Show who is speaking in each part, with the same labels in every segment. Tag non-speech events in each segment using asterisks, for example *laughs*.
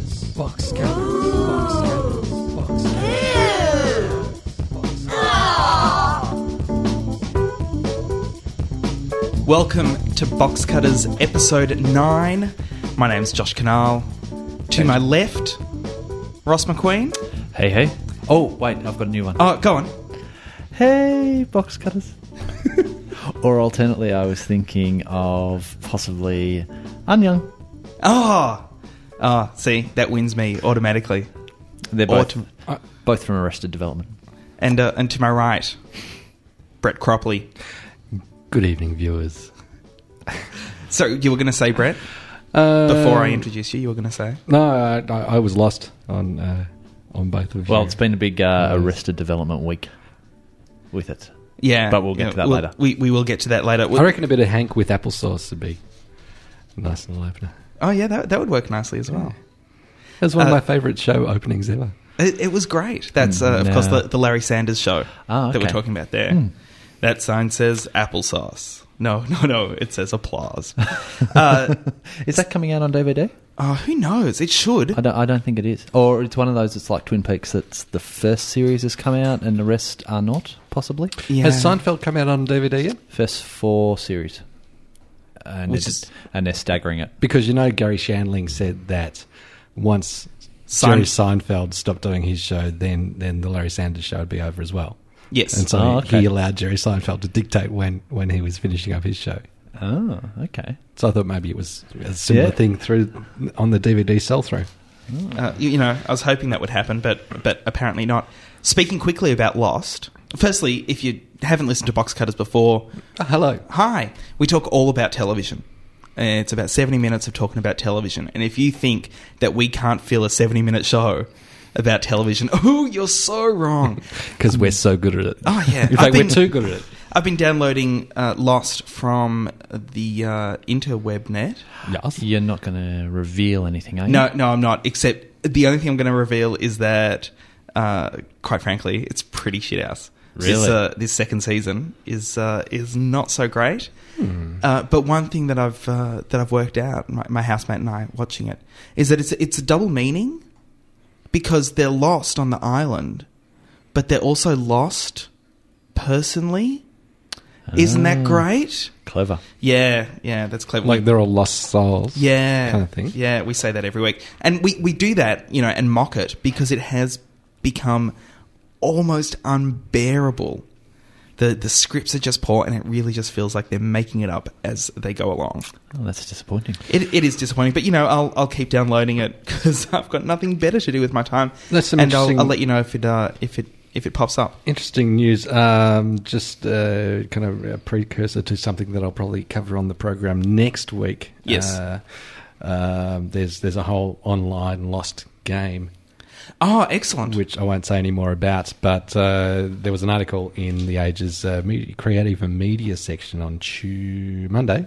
Speaker 1: Fox Catholic. Fox Catholic. Fox Catholic. Fox Catholic. Welcome to Box Cutters episode 9. My name's Josh Canal. To my left, Ross McQueen.
Speaker 2: Hey, hey. Oh, wait, I've got a new one.
Speaker 1: Oh, go on.
Speaker 2: Hey, box cutters. *laughs* or alternately, I was thinking of possibly Anyang.
Speaker 1: Oh, oh see, that wins me automatically.
Speaker 2: They're
Speaker 1: Or
Speaker 2: both,
Speaker 1: to-
Speaker 2: both from Arrested Development.
Speaker 1: And, uh, and to my right, Brett Cropley.
Speaker 3: Good evening, viewers.
Speaker 1: So you were going to say, Brett,
Speaker 3: Uh,
Speaker 1: before
Speaker 2: Um,
Speaker 1: I introduced you, you were going to say?
Speaker 3: no, I, I, I was lost on uh, on both of you.
Speaker 2: Well, it's been a big uh,
Speaker 3: Yes.
Speaker 2: Arrested Development week with it.
Speaker 1: Yeah,
Speaker 2: But we'll get to that
Speaker 1: we'll-
Speaker 2: later.
Speaker 1: We we will get to that later. We-
Speaker 3: I reckon a bit of Hank with applesauce would be a nice little opener.
Speaker 1: oh yeah, that that would work nicely as well.
Speaker 3: It was one
Speaker 1: Uh,
Speaker 3: of my favourite show openings ever.
Speaker 1: It, it was great. That's uh, of
Speaker 2: Mm,
Speaker 1: course
Speaker 2: yeah.
Speaker 1: the, the Larry Sanders show
Speaker 2: Ah,
Speaker 1: that we're
Speaker 2: okay.
Speaker 1: talking about there.
Speaker 2: Mm.
Speaker 1: That sign says applesauce. No, *laughs* no, no. It says
Speaker 2: *laughs*
Speaker 1: applause. uh,
Speaker 2: Is that coming out on DVD?
Speaker 1: oh, who knows? It should.
Speaker 2: I don't, I don't think it is. Or it's one of those, it's like Twin Peaks, that's the first series has come out and the rest are not, possibly.
Speaker 1: Yeah.
Speaker 3: Has Seinfeld come out on DVD yet?
Speaker 2: First four series. And,
Speaker 1: Which
Speaker 2: it-
Speaker 1: is-
Speaker 2: and they're staggering it.
Speaker 3: Because you know Gary Shandling said that once
Speaker 1: Sein-
Speaker 3: Jerry Seinfeld stopped doing his show, then then the Larry Sanders show would be over as well.
Speaker 1: yes.
Speaker 3: And so
Speaker 2: Oh, okay.
Speaker 3: he allowed Jerry Seinfeld to dictate when, when he was finishing up his show.
Speaker 2: Oh, okay.
Speaker 3: So I thought maybe it was a similar
Speaker 2: Yeah.
Speaker 3: thing through on the DVD sell through.
Speaker 1: Uh, you, you know, I was hoping that would happen, but but apparently not. Speaking quickly about Lost. Firstly, if you haven't listened to Box Cutters before,
Speaker 3: hello.
Speaker 1: Hi, we talk all about television. Uh, It's about 70 minutes of talking about television. And if you think that we can't fill a 70 minute show about television, *laughs* oh, you're so wrong.
Speaker 3: Because we're so good at it.
Speaker 1: Oh, yeah.
Speaker 3: *laughs* In
Speaker 1: I've
Speaker 3: fact, we're
Speaker 1: been-
Speaker 3: too good at it.
Speaker 1: I've been downloading uh, Lost from the uh, interweb net.
Speaker 3: Yes.
Speaker 2: You're not going to reveal anything, are you?
Speaker 1: No, no, I'm not. Except the only thing I'm going to reveal is that, uh, quite frankly, it's pretty shit house. This,
Speaker 2: Really?
Speaker 1: uh, this second season is uh, is not so great. Uh, but one thing that I've uh, that I've worked out, my, my housemate and I watching it, is that it's it's a double meaning because they're lost on the island, but they're also lost personally. Isn't
Speaker 2: Ah.
Speaker 1: that great?
Speaker 2: Clever.
Speaker 1: Yeah, yeah, that's clever.
Speaker 3: Like they're all lost souls.
Speaker 1: Yeah.
Speaker 3: kind of thing.
Speaker 1: Yeah, we say that every week. And we, we do that, you know, and mock it because it has become almost unbearable. The the scripts are just poor and it really just feels like they're making it up as they go along.
Speaker 2: Oh, that's disappointing.
Speaker 1: It, it is disappointing, but you know, I'll, I'll keep downloading it *laughs* because I've got nothing better to do with my time.
Speaker 3: That's some
Speaker 1: and I'll,
Speaker 3: interesting-
Speaker 1: I'll let you know if it uh, if it if it pops up.
Speaker 3: Interesting news. Um, just uh, kind of a precursor to something that I'll probably cover on the program next week.
Speaker 1: Yes.
Speaker 3: Uh, um, there's there's a whole online lost game
Speaker 1: Oh, excellent!
Speaker 3: which I won't say any more about. But uh, there was an article in the Age's uh, media, creative and media section on Tuesday, Monday,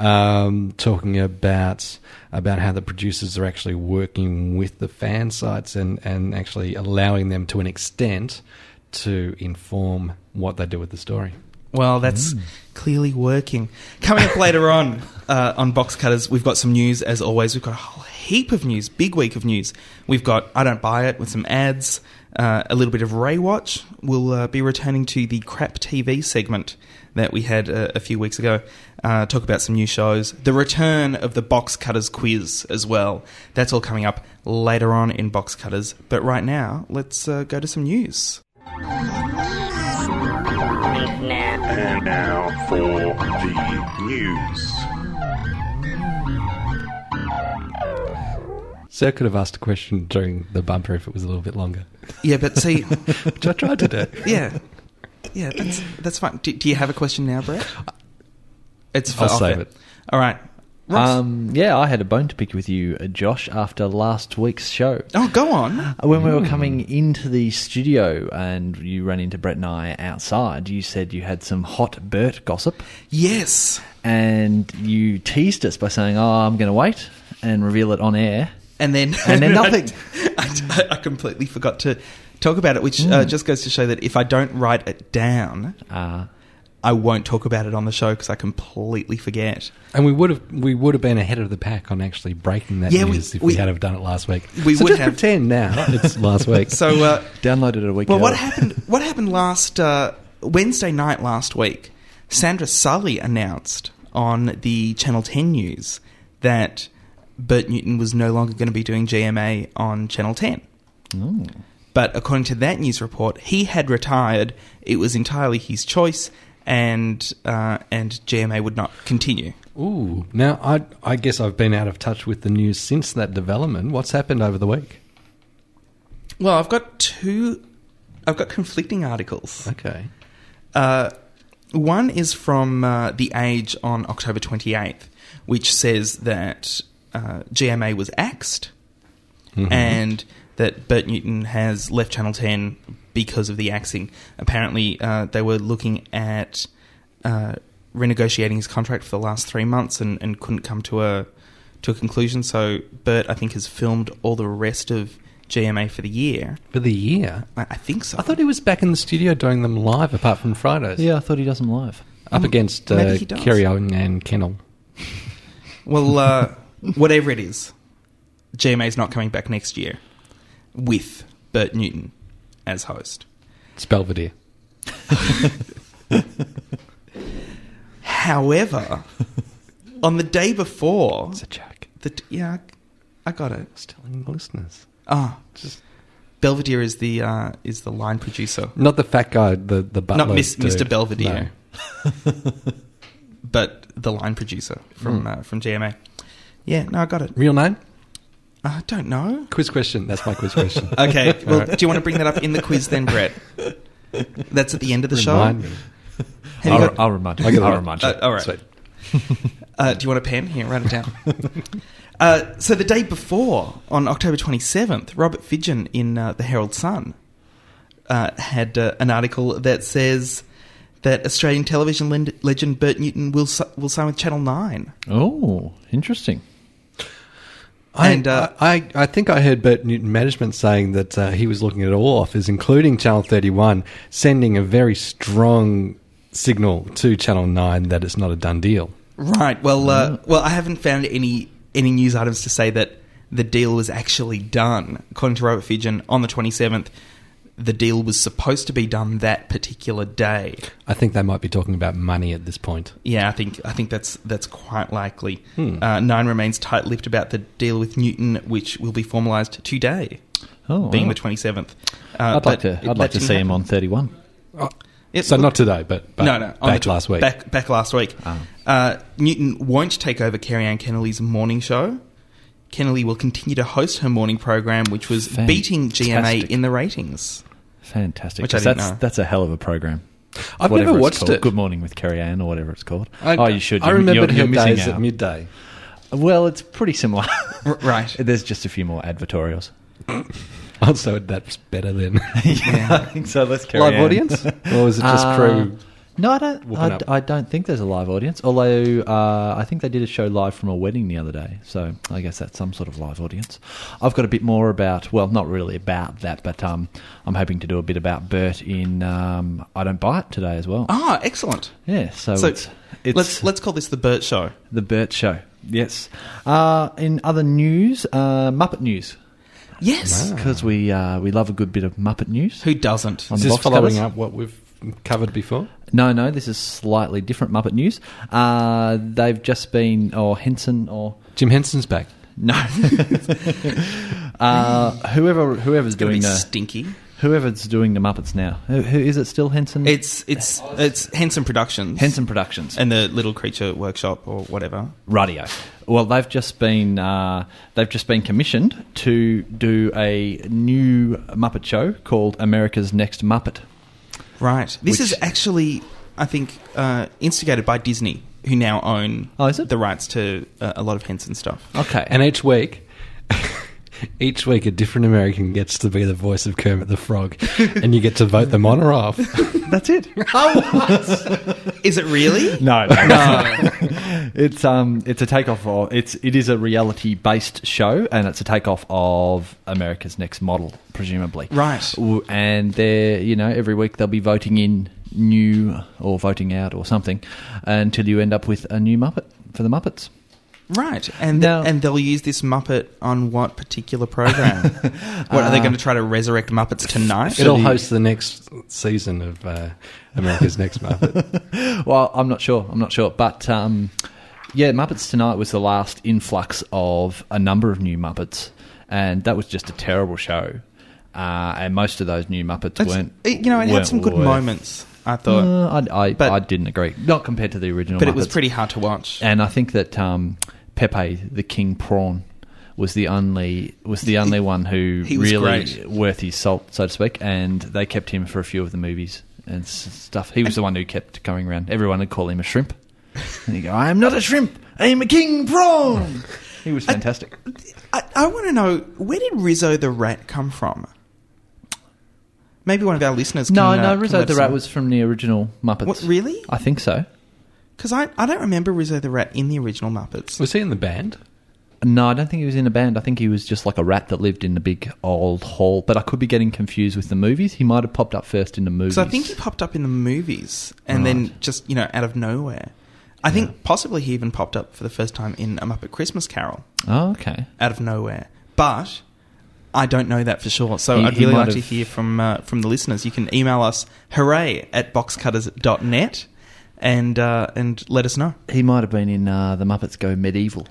Speaker 3: um, talking about about how the producers are actually working with the fan sites and and actually allowing them to an extent to inform what they do with the story.
Speaker 1: Well, that's clearly working. Coming up later on uh, on Box Cutters, we've got some news as always. We've got a whole heap of news, big week of news. We've got I Don't Buy It with some ads, uh, a little bit of Ray Watch. We'll uh, be returning to the crap TV segment that we had uh, a few weeks ago. Uh, talk about some new shows. The return of the Box Cutters quiz as well. That's all coming up later on in Box Cutters. But right now, let's uh, go to some news.
Speaker 4: And now for the news.
Speaker 3: So I could have asked a question during the bumper if it was a little bit longer,
Speaker 1: Yeah, but see.
Speaker 3: which I tried to do.
Speaker 1: *laughs* Yeah, yeah, that's that's fine. Do, do you have a question now, Brett? It's for
Speaker 3: I'll
Speaker 1: off
Speaker 3: save
Speaker 1: air.
Speaker 3: it.
Speaker 1: All right, Ross.
Speaker 2: Um, yeah, I had a bone to pick with you, uh, Josh, after last week's show. Uh,
Speaker 1: oh, go on.
Speaker 2: When we were coming into the studio and you ran into Brett and I outside, you said you had some hot Bert gossip
Speaker 1: Yes,
Speaker 2: and you teased us by saying, Oh, I'm going to wait and reveal it on air.
Speaker 1: and then
Speaker 2: *laughs*
Speaker 1: *laughs*
Speaker 2: And then nothing.
Speaker 1: I, I completely
Speaker 2: Hmm.
Speaker 1: forgot to talk about it, which uh, just goes to show that if I don't write it down,
Speaker 2: Uh,
Speaker 1: I won't talk about it on the show because I completely forget.
Speaker 3: And we would have we would have been ahead of the pack on actually breaking that
Speaker 1: Yeah, we-
Speaker 3: news if we,
Speaker 1: we-
Speaker 3: had have done it last week.
Speaker 1: we
Speaker 3: so
Speaker 1: would
Speaker 3: just
Speaker 1: have. *laughs*
Speaker 3: pretend now it's last week.
Speaker 1: So, uh,
Speaker 2: Downloaded it a week
Speaker 1: well,
Speaker 2: ago.
Speaker 1: what
Speaker 2: *laughs*
Speaker 1: happened? What happened last uh, Wednesday night last week? Sandra Sully announced on the Channel Ten news that Bert Newton was no longer going to be doing GMA on Channel Ten. But according to that news report, he had retired. It was entirely his choice, and uh, and GMA would not continue.
Speaker 3: Ooh, now I I guess I've been out of touch with the news since that development. What's happened over the week?
Speaker 1: Well, I've got two. I've got conflicting articles.
Speaker 3: Okay.
Speaker 1: Uh, one is from uh, The Age on October 28th, which says that uh, GMA was axed and that Bert Newton has left Channel 10 because of the axing. Apparently, uh, they were looking at uh, renegotiating his contract for the last three months and, and couldn't come to a to a conclusion. So Bert, I think, has filmed all the rest of GMA for the year.
Speaker 3: For the year.
Speaker 1: I, I think so.
Speaker 3: I thought he was back in the studio doing them live apart from Fridays.
Speaker 2: Yeah, I thought he does
Speaker 1: *laughs*
Speaker 2: them live.
Speaker 3: Up against uh,
Speaker 1: maybe he does.
Speaker 3: Kerry Owen and Kennel.
Speaker 1: Well, uh, whatever it is, GMA's not coming back next year with Bert Newton as host.
Speaker 3: It's Belvedere.
Speaker 1: However, on the day before,
Speaker 3: It's a joke.
Speaker 1: the yeah, I got it.
Speaker 3: It's telling the listeners.
Speaker 1: Ah,
Speaker 3: Just
Speaker 1: Belvedere is the uh, is the line producer,
Speaker 3: not the fat guy, the the butler.
Speaker 1: not Miss,
Speaker 3: dude.
Speaker 1: Mr.
Speaker 3: No.
Speaker 1: Belvedere, but the line producer from uh, from GMA. Yeah, no, I got it. Uh,
Speaker 3: Real name?
Speaker 1: I don't know.
Speaker 3: Quiz question. That's my quiz question.
Speaker 1: *laughs*
Speaker 3: *laughs*
Speaker 1: Okay, well,
Speaker 3: Alright.
Speaker 1: do you want to bring that up in the quiz then, Brett? That's at the end of the
Speaker 3: Remind
Speaker 1: show.
Speaker 3: me.
Speaker 1: Have you
Speaker 2: I'll,
Speaker 1: got-
Speaker 2: I'll remind you.
Speaker 3: I got
Speaker 2: I'll
Speaker 3: it.
Speaker 2: remind you.
Speaker 1: Uh, all right.
Speaker 3: Sweet.
Speaker 1: Uh, do you want a pen? Here, write it
Speaker 2: *laughs*
Speaker 1: down. uh, so the day before, on October 27th, Robert Fidgen in uh, the Herald Sun uh, had uh, an article that says that Australian television len- legend Bert Newton will si- will sign with Channel 9.
Speaker 2: Oh, interesting.
Speaker 3: *laughs* I,
Speaker 1: And, uh,
Speaker 3: I, I think I heard Bert Newton management saying that uh, he was looking at all offers, including Channel 31, sending a very strong signal to Channel 9 that it's not a done deal.
Speaker 1: Right. Well, uh, well, I haven't found any any news items to say that the deal was actually done. According to Robert Fidgen, on the 27th, the deal was supposed to be done that particular day.
Speaker 3: I think they might be talking about money at this point.
Speaker 1: Yeah, I think I think that's that's quite likely.
Speaker 2: Hmm.
Speaker 1: Uh, Nine remains tight-lipped about the deal with Newton, which will be formalised today,
Speaker 2: Oh,
Speaker 1: being uh,
Speaker 2: wow.
Speaker 1: the twenty seventh.
Speaker 2: I'd like to. I'd like to see him on thirty-one.
Speaker 3: so not today, but, but
Speaker 1: no, no, on
Speaker 3: back
Speaker 1: the tw-
Speaker 3: last week.
Speaker 1: Back, back last week.
Speaker 2: Ah.
Speaker 1: Uh, Newton won't take over Kerry Ann Kennelly's morning show. Kennelly will continue to host her morning program, which was beating GMA
Speaker 2: Fantastic.
Speaker 1: in the ratings.
Speaker 2: Fantastic.
Speaker 1: Which I
Speaker 2: 'cause
Speaker 1: didn't
Speaker 2: that's
Speaker 1: know.
Speaker 2: that's a hell of a program.
Speaker 3: I've
Speaker 2: Whatever
Speaker 3: never
Speaker 2: it's
Speaker 3: watched
Speaker 2: called.
Speaker 3: it.
Speaker 2: Good Morning with Carrie Ann or whatever it's called.
Speaker 3: I,
Speaker 2: oh, you should.
Speaker 3: I
Speaker 2: You're-
Speaker 3: remembered
Speaker 2: you're, you're
Speaker 3: her
Speaker 2: missing
Speaker 3: days
Speaker 2: out.
Speaker 3: at midday. *laughs*
Speaker 2: Well, it's pretty similar.
Speaker 1: R- right.
Speaker 2: *laughs* There's just a few more advertorials.
Speaker 3: Oh, so that's
Speaker 1: *laughs*
Speaker 3: better then.
Speaker 2: *laughs* so let's carry
Speaker 3: Live
Speaker 2: on. *laughs*
Speaker 3: audience? Or is it just
Speaker 2: Uh,
Speaker 3: crew?
Speaker 2: No, I don't.
Speaker 3: Whooping
Speaker 2: I,
Speaker 3: up.
Speaker 2: I don't think there's a live audience. Although uh, I think they did a show live from a wedding the other day, so I guess that's some sort of live audience. I've got a bit more about. Well, not really about that, but um, I'm hoping to do a bit about Bert in um, I Don't Buy It today as well.
Speaker 1: Ah, excellent.
Speaker 2: Yeah, so,
Speaker 1: So
Speaker 2: it's, it's
Speaker 1: let's let's call this the Burt Show.
Speaker 2: the Bert Show. Yes. Uh, in other news, uh, Muppet news,
Speaker 1: Yes.
Speaker 2: because we uh, we love a good bit of Muppet news.
Speaker 1: Who doesn't?
Speaker 2: On
Speaker 3: Is
Speaker 2: the
Speaker 3: this
Speaker 2: box
Speaker 3: following
Speaker 2: covers.
Speaker 3: up what we've covered before?
Speaker 2: No, no, this is slightly different Muppet news. Uh, they've just been, or Henson, or
Speaker 3: Jim Henson's back.
Speaker 2: no, *laughs* uh, whoever whoever's
Speaker 1: Gonna be
Speaker 2: doing the
Speaker 1: stinky.
Speaker 2: whoever's doing the Muppets now. Who, who is it? Still Henson?
Speaker 1: It's it's it's Henson Productions.
Speaker 2: Henson Productions.
Speaker 1: and the Little Creature Workshop or whatever.
Speaker 2: Radio. Well, they've just been uh, they've just been commissioned to do a new Muppet show called America's Next Muppet.
Speaker 1: Right. This
Speaker 2: Which-
Speaker 1: is actually, I think, uh, instigated by Disney, who now own
Speaker 2: Oh, is it?
Speaker 1: the rights to uh, a lot of Henson stuff.
Speaker 2: Okay,
Speaker 3: And each week, *laughs* each week a different American gets to be the voice of Kermit the Frog, and you get to vote them on or *laughs* off.
Speaker 2: that's it.
Speaker 1: Is it really? *laughs*
Speaker 2: No, no, *laughs* no. it's um, it's a takeoff. Of, it's it is a reality based show, and it's a takeoff of America's Next Model, presumably.
Speaker 1: Right.
Speaker 2: W- And they're you know every week they'll be voting in new or voting out or something until you end up with a new Muppet for the Muppets.
Speaker 1: Right, and
Speaker 2: Now-
Speaker 1: and they'll use this Muppet on what particular
Speaker 2: *laughs*
Speaker 1: program? what
Speaker 2: Uh,
Speaker 1: are they going to try to resurrect Muppets tonight?
Speaker 3: It'll
Speaker 2: the-
Speaker 3: host the next season of uh, America's Next Muppet.
Speaker 2: Well, I'm not sure. I'm not sure. But um, yeah, Muppets Tonight was the last influx of a number of new Muppets, and that was just a terrible show. Uh, and most of those new Muppets
Speaker 1: It's-
Speaker 2: weren't.
Speaker 1: it- you know, it had
Speaker 2: weren't
Speaker 1: some good
Speaker 2: worth-
Speaker 1: moments. I thought,
Speaker 2: Uh, I, I,
Speaker 1: But-
Speaker 2: I didn't agree. Not compared to the original.
Speaker 1: but it was
Speaker 2: Muppets.
Speaker 1: pretty hard to watch.
Speaker 2: And I think that um, Pepe, the King Prawn, was the only was the only one who
Speaker 1: *laughs* He was
Speaker 2: really
Speaker 1: great.
Speaker 2: worth his salt, so to speak. And they kept him for a few of the movies and s- stuff. He was the one who kept going around. Everyone would call him a shrimp, and he'd go, "I am not a shrimp. I am a king prawn." he was fantastic.
Speaker 1: I, I want to know where did Rizzo the Rat come from? Maybe one of our listeners. Can,
Speaker 2: no,
Speaker 1: uh,
Speaker 2: no,
Speaker 1: can
Speaker 2: Rizzo
Speaker 1: let
Speaker 2: the
Speaker 1: us
Speaker 2: Rat
Speaker 1: know.
Speaker 2: was from the original Muppets.
Speaker 1: What, really?
Speaker 2: I think so.
Speaker 1: Because I, I don't remember Rizzo the Rat in the original Muppets.
Speaker 3: *laughs* Was he in the band?
Speaker 2: No, I don't think he was in a band. I think he was just like a rat that lived in the big old hall. But I could be getting confused with the movies. He might have popped up first in the movies.
Speaker 1: So I think he popped up in the movies and then just, you know, out of nowhere. I think possibly he even popped up for the first time in A Muppet Christmas Carol
Speaker 2: Oh, okay.
Speaker 1: out of nowhere. But I don't know that for sure. So
Speaker 2: He-
Speaker 1: I'd
Speaker 2: he
Speaker 1: really
Speaker 2: might
Speaker 1: like to
Speaker 2: have-
Speaker 1: hear from uh, from the listeners. You can email us hooray at boxcutters.net and, uh, and let us know.
Speaker 2: He might have been in uh, the Muppets Go Medieval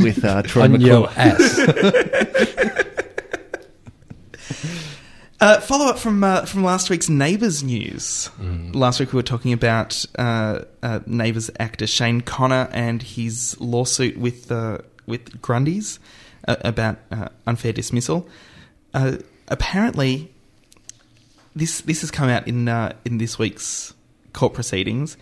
Speaker 2: with *laughs* uh, Troy
Speaker 3: On your
Speaker 2: McClure.
Speaker 3: ass.
Speaker 1: Uh, follow up from uh, from last week's Neighbours news. Last week we were talking about uh, uh, Neighbours actor Shane Connor and his lawsuit with uh, with Grundy's uh, about uh, unfair dismissal. Uh, apparently, this this has come out in uh, in this week's court proceedings.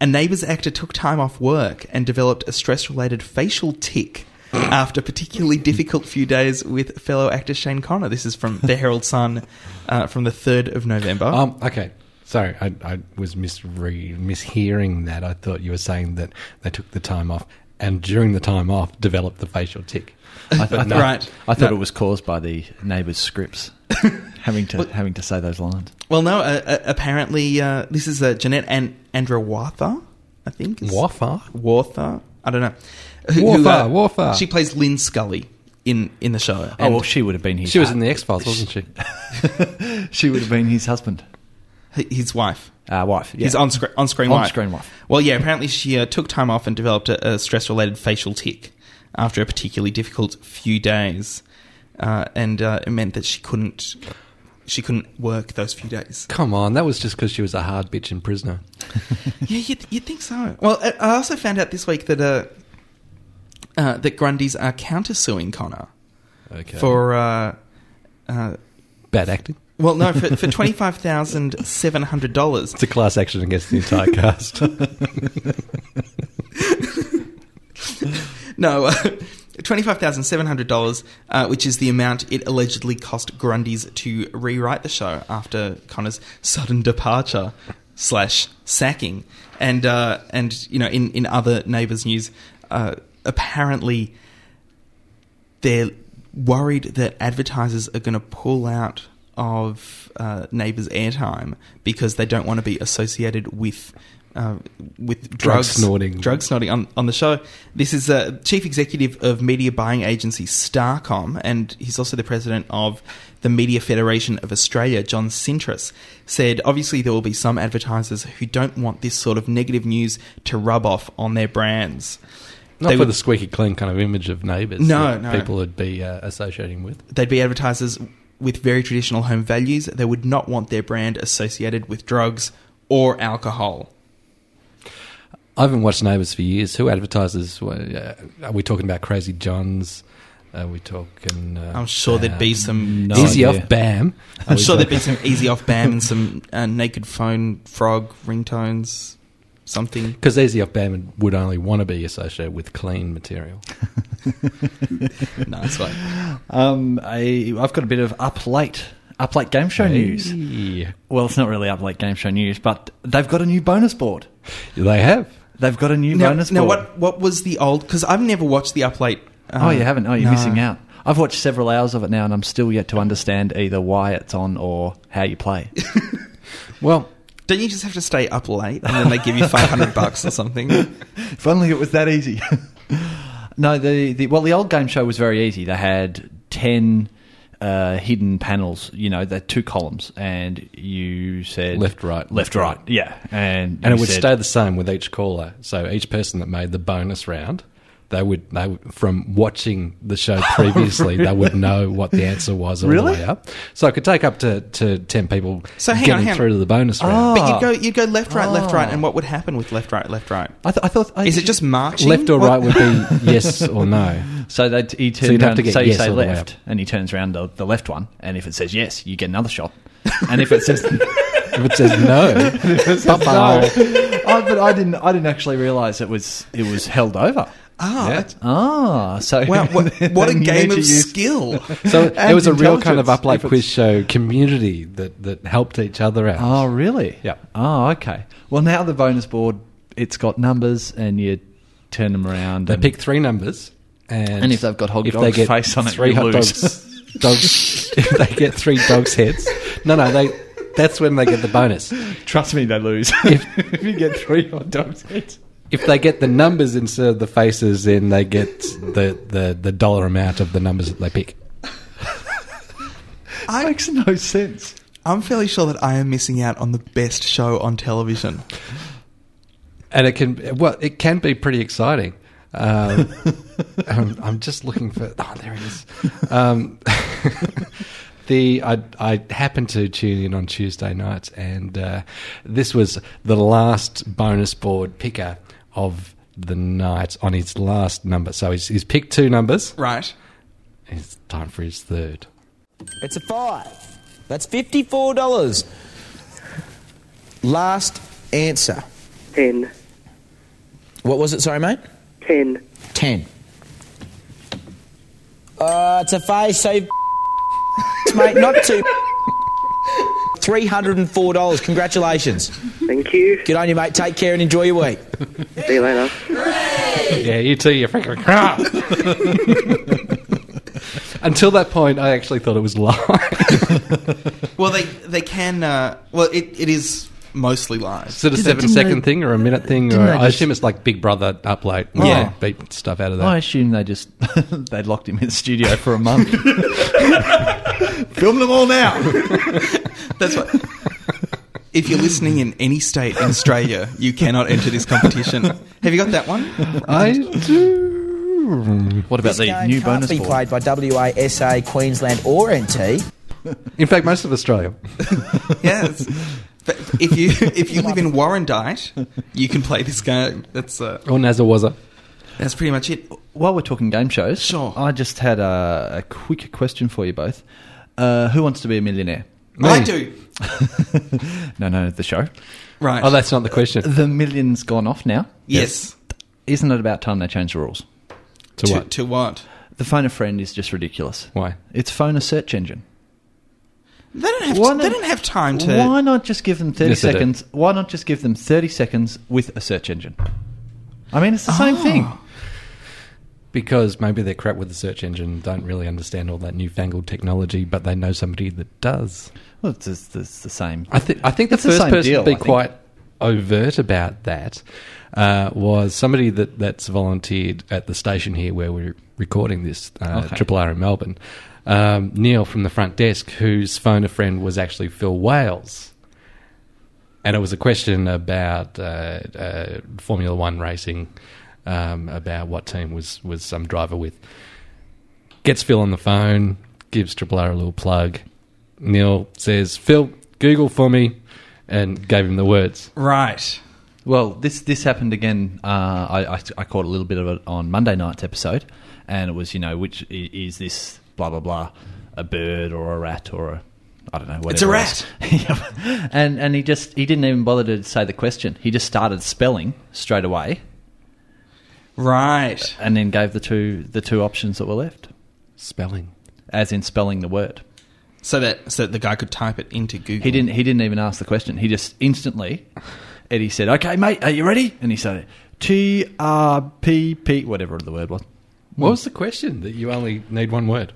Speaker 1: A Neighbours actor took time off work and developed a stress related facial
Speaker 2: *gasps*
Speaker 1: tic after a particularly difficult few days with fellow actor Shane Connor. This is from the Herald Sun uh, from the third of November.
Speaker 3: *laughs* Um, okay. Sorry, I, I was misre- mishearing that. I thought you were saying that they took the time off and during the time off developed the facial *laughs* tic.
Speaker 2: I, th- I thought-
Speaker 1: Right.
Speaker 2: I thought
Speaker 1: No.
Speaker 2: it was caused by the neighbours' scripts *laughs* having to having to say those lines.
Speaker 1: well, no, uh, uh, apparently uh, this is uh, Jeanette and Andra Watha, I think. is-
Speaker 3: Wafa?
Speaker 1: Watha, I don't know. uh,
Speaker 3: Watha, Watha.
Speaker 1: She plays Lynn Scully in in the show.
Speaker 2: Oh
Speaker 1: And
Speaker 2: well, she would have been his.
Speaker 3: She was in the X Files, wasn't she?
Speaker 2: *laughs* She would have been his husband,
Speaker 1: h- his wife.
Speaker 2: uh, wife. Yeah.
Speaker 1: His on screen on screen wife.
Speaker 2: On-screen wife.
Speaker 1: Well, yeah. Apparently, she uh, took time off and developed a, a stress related facial tic after a particularly difficult few days, uh, and uh, it meant that she couldn't she couldn't work those few
Speaker 2: *laughs*
Speaker 1: days.
Speaker 3: *laughs* Come on, that was just because she was a hard bitch and prisoner.
Speaker 1: yeah, you'd, you'd think so. Well, I I also found out this week that uh, uh, that Grundy's are countersuing Connor
Speaker 3: Okay.
Speaker 1: for. Uh, uh,
Speaker 3: bad acting.
Speaker 1: well, no, for, for twenty five thousand seven hundred dollars.
Speaker 3: It's a class action against the *laughs* entire cast.
Speaker 1: No, *laughs* uh, twenty-five thousand seven hundred dollars, uh, which is the amount it allegedly cost Grundy's to rewrite the show after Connor's sudden departure slash sacking, and uh, and you know in in other neighbours news, uh, apparently they're worried that advertisers are going to pull out of uh, Neighbours airtime because they don't want to be associated with. Uh, with drugs,
Speaker 3: snorting.
Speaker 1: drug snorting on, on the show. This is uh, chief executive of media buying agency Starcom, and he's also the president of the Media Federation of Australia. John Sintris said, obviously there will be some advertisers who don't want this sort of negative news to rub off on their brands.
Speaker 3: Not
Speaker 1: They
Speaker 3: for
Speaker 1: would-
Speaker 3: the squeaky clean kind of image of neighbours.
Speaker 1: No,
Speaker 3: that
Speaker 1: no.
Speaker 3: People would be uh, associating with.
Speaker 1: they'd be advertisers with very traditional home values. They would not want their brand associated with drugs or alcohol.
Speaker 3: I haven't watched Neighbours for years. Who advertises? Uh, are we talking about Crazy John's? Are we talking? Uh,
Speaker 1: I'm sure there'd be
Speaker 3: Bam?
Speaker 1: some.
Speaker 2: No
Speaker 3: Easy
Speaker 2: idea.
Speaker 3: off Bam.
Speaker 1: I'm sure there'd be some easy off bam and
Speaker 2: *laughs*
Speaker 1: some uh, naked phone frog ringtones, something.
Speaker 3: because Easy off Bam would only want to be associated with clean material.
Speaker 1: No, it's
Speaker 2: *laughs*
Speaker 1: like
Speaker 2: Um, I, I've got a bit of up late, up late game show news.
Speaker 3: Yeah.
Speaker 2: Well, it's not really up late game show news, but they've got a new bonus board.
Speaker 3: They have.
Speaker 2: They've got a new
Speaker 1: now,
Speaker 2: bonus
Speaker 1: now
Speaker 2: board.
Speaker 1: what? What was the old? Because I've never watched the up late. uh,
Speaker 2: oh, you haven't? Oh, you're
Speaker 1: no.
Speaker 2: missing out. I've watched several hours of it now, and I'm still yet to understand either why it's on or how you play.
Speaker 3: Well,
Speaker 1: Don't you just have to stay up late and then they
Speaker 2: *laughs*
Speaker 1: give you 500 bucks or something?
Speaker 2: If only it was that easy. *laughs* no, the, the well, the old game show was very easy. They had ten uh, hidden panels. You know, they had two columns, and you said
Speaker 3: Left, right,
Speaker 2: left, right. Yeah, and
Speaker 3: and
Speaker 2: you
Speaker 3: it would
Speaker 2: said-
Speaker 3: stay the same with each caller. So each person that made the bonus round, they would they would, from watching the show previously, they would know what the answer was all
Speaker 2: Really?
Speaker 3: the way up. So it could take up to, to ten people
Speaker 1: So hang on,
Speaker 3: getting
Speaker 1: hang on.
Speaker 3: through to the bonus round.
Speaker 1: But you'd go, you'd go left, right, left, right,
Speaker 2: Ah.
Speaker 1: and what would happen with left, right, left, right?
Speaker 2: I, th- I thought. I-
Speaker 1: Is it just marching?
Speaker 3: Left or
Speaker 1: What-
Speaker 3: right would be yes or no.
Speaker 2: So they he turns
Speaker 3: you'd have
Speaker 2: around,
Speaker 3: to get
Speaker 2: so you
Speaker 3: yes
Speaker 2: say
Speaker 3: all the way
Speaker 2: left,
Speaker 3: up.
Speaker 2: and he turns around the, the left one, and if it says yes, you get another shot, and if it says.
Speaker 3: If it says no,
Speaker 2: No,
Speaker 3: Papa.
Speaker 2: I, but I didn't. I didn't actually realise it was it was held over.
Speaker 1: Ah,
Speaker 3: Yeah.
Speaker 1: that's-
Speaker 2: Ah, so *laughs*
Speaker 1: wow. *laughs* What, what a
Speaker 2: then you
Speaker 1: game
Speaker 2: need
Speaker 1: of
Speaker 2: to
Speaker 1: *laughs*
Speaker 2: use-
Speaker 1: skill.
Speaker 3: So it was a real kind
Speaker 2: intelligence,
Speaker 3: of up late
Speaker 2: if it's-
Speaker 3: quiz show community that, that helped each other out.
Speaker 2: Oh, really?
Speaker 3: Yeah.
Speaker 2: Oh, okay. Well, now the bonus board, it's got numbers, and you turn them around.
Speaker 3: They
Speaker 2: and
Speaker 3: pick three numbers, and,
Speaker 2: And if they've got hot dog's face on it, you lose.
Speaker 3: dogs, dogs, *laughs* if they get three dogs' heads, no, no, they. That's when they get the bonus.
Speaker 2: Trust me, they lose. *laughs*
Speaker 3: If-
Speaker 2: if you get three hot dogs, it's
Speaker 3: If they get the numbers instead of the faces, then they get the, the, the dollar amount of the numbers that they pick.
Speaker 1: I,
Speaker 2: makes no *laughs* sense.
Speaker 1: I'm fairly sure that I am missing out on the best show on television.
Speaker 3: and it can well it can be pretty exciting. Um, I'm, I'm just looking for oh there it is. Um, *laughs* the I I happened to tune in on Tuesday nights and uh, this was the last bonus board picker of the night on his last number. So he's, he's picked two numbers.
Speaker 1: Right.
Speaker 3: It's time for his third.
Speaker 5: It's a five. That's fifty-four dollars. Last answer.
Speaker 6: 10,
Speaker 5: What was it? Sorry, mate.
Speaker 6: 10,
Speaker 5: Ten. Uh, it's a face. So, you *laughs* mate, not two. Three hundred and four dollars. Congratulations.
Speaker 6: thank you.
Speaker 5: Good on you, mate. Take care and enjoy your week.
Speaker 6: See you later.
Speaker 3: Yeah, you too, you freaking crap. *laughs* Until that point, I actually thought it was live. *laughs*
Speaker 1: Well, they they can. Uh, well, it, it is mostly live.
Speaker 3: Is it a seven second thing or a minute thing? Or,
Speaker 2: didn't they
Speaker 3: I
Speaker 2: just-
Speaker 3: assume it's like Big Brother up late.
Speaker 2: Yeah.
Speaker 3: Oh, beat stuff out of
Speaker 2: I
Speaker 3: that.
Speaker 2: assume they just *laughs* they locked him in the studio for a *laughs* month.
Speaker 1: Film them all now. *laughs* That's what. If you're listening in any state in Australia, you cannot enter this competition. Have you got that one?
Speaker 3: I, do.
Speaker 2: What about
Speaker 5: This
Speaker 2: the
Speaker 5: game
Speaker 2: new
Speaker 5: can't
Speaker 2: bonus
Speaker 5: be
Speaker 2: board?
Speaker 5: played by WA, SA, Queensland, or NT.
Speaker 3: In fact, most of Australia.
Speaker 2: *laughs*
Speaker 1: Yes. But if you if you live in Warrandyte, you can play this game. That's uh,
Speaker 3: Or Nazawaza.
Speaker 1: that's pretty much it.
Speaker 2: While we're talking game shows,
Speaker 1: Sure.
Speaker 2: I just had a, a quick question for you both. Uh, who wants to be a millionaire? *laughs*
Speaker 1: I do.
Speaker 2: No, no, the show.
Speaker 1: Right.
Speaker 3: Oh, that's not the question.
Speaker 2: The million's gone off now.
Speaker 1: yes.
Speaker 2: Isn't it about time they changed the rules?
Speaker 3: To,
Speaker 1: To,
Speaker 3: what?
Speaker 1: to what?
Speaker 2: The phone a friend is just ridiculous.
Speaker 3: Why?
Speaker 2: It's phone a search engine.
Speaker 1: They don't have.
Speaker 2: Why
Speaker 1: they
Speaker 2: not-
Speaker 1: don't have time to.
Speaker 2: Why not just give them thirty
Speaker 3: Yes, they do.
Speaker 2: seconds? Why not just give them thirty seconds with a search engine? I mean, it's the same
Speaker 1: Ah.
Speaker 2: thing.
Speaker 3: Because maybe they're crap with the search engine, don't really understand all that newfangled technology, but they know somebody that does.
Speaker 2: Well, it's, it's, it's the same.
Speaker 3: I, th- I think the
Speaker 2: It's the
Speaker 3: first
Speaker 2: same
Speaker 3: person
Speaker 2: deal,
Speaker 3: to
Speaker 2: I
Speaker 3: be
Speaker 2: think.
Speaker 3: quite overt about that uh, was somebody that, that's volunteered at the station here where we're recording this, uh,
Speaker 2: Okay.
Speaker 3: Triple R in Melbourne. Um, Neil from the front desk, whose phone a friend was actually Phil Wales. And it was a question about uh, uh, Formula One racing, um, about what team was, was some driver with. Gets Phil on the phone, gives Triple R a little plug. Neil says, Phil, Google for me, and gave him the words.
Speaker 1: Right.
Speaker 2: Well, this this happened again. Uh, I, I I caught a little bit of it on Monday night's episode, and it was you know which i- is this blah blah blah, a bird or a rat or a I don't know. Whatever
Speaker 1: It's a
Speaker 2: else. *laughs* Yeah. and and he just he didn't even bother to say the question. He just started spelling straight away,
Speaker 1: Right.
Speaker 2: and then gave the two the two options that were left,
Speaker 3: Spelling.
Speaker 2: as in spelling the word.
Speaker 1: So that so that the guy could type it into Google.
Speaker 2: He didn't he didn't even ask the question. He just instantly Eddie said, "Okay, mate, are you ready?" And he said, "T R P P whatever the word was."
Speaker 3: What was the question that you only need one word?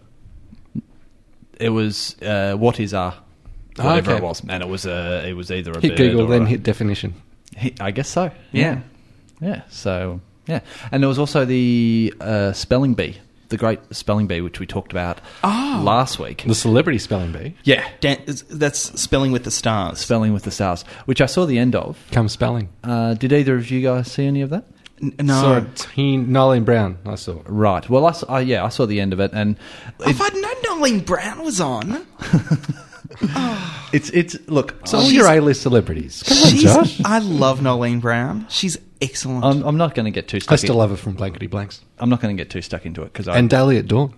Speaker 2: It was uh, what is R? whatever
Speaker 3: Ah, Okay.
Speaker 2: it was, and it was a it was either a
Speaker 3: Hit
Speaker 2: bird
Speaker 3: Google,
Speaker 2: or
Speaker 3: then
Speaker 2: a-
Speaker 3: hit definition.
Speaker 2: hit- I guess so.
Speaker 1: Yeah.
Speaker 2: Yeah. So yeah, and there was also the uh, spelling bee, the great spelling bee, which we talked about last week.
Speaker 3: Ah. The celebrity spelling bee.
Speaker 2: Yeah,
Speaker 1: Dan- is- that's spelling with the stars.
Speaker 2: spelling with the stars, which I saw the end of.
Speaker 3: Come spelling.
Speaker 2: Uh, did either of you guys see any of that?
Speaker 1: N- no.
Speaker 3: Saw a teen, Nolene Brown. I saw.
Speaker 2: Right. Well, I, s- I- yeah, I saw the end of it, and
Speaker 1: If I'd known Nolene Brown was on,
Speaker 2: it's it's look.
Speaker 3: So all your Oh, A-list celebrities. Come on,
Speaker 1: she's,
Speaker 3: Josh.
Speaker 1: I love Nolene Brown. She's excellent.
Speaker 2: I'm, I'm not going to get too stuck.
Speaker 3: I still
Speaker 2: in-
Speaker 3: love her from Blankety Blanks
Speaker 2: I'm not going to get too stuck into it because
Speaker 3: and Daily at Dawn.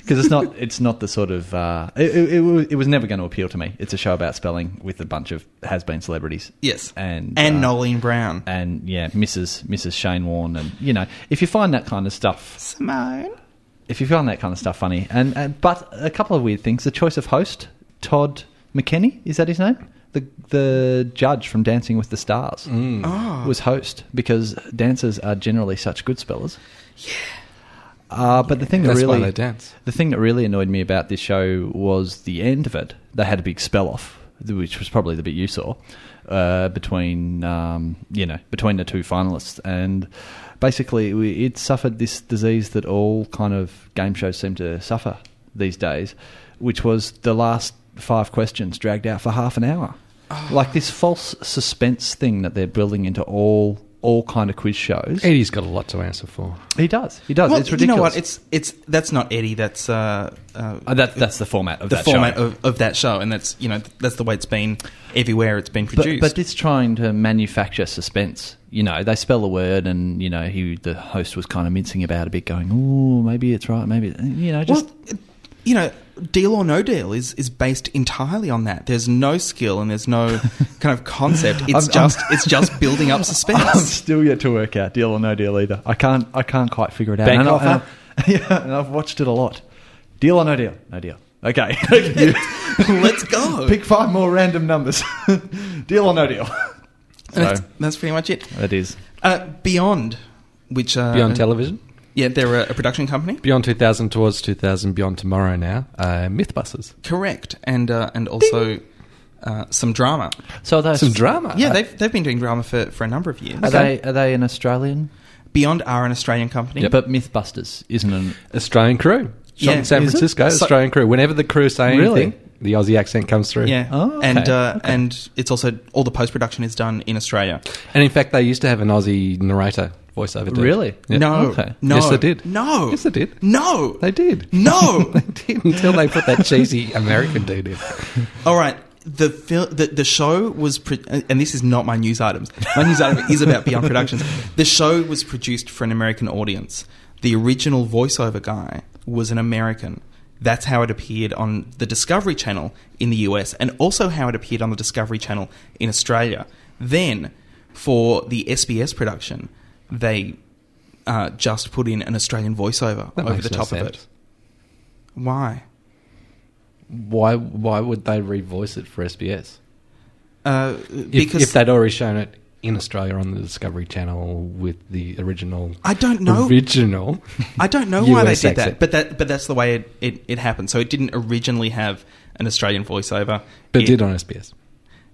Speaker 2: because it's not it's not the sort of uh, it, it, it, wa- it was never going to appeal to me. It's a show about spelling with a bunch of has been celebrities.
Speaker 1: yes.
Speaker 2: and
Speaker 1: and
Speaker 2: uh,
Speaker 1: Nolene Brown.
Speaker 2: and yeah, Mrs. Mrs. Shane Warne, and you know, if you find that kind of stuff,
Speaker 1: Simone.
Speaker 2: if you find that kind of stuff funny, and, and but a couple of weird things. The choice of host, Todd McKenny, is that his name? The the judge from Dancing with the Stars
Speaker 1: Mm.
Speaker 3: Ah.
Speaker 2: was host because dancers are generally such good spellers. Yeah. Uh, but the thing that
Speaker 3: That's why
Speaker 2: really
Speaker 3: they dance.
Speaker 2: the thing that really annoyed me about this show was the end of it. They had a big spell off, which was probably the bit you saw uh, between um, you know between the two finalists, and basically we, it suffered this disease that all kind of game shows seem to suffer these days, which was the last five questions dragged out for half an hour,
Speaker 1: Ah.
Speaker 2: like this false suspense thing that they're building into all all kind of quiz shows.
Speaker 3: Eddie's got a lot to answer for.
Speaker 2: He does, he does.
Speaker 1: Well,
Speaker 2: Oh, it's
Speaker 1: you
Speaker 2: ridiculous.
Speaker 1: know what? It's it's that's not Eddie. That's uh, uh,
Speaker 2: Uh, that, that's the format of
Speaker 1: the
Speaker 2: that
Speaker 1: format
Speaker 2: show.
Speaker 1: of, of that show, and that's you know th- that's the way it's been everywhere it's been
Speaker 2: but,
Speaker 1: produced.
Speaker 2: but it's trying to manufacture suspense. You know, they spell a word, and you know, he the host was kind of mincing about a bit, going, "Oh, maybe it's right, maybe you know." Just
Speaker 1: well, it- you know, Deal or No Deal is is based entirely on that. There's no skill and there's no
Speaker 3: *laughs*
Speaker 1: kind of concept. It's
Speaker 2: I'm- I'm-
Speaker 1: just it's just building up
Speaker 2: *laughs*
Speaker 1: suspense.
Speaker 2: still yet to work out deal or no deal either. I can't, I can't quite figure it out.
Speaker 3: Bank
Speaker 2: And I-
Speaker 3: offer?
Speaker 2: and I- *laughs* yeah, and I've watched it a lot. Deal or no deal? No deal. Okay, *laughs*
Speaker 1: Let's go.
Speaker 2: pick five more random numbers. *laughs* deal or no deal.
Speaker 1: And
Speaker 2: So
Speaker 1: that's, that's pretty much it.
Speaker 2: that is
Speaker 1: Uh, Beyond, which uh,
Speaker 3: Beyond television.
Speaker 1: yeah, they're a, a production company,
Speaker 3: Beyond 2000 towards 2000, Beyond Tomorrow now. Uh, Mythbusters.
Speaker 1: correct, and uh, and also uh, some drama.
Speaker 2: so. Those,
Speaker 3: Some drama.
Speaker 1: Yeah, they've they've been doing drama for, for a number of years.
Speaker 2: are they are they an Australian?
Speaker 1: Beyond are an Australian company,
Speaker 2: But MythBusters isn't an
Speaker 3: Australian crew. Shot
Speaker 1: Yeah,
Speaker 3: in San
Speaker 1: is it?
Speaker 3: Francisco,
Speaker 1: So-
Speaker 3: Australian crew. Whenever the crew say
Speaker 2: Really?
Speaker 3: anything, the Aussie accent comes through.
Speaker 1: Yeah,
Speaker 2: Oh, okay,
Speaker 1: and uh, and it's also all the post production is done in Australia.
Speaker 3: And in fact, they used to have an Aussie narrator voiceover. dude.
Speaker 2: Really?
Speaker 3: Yeah.
Speaker 1: No,
Speaker 2: Okay.
Speaker 1: no,
Speaker 3: Yes, they did.
Speaker 1: No,
Speaker 3: Yes, they did.
Speaker 1: No,
Speaker 3: They did.
Speaker 1: No.
Speaker 3: *laughs* they did until they put that cheesy American
Speaker 1: *laughs*
Speaker 3: dude in.
Speaker 1: all right. The, fil- the the show was pro- and this is not my news items. My news item is about Beyond Productions. The show was produced for an American audience. The original voiceover guy was an American. That's how it appeared on the Discovery Channel in the US, and also how it appeared on the Discovery Channel in Australia. Then, for the SBS production, they uh, just put in an Australian voiceover
Speaker 3: That
Speaker 1: over
Speaker 3: makes
Speaker 1: the
Speaker 3: no
Speaker 1: top of
Speaker 3: sense.
Speaker 1: it. Why?
Speaker 3: Why? Why would they revoice it for SBS?
Speaker 1: Uh,
Speaker 3: If,
Speaker 1: because
Speaker 3: if they'd already shown it in Australia on the Discovery Channel with the original,
Speaker 1: I don't know.
Speaker 3: original.
Speaker 1: I don't know why they
Speaker 3: US
Speaker 1: did that,
Speaker 3: accent.
Speaker 1: but that but that's the way it, it, it happened. So it didn't originally have an Australian voiceover.
Speaker 3: But
Speaker 1: It-
Speaker 3: did on SBS.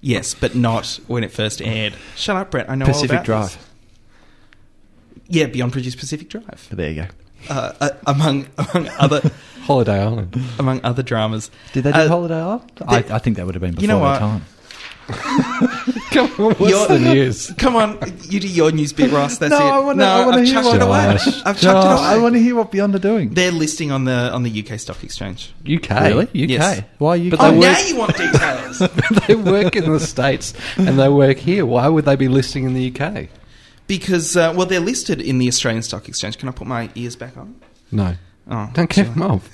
Speaker 1: yes, but not when it first aired. Shut up, Brett. I know all
Speaker 2: Pacific
Speaker 1: about
Speaker 2: Drive.
Speaker 1: this. Yeah, Beyond Produced Pacific Drive,
Speaker 2: There you go.
Speaker 1: uh, uh, among among other *laughs*
Speaker 3: Holiday Island.
Speaker 1: among other dramas.
Speaker 2: *laughs* Did they do
Speaker 1: Uh,
Speaker 2: Holiday Island? I, I think that would have been before
Speaker 1: You know what?
Speaker 2: their time.
Speaker 3: Come on, what's
Speaker 1: You're- *laughs*
Speaker 3: the news?
Speaker 1: Come on, you do your news bit, Ross. That's
Speaker 2: No,
Speaker 1: it.
Speaker 2: I wanna- I wanna
Speaker 1: I've
Speaker 2: hear
Speaker 1: chucked
Speaker 2: what-
Speaker 1: it away.
Speaker 3: Josh,
Speaker 1: I've chucked it away.
Speaker 2: Oh, I want to hear what Beyond are doing.
Speaker 1: They're listing on the on the UK Stock Exchange.
Speaker 3: UK.
Speaker 2: Really? UK?
Speaker 1: Yes.
Speaker 2: Why UK?
Speaker 3: But
Speaker 1: Oh,
Speaker 3: they
Speaker 1: now
Speaker 3: *laughs* work-
Speaker 1: you want details.
Speaker 2: *laughs*
Speaker 3: they work in the States and they work here. Why would they be listing in the UK?
Speaker 1: Because uh, well, they're listed in the Australian Stock Exchange. Can I put my ears back on?
Speaker 3: No.
Speaker 1: Oh,
Speaker 3: Don't keep them off.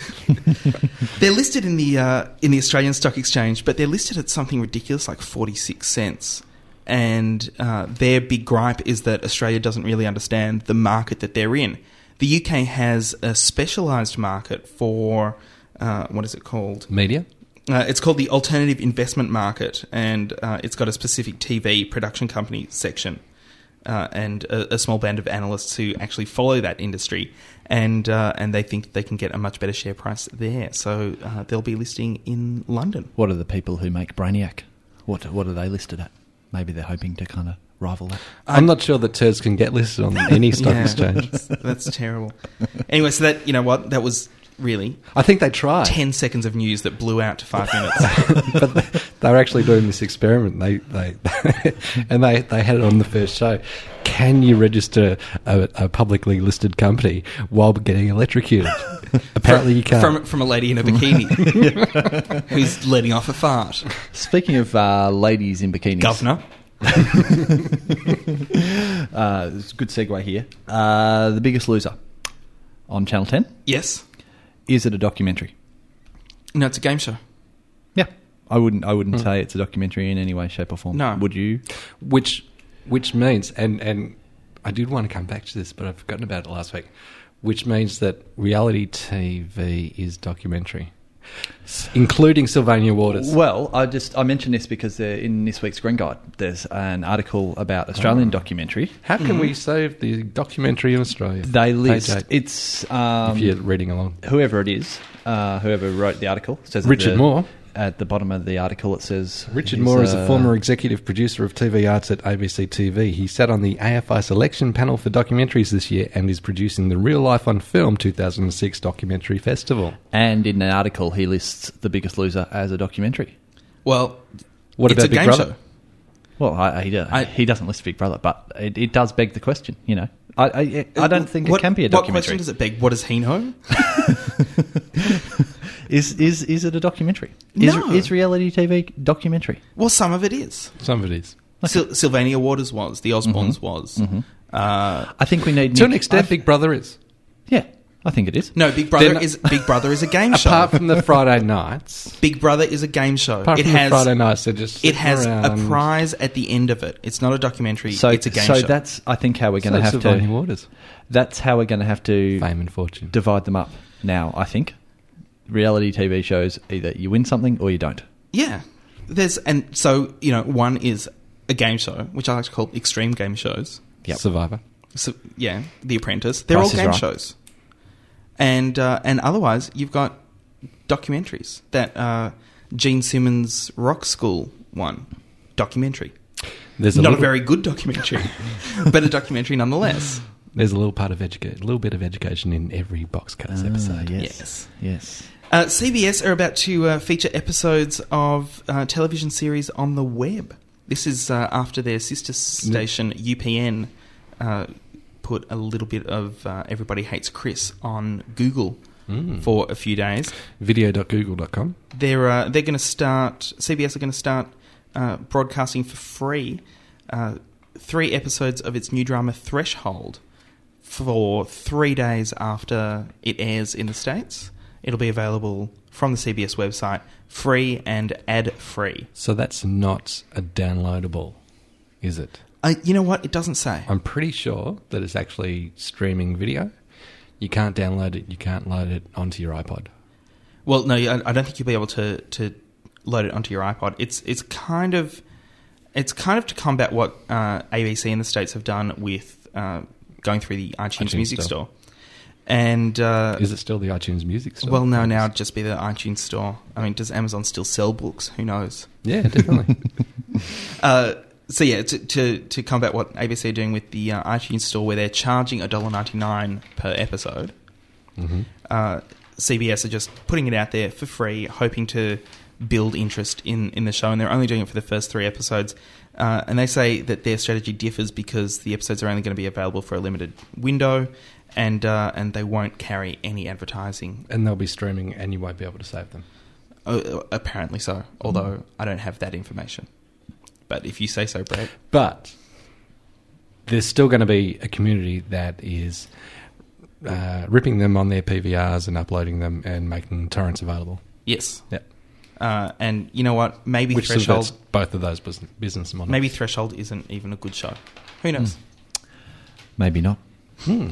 Speaker 1: They're listed in the uh, in the Australian Stock Exchange, but they're listed at something ridiculous like forty six cents. And uh, their big gripe is that Australia doesn't really understand the market that they're in. The UK has a specialised market for uh, what is it called?
Speaker 3: Media?
Speaker 1: Uh, it's called the alternative investment market, and uh, it's got a specific TV production company section. uh, and a, a small band of analysts who actually follow that industry, and uh, and they think they can get a much better share price there. So uh, they'll be listing in London.
Speaker 2: What are the people who make Brainiac? What what are they listed at? Maybe they're hoping to kind of rival that.
Speaker 3: I'm not sure that TERS can get
Speaker 1: *laughs*
Speaker 3: listed on any stock
Speaker 1: Yeah,
Speaker 3: exchange.
Speaker 1: That's, *laughs* that's terrible. Anyway, so that you know what that was really
Speaker 3: I think they tried.
Speaker 1: ten seconds of news that blew out to five minutes.
Speaker 3: *laughs* but they- they were actually doing this experiment. They they *laughs* and they they had it on the first show. Can you register a, a publicly listed company while
Speaker 1: *laughs*
Speaker 3: getting electrocuted? Apparently, you can't.
Speaker 1: from from a lady in a
Speaker 3: *laughs*
Speaker 1: bikini who's letting off a fart.
Speaker 2: Speaking of uh, ladies in bikinis,
Speaker 1: Governor,
Speaker 2: *laughs* uh, it's a good segue here. Uh, the Biggest Loser on Channel Ten.
Speaker 1: yes.
Speaker 2: Is it a documentary?
Speaker 1: No, it's a game show.
Speaker 2: Yeah, Mm. I wouldn't. I wouldn't say it's a documentary in any way, shape, or form.
Speaker 1: No.
Speaker 2: would you?
Speaker 3: which which means and and I did want to come back to this, but I've forgotten about it last week. Which means that reality TV is documentary, including Sylvania Waters.
Speaker 2: Well, I just I mentioned this because uh, in this week's Green Guide, there's an article about Australian
Speaker 3: Oh.
Speaker 2: documentary.
Speaker 3: How can we save the documentary in Australia?
Speaker 2: They
Speaker 3: Hey,
Speaker 2: list
Speaker 3: Jake,
Speaker 2: it's um,
Speaker 3: if you're reading along,
Speaker 2: whoever it is, uh, whoever wrote the article says at
Speaker 3: Richard
Speaker 2: the-
Speaker 3: Moore.
Speaker 2: At the bottom of the article, it says
Speaker 3: Richard
Speaker 2: he's,
Speaker 3: Moore is a
Speaker 2: uh,
Speaker 3: former executive producer of TV arts at ABC TV. He sat on the AFI selection panel for documentaries this year and is producing the Real Life on Film 2006 Documentary Festival.
Speaker 2: And in an article, he lists The Biggest Loser as a documentary.
Speaker 1: Well,
Speaker 3: What
Speaker 1: it's
Speaker 3: about
Speaker 1: a
Speaker 3: Big
Speaker 1: game
Speaker 3: Brother?
Speaker 1: show.
Speaker 2: Well, I, I, he, do-
Speaker 1: I-
Speaker 2: he doesn't list Big Brother, but it, it does beg the question. You know, I, I,
Speaker 3: Uh,
Speaker 2: I don't think
Speaker 1: What-
Speaker 2: it can be a
Speaker 1: What question
Speaker 2: documentary.
Speaker 1: does it beg? What does he know?
Speaker 2: is is is it a documentary? Is,
Speaker 1: No.
Speaker 2: is reality TV documentary?
Speaker 1: Well, some of it is.
Speaker 3: Some of it is.
Speaker 1: Syl- Sylvania Waters was. The Osbournes
Speaker 2: Mm-hmm.
Speaker 1: was. Uh,
Speaker 2: I think we need
Speaker 3: To an
Speaker 2: Nick-
Speaker 3: extent, Big Brother is.
Speaker 2: Yeah, I think it is.
Speaker 1: no, Big Brother
Speaker 3: Then- uh,
Speaker 1: is Big Brother is a game show.
Speaker 3: *laughs* Apart from the Friday nights,
Speaker 1: *laughs* Big Brother is a game show.
Speaker 3: apart
Speaker 1: It
Speaker 3: from the Friday
Speaker 1: has
Speaker 3: nights, they're just
Speaker 1: it has
Speaker 3: sitting
Speaker 1: a
Speaker 3: around.
Speaker 1: prize at the end of it. It's not a documentary.
Speaker 2: So
Speaker 1: it's a game
Speaker 2: so
Speaker 1: show.
Speaker 2: that's I think how we're
Speaker 3: So
Speaker 2: going to have
Speaker 3: Sylvania
Speaker 2: to.
Speaker 3: Waters,
Speaker 2: That's how we're going to have to
Speaker 3: fame and fortune.
Speaker 2: divide them up. Now I think reality TV shows either you win something or you don't.
Speaker 1: Yeah. There's and so you know one is a game show, which I like to call extreme game shows.
Speaker 2: Yep.
Speaker 3: Survivor.
Speaker 1: So yeah, The Apprentice. They're
Speaker 2: Price
Speaker 1: all
Speaker 2: is
Speaker 1: game
Speaker 2: Right.
Speaker 1: shows. And uh, and otherwise, you've got documentaries. That uh, Gene Simmons Rock School one documentary.
Speaker 3: There's
Speaker 1: Not
Speaker 3: little,
Speaker 1: a very good documentary, *laughs* but a documentary nonetheless.
Speaker 3: There's a little part of educa- a little bit of education in every
Speaker 1: Ah,
Speaker 3: boxcast episode.
Speaker 1: Yes.
Speaker 2: yes. Yes.
Speaker 1: Uh, CBS are about to uh, feature episodes of uh, television series on the web. This is uh, after their sister station UPN uh, put a little bit of uh, Everybody Hates Chris on Google
Speaker 2: Mm.
Speaker 1: for a few days.
Speaker 3: Video.google.com.
Speaker 1: They're uh, they're going to start. CBS are going to start uh, broadcasting for free uh, three episodes of its new drama Threshold for three days after it airs in the states. It'll be available from the CBS website, free and ad free.
Speaker 3: So that's not a downloadable, is it?
Speaker 1: Uh, you know what? It doesn't say.
Speaker 3: I'm pretty sure that it's actually streaming video. You can't download it. You can't load it onto your iPod.
Speaker 1: Well, no, I I don't think you'll be able to to load it onto your iPod. It's it's kind of it's kind of to combat what uh, ABC in the states have done with uh, going through the iTunes,
Speaker 3: iTunes
Speaker 1: Music
Speaker 3: Store.
Speaker 1: Store, and uh,
Speaker 3: Is it still the iTunes Music Store?
Speaker 1: well, no, now it'd just be the iTunes Store. I mean, does Amazon still sell books? Who knows? *laughs*
Speaker 3: Yeah, definitely.
Speaker 1: Uh, so yeah, to, to to combat what ABC are doing with the uh, iTunes Store, where they're charging $1.99 per episode, uh, CBS are just putting it out there for free, hoping to build interest in, in the show, and they're only doing it for the first three episodes. Uh, and they say that their strategy differs because the episodes are only going to be available for a limited window, and uh, and they won't carry any advertising.
Speaker 3: and they'll be streaming, and you won't be able to save them.
Speaker 1: Uh, apparently so, although I don't have that information. But if you say so, Brett.
Speaker 3: But there's still going to be a community that is uh, ripping them on their PVRs and uploading them and making torrents available.
Speaker 1: Yes.
Speaker 3: Yep.
Speaker 1: Uh, and you know what? Maybe
Speaker 3: Which
Speaker 1: threshold.
Speaker 3: subverts both of those bus- business models.
Speaker 1: Maybe threshold isn't even a good show. Who knows?
Speaker 2: Maybe not.
Speaker 1: Hmm.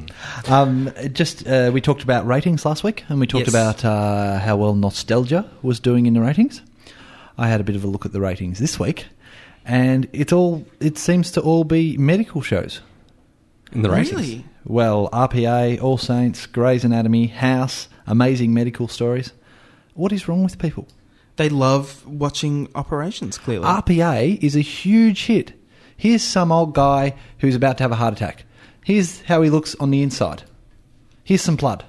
Speaker 2: Um, just uh, we talked about ratings last week, and we talked
Speaker 1: Yes.
Speaker 2: about uh, how well nostalgia was doing in the ratings. I had a bit of a look at the ratings this week, and it all it seems to all be medical shows.
Speaker 3: in the races.
Speaker 1: Really?
Speaker 2: Well, RPA, All Saints, Grey's Anatomy, House, amazing medical stories. What is wrong with people?
Speaker 1: They love watching operations, clearly.
Speaker 2: RPA is a huge hit. Here's some old guy who's about to have a heart attack. Here's how he looks on the inside. Here's some blood.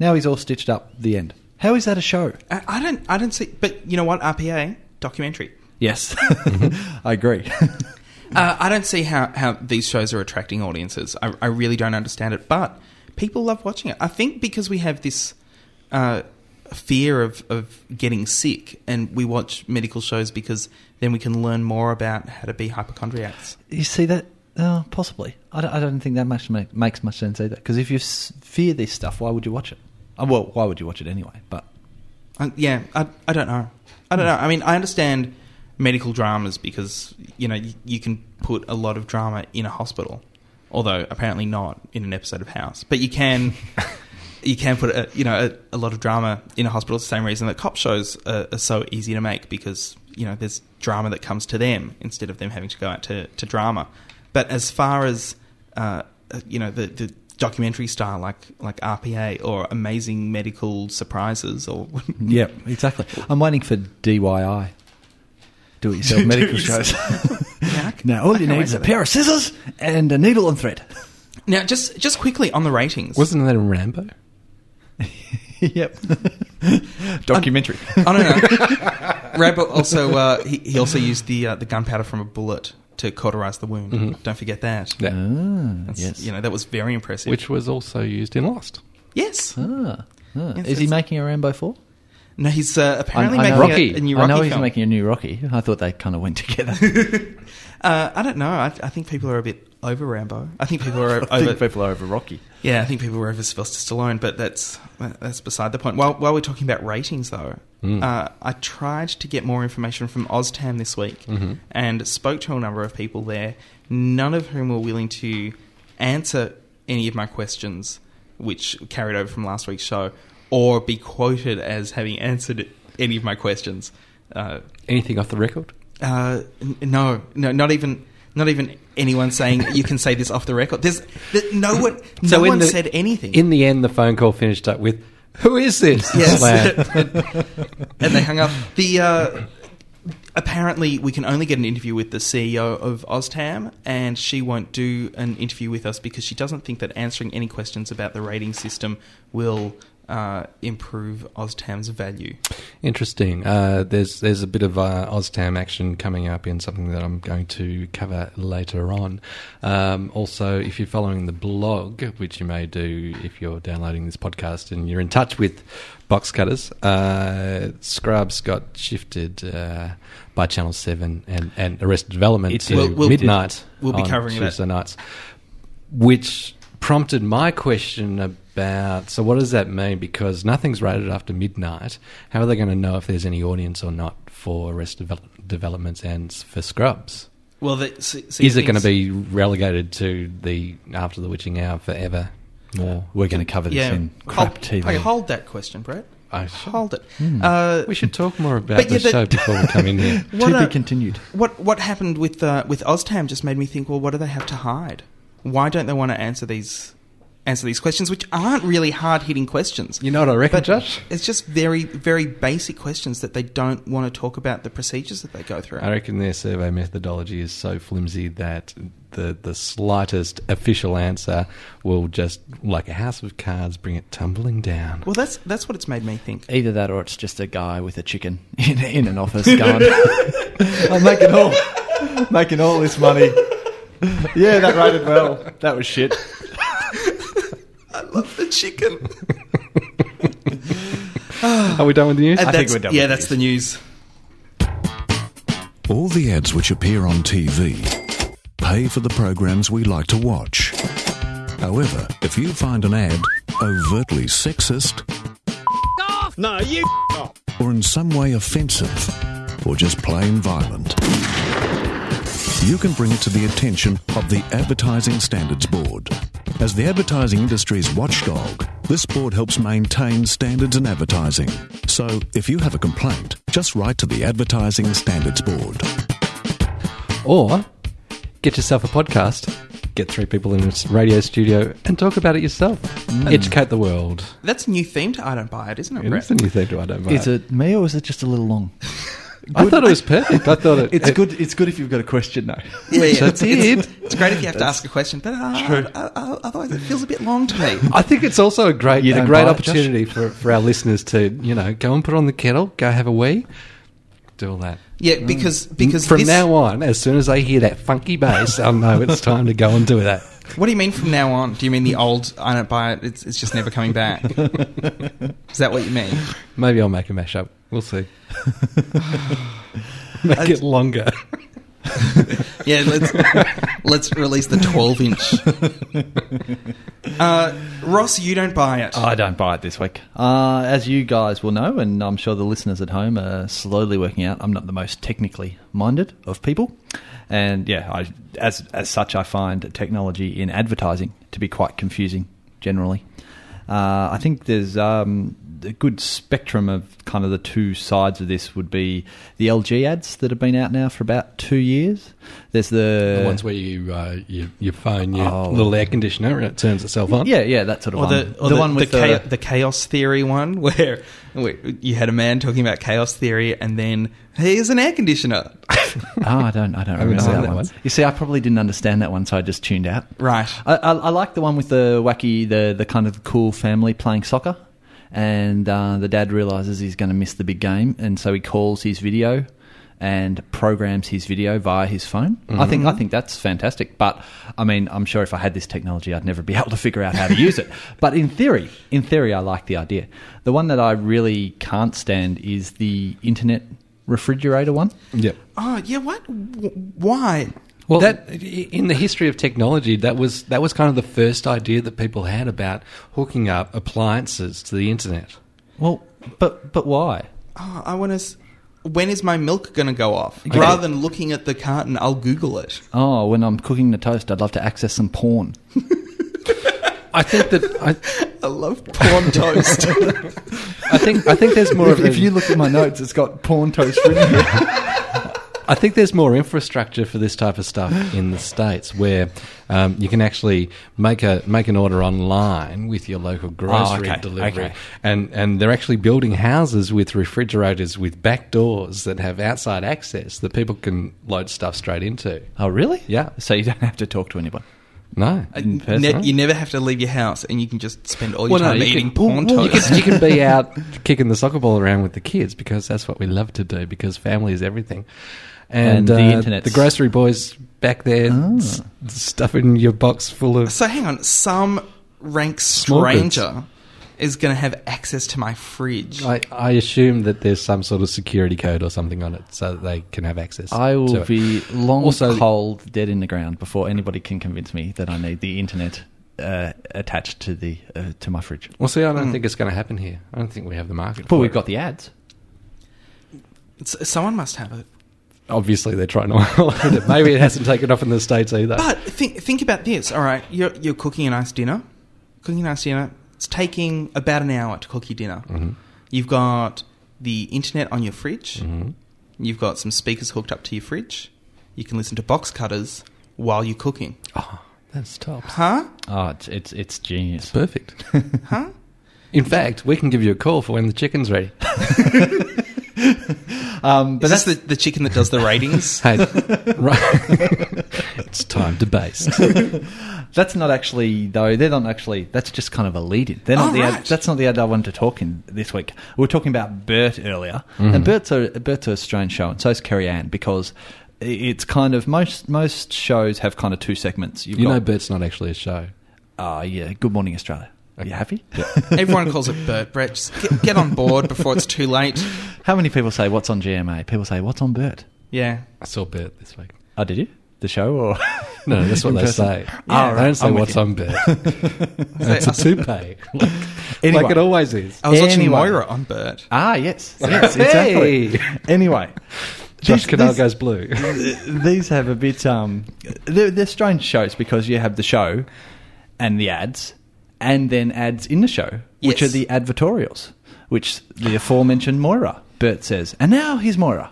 Speaker 2: Now he's all stitched up. The end. How is that a show?
Speaker 1: I, I don't I don't see but you know what, RPA, documentary.
Speaker 2: *laughs* Yes, I agree. *laughs*
Speaker 1: Uh, I don't see how, how these shows are attracting audiences. I, I really don't understand it, but people love watching it. I think because we have this uh, fear of, of getting sick, and we watch medical shows because then we can learn more about how to be hypochondriacs.
Speaker 2: you see that? Uh, possibly. I don't, I don't think that much ma- makes much sense either. Because if you s- fear this stuff, why would you watch it? Uh, well, why would you watch it anyway? But
Speaker 1: Uh, yeah, I, I don't know. I don't know. I mean, I understand medical dramas because you know you, you can put a lot of drama in a hospital, although apparently not in an episode of House. But you can you can put a, you know a, a lot of drama in a hospital. It's the same reason that cop shows are, are so easy to make because you know there's drama that comes to them instead of them having to go out to, to drama. But as far as uh, uh, you know the, the documentary style like like RPA or amazing medical surprises or *laughs*
Speaker 2: yeah, exactly. I'm waiting for DIY. Do
Speaker 1: *laughs*
Speaker 2: it yourself medical shows. now all you need is a pair of scissors and a needle and
Speaker 1: *laughs*
Speaker 2: thread.
Speaker 1: Now, just just quickly on the ratings.
Speaker 3: Wasn't that in Rambo?
Speaker 2: *laughs* yep. *laughs* Documentary.
Speaker 1: oh no, no. *laughs* Rabble also uh, he, he also used the uh, the gunpowder from a bullet to cauterize the wound.
Speaker 2: Mm-hmm.
Speaker 1: Don't forget that.
Speaker 3: Yeah.
Speaker 2: ah,
Speaker 1: That's-
Speaker 2: yes.
Speaker 1: you know that was very impressive.
Speaker 3: Which was also used in Lost.
Speaker 1: yes,
Speaker 2: Ah, ah.
Speaker 1: Yes,
Speaker 2: is he
Speaker 1: it's-
Speaker 2: making a Rambo four?
Speaker 1: no, he's uh, apparently
Speaker 2: I
Speaker 1: making
Speaker 2: know-
Speaker 1: a-
Speaker 3: Rocky.
Speaker 1: A, new Rocky
Speaker 2: I know he's
Speaker 1: film.
Speaker 2: making a new Rocky. I thought they kind of went together.
Speaker 1: *laughs* Uh, I don't know. I, I think people are a bit over Rambo. I think people are
Speaker 2: *laughs* I
Speaker 1: over.
Speaker 2: think people are over Rocky.
Speaker 1: Yeah, I think people were over Sylvester Stallone, but that's that's beside the point. While while we're talking about ratings, though, uh, I tried to get more information from OzTam this week and spoke to a number of people there, none of whom were willing to answer any of my questions, which carried over from last week's show, or be quoted as having answered any of my questions. Uh,
Speaker 3: Anything off the record?
Speaker 1: uh, n- no, no, not even. Not even anyone saying you can say this off the record. There's, there, no one, no
Speaker 3: in
Speaker 1: one
Speaker 3: the-
Speaker 1: said anything.
Speaker 3: In the end, the phone call finished up with, "Who is this?"
Speaker 1: Yes.
Speaker 3: Slam.
Speaker 1: *laughs* and they hung
Speaker 3: *laughs*
Speaker 1: up. The uh, apparently we can only get an interview with the CEO of OzTam, and she won't do an interview with us because she doesn't think that answering any questions about the rating system will uh, improve OzTam's value.
Speaker 3: Interesting. Uh, there's there's a bit of uh, OzTam action coming up in something that I'm going to cover later on. Um, also, if you're following the blog, which you may do if you're downloading this podcast and you're in touch with box cutters, uh, Scrubs got shifted uh, by Channel Seven and, and Arrested Development
Speaker 2: It's-
Speaker 3: to
Speaker 1: we'll- we'll-
Speaker 3: midnight.
Speaker 1: we'll be
Speaker 3: on
Speaker 1: covering that.
Speaker 3: Tuesday nights which prompted my question about so what does that mean because nothing's rated after midnight how are they going to know if there's any audience or not for rest develop- developments and s- for scrubs
Speaker 1: Well, the, see, see,
Speaker 3: is it going to
Speaker 1: things-
Speaker 3: be relegated to the after the witching hour forever more
Speaker 2: We're going to cover this
Speaker 1: Yeah,
Speaker 2: in crap
Speaker 1: hold,
Speaker 2: TV.
Speaker 1: Okay, hold that question, Brett.
Speaker 3: I Hmm.
Speaker 1: Hold it. Uh,
Speaker 3: we should talk more about
Speaker 1: But
Speaker 3: the
Speaker 1: yeah, but-
Speaker 3: show before we come in here
Speaker 1: What
Speaker 2: to
Speaker 1: a-
Speaker 2: be continued.
Speaker 1: What what happened with uh, with OzTam just made me think. Well, what do they have to hide? Why don't they want to answer these answer these questions, which aren't really hard hitting questions?
Speaker 3: *laughs* you know what i reckon
Speaker 1: But
Speaker 3: josh
Speaker 1: it's just very very basic questions that they don't want to talk about the procedures that they go through.
Speaker 3: I reckon their survey methodology is so flimsy that the the slightest official answer will just like a house of cards bring it tumbling down.
Speaker 1: well, that's that's what it's made me think.
Speaker 2: Either that or it's just a guy with a chicken *laughs* in, in an office going, *laughs* I'm making all, making all this money. Yeah, that rated well. That was shit.
Speaker 1: I love the chicken.
Speaker 3: Are we done with the news?
Speaker 1: I
Speaker 2: we're done
Speaker 1: Yeah,
Speaker 2: with
Speaker 1: that's the news.
Speaker 7: All the ads which appear on TV pay for the programs we like to watch. However, if you find an ad overtly sexist,
Speaker 8: No, you
Speaker 7: or in some way offensive, or just plain violent, you can bring it to the attention of the Advertising Standards Board. As the advertising industry's watchdog, this board helps maintain standards in advertising. So if you have a complaint, just write to the Advertising Standards Board.
Speaker 3: Or get yourself a podcast, get three people in a radio studio, and talk about it yourself.
Speaker 2: Mm.
Speaker 3: Educate the world.
Speaker 1: That's a new theme to I Don't Buy It, isn't it,
Speaker 3: It
Speaker 1: Brett?
Speaker 3: is a new thing to I don't buy.
Speaker 2: Is it me or is it just a little long?
Speaker 3: I thought it was perfect. I thought it.
Speaker 2: It's
Speaker 3: it-
Speaker 2: good. It's good if you've got a question though.
Speaker 1: Yeah, yeah.
Speaker 3: That's
Speaker 1: it's,
Speaker 3: it.
Speaker 1: it's great if you have to ask a question, but uh, uh, uh, otherwise it feels a bit long to me.
Speaker 3: *laughs* I think it's also a great
Speaker 2: You
Speaker 3: a
Speaker 2: don't
Speaker 3: great
Speaker 2: buy it, Josh?
Speaker 3: opportunity for, for our listeners to you know go and put on the kettle, go have a wee, do all that.
Speaker 1: Yeah, because because
Speaker 3: from
Speaker 1: this-
Speaker 3: now on, as soon as I hear that funky bass, I know it's time to go and do *laughs* that.
Speaker 1: What do you mean from now on? Do you mean the old I don't buy it? It's, it's just never coming back. Is that what you mean?
Speaker 3: Maybe I'll make a mashup. We'll *sighs* see. make it longer.
Speaker 1: Yeah, let's *laughs* let's release the twelve inch. Uh, Ross, you don't buy it.
Speaker 2: I don't buy it this week. Uh, as you guys will know, and I'm sure the listeners at home are slowly working out, I'm not the most technically minded of people. And yeah, I, as, as such, I find technology in advertising to be quite confusing generally. Uh, I think there's um, a good spectrum of kind of the two sides of this would be the LG ads that have been out now for about two years. There's the,
Speaker 3: The ones where you uh, you, you phone your
Speaker 2: Oh.
Speaker 3: little air conditioner and it turns itself on.
Speaker 2: yeah, yeah, that sort of
Speaker 1: or
Speaker 2: one.
Speaker 1: the, or the, one with the, cha- the chaos theory one, *laughs* where, where you had a man talking about chaos theory, and then here's an air *laughs* conditioner,
Speaker 2: Oh, I don't, I don't remember
Speaker 3: seen
Speaker 2: that,
Speaker 3: that
Speaker 2: one.
Speaker 3: one.
Speaker 2: You see, I probably didn't understand that one, so I just tuned out.
Speaker 1: right?
Speaker 2: I, I, I like the one with the wacky, the the kind of cool family playing soccer, and uh, the dad realizes he's going to miss the big game, and so he calls his video and programs his video via his phone. I think
Speaker 3: Mm-hmm.
Speaker 2: I think that's fantastic. But I mean, I'm sure if I had this technology, I'd never be *laughs* able to figure out how to use it. But in theory, in theory, I like the idea. The one that I really can't stand is the internet refrigerator one.
Speaker 3: Yep.
Speaker 1: Oh yeah, what? W- Why?
Speaker 3: Well, that in the history of technology, that was that was kind of the first idea that people had about hooking up appliances to the internet.
Speaker 2: Well, but but why?
Speaker 1: Oh, I want to. When is my milk going to go off?
Speaker 2: Okay.
Speaker 1: Rather than looking at the carton, I'll Google it.
Speaker 2: Oh, when I'm cooking the toast, I'd love to access some *laughs* porn.
Speaker 3: I think that I,
Speaker 1: I love porn toast.
Speaker 3: I think I think there's more
Speaker 2: if,
Speaker 3: of
Speaker 2: if
Speaker 3: a-
Speaker 2: you look at my notes, it's got porn toast written here.
Speaker 3: I think there's more infrastructure for this type of stuff in the states where um, you can actually make a make an order online with your local grocery
Speaker 2: Oh, okay,
Speaker 3: delivery,
Speaker 2: okay.
Speaker 3: and and they're actually building houses with refrigerators with back doors that have outside access that people can load stuff straight into.
Speaker 2: *laughs* Oh, really?
Speaker 3: Yeah.
Speaker 2: So you don't have to talk to anyone.
Speaker 3: No,
Speaker 2: Uh,
Speaker 1: ne-
Speaker 3: *laughs*
Speaker 1: you never have to leave your house, and you can just spend all your
Speaker 3: Well, no,
Speaker 1: time
Speaker 3: you
Speaker 1: eating
Speaker 3: can-
Speaker 1: porn
Speaker 3: well, you
Speaker 1: toast.
Speaker 3: can, you can be out kicking the soccer ball around with the kids because that's what we love to do because family is everything.
Speaker 2: And
Speaker 3: And,
Speaker 2: the
Speaker 3: uh,
Speaker 2: internet's- Ah.
Speaker 3: the grocery boys back there s- stuffing your box full of.
Speaker 1: *laughs* so hang on, some rank
Speaker 3: Small goods.
Speaker 1: stranger is going to have access to my fridge.
Speaker 3: I, I assume that there's some sort of security code or something on it so that they can have access.
Speaker 2: I
Speaker 3: to
Speaker 2: will
Speaker 3: it.
Speaker 2: be long,
Speaker 3: Also-
Speaker 2: cold, dead in the ground before anybody can convince me that I need the internet uh, attached to the uh, to my fridge.
Speaker 3: Well, see, I
Speaker 2: Hmm.
Speaker 3: don't think it's going to happen here. I don't think we have the market.
Speaker 2: But
Speaker 3: for
Speaker 2: we've
Speaker 3: it.
Speaker 2: got the ads.
Speaker 1: S- someone must have it.
Speaker 3: Obviously, they're trying to *laughs* load it. Maybe it hasn't taken off in the states either.
Speaker 1: But think think about this. All right, you're you're cooking a nice dinner. Cooking a nice dinner. It's taking about an hour to cook your dinner.
Speaker 3: Mm-hmm.
Speaker 1: You've got the internet on your fridge.
Speaker 3: Mm-hmm.
Speaker 1: You've got some speakers hooked up to your fridge. You can listen to box cutters while you're cooking.
Speaker 3: that's tops.
Speaker 1: Huh?
Speaker 2: Oh, it's it's, it's *laughs* genius.
Speaker 3: *laughs* Perfect.
Speaker 1: Huh?
Speaker 3: In fact, we can give you a call for when the chicken's ready.
Speaker 2: Um, but
Speaker 1: But
Speaker 2: that's
Speaker 1: that's the, the chicken that
Speaker 3: *laughs*
Speaker 1: does the ratings.
Speaker 3: Hey, right. *laughs* it's time to *laughs* baste.
Speaker 2: that's not actually though. They're not actually. That's just kind of a lead in. They're not
Speaker 1: Oh,
Speaker 2: the ad,
Speaker 1: right.
Speaker 2: that's not the ad I wanted to talk in this week. We were talking about Bert earlier,
Speaker 3: Mm-hmm.
Speaker 2: and Bert's a Bert's a strange show, and so is Kerry Ann because i- it's kind of most most shows have kind of two segments. You've
Speaker 3: You know,
Speaker 2: got,
Speaker 3: Bert's not actually a show.
Speaker 2: Ah, yeah. Good morning, Australia. Are you happy? *laughs*
Speaker 1: Everyone calls it Bert. Brett, just get, get on board before it's too late.
Speaker 2: How many people say what's on GMA? People say what's on Bert.
Speaker 1: Yeah.
Speaker 3: I saw Bert this week.
Speaker 2: Oh, did you the show or?
Speaker 3: *laughs* No, that's
Speaker 2: *laughs*
Speaker 3: what
Speaker 2: In
Speaker 3: they
Speaker 2: person?
Speaker 3: say. Ah,
Speaker 1: Yeah.
Speaker 3: they don't say
Speaker 2: I'm with
Speaker 3: what's
Speaker 2: you.
Speaker 1: *laughs*
Speaker 3: on Bert. it's a toupee. *laughs* like,
Speaker 2: Anyway.
Speaker 3: it always is.
Speaker 1: I was watching
Speaker 2: Anyway.
Speaker 1: Moira on Bert.
Speaker 2: Ah,
Speaker 3: *laughs*
Speaker 2: yes, yes, exactly.
Speaker 3: Hey!
Speaker 2: Anyway,
Speaker 3: Josh
Speaker 2: these-
Speaker 3: Cadell
Speaker 2: these-
Speaker 3: goes blue.
Speaker 2: *laughs* these have a bit um they're, they're strange shows because you have the show and the ads and then ads in the show which
Speaker 1: Yes.
Speaker 2: are the advertorials which the aforementioned moira bert says and now here's moira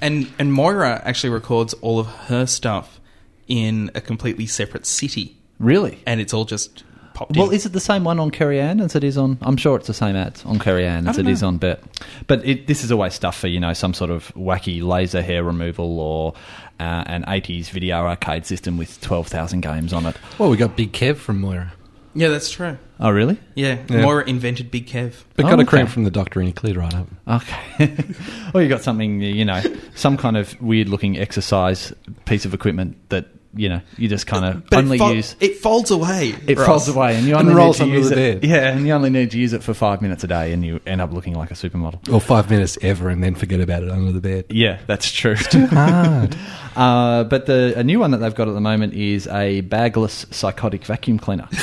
Speaker 1: And and Moira actually records all of her stuff in a completely separate city,
Speaker 2: Really?
Speaker 1: and it's all just popped
Speaker 2: Well,
Speaker 1: in.
Speaker 2: is it the same one on Kerry Ann as it is on? I'm sure it's the same ads on Kerry Ann as it
Speaker 1: don't
Speaker 2: is
Speaker 1: know.
Speaker 2: on Bet. But it, this is always stuff for you know some sort of wacky laser hair removal or uh, an 80s video arcade system with 12,000 games on it.
Speaker 3: Well, we got Big Kev from Moira.
Speaker 1: yeah, that's true.
Speaker 2: Oh, really?
Speaker 1: Yeah.
Speaker 3: Yeah.
Speaker 1: Moira invented Big Kev.
Speaker 3: But
Speaker 2: Oh,
Speaker 3: got a
Speaker 2: okay.
Speaker 3: cramp from the doctor and he cleared right up.
Speaker 2: Okay. *laughs* or you got something you know some kind of weird looking exercise piece of equipment that you know you just kind of
Speaker 1: But
Speaker 2: only
Speaker 1: it fol-
Speaker 2: use.
Speaker 1: it folds away.
Speaker 2: It
Speaker 1: Ross.
Speaker 2: falls away, and you
Speaker 3: And
Speaker 2: only
Speaker 3: rolls
Speaker 2: need to
Speaker 3: under
Speaker 2: use
Speaker 3: the
Speaker 2: it.
Speaker 3: bed.
Speaker 2: Yeah, and you only need to use it for five minutes a day, and you end up looking like a supermodel.
Speaker 3: Or five minutes ever and then forget about it under the bed.
Speaker 2: Yeah, that's true. *laughs* uh, but the a new one that they've got at the moment is a bagless psychotic vacuum cleaner.
Speaker 3: *laughs*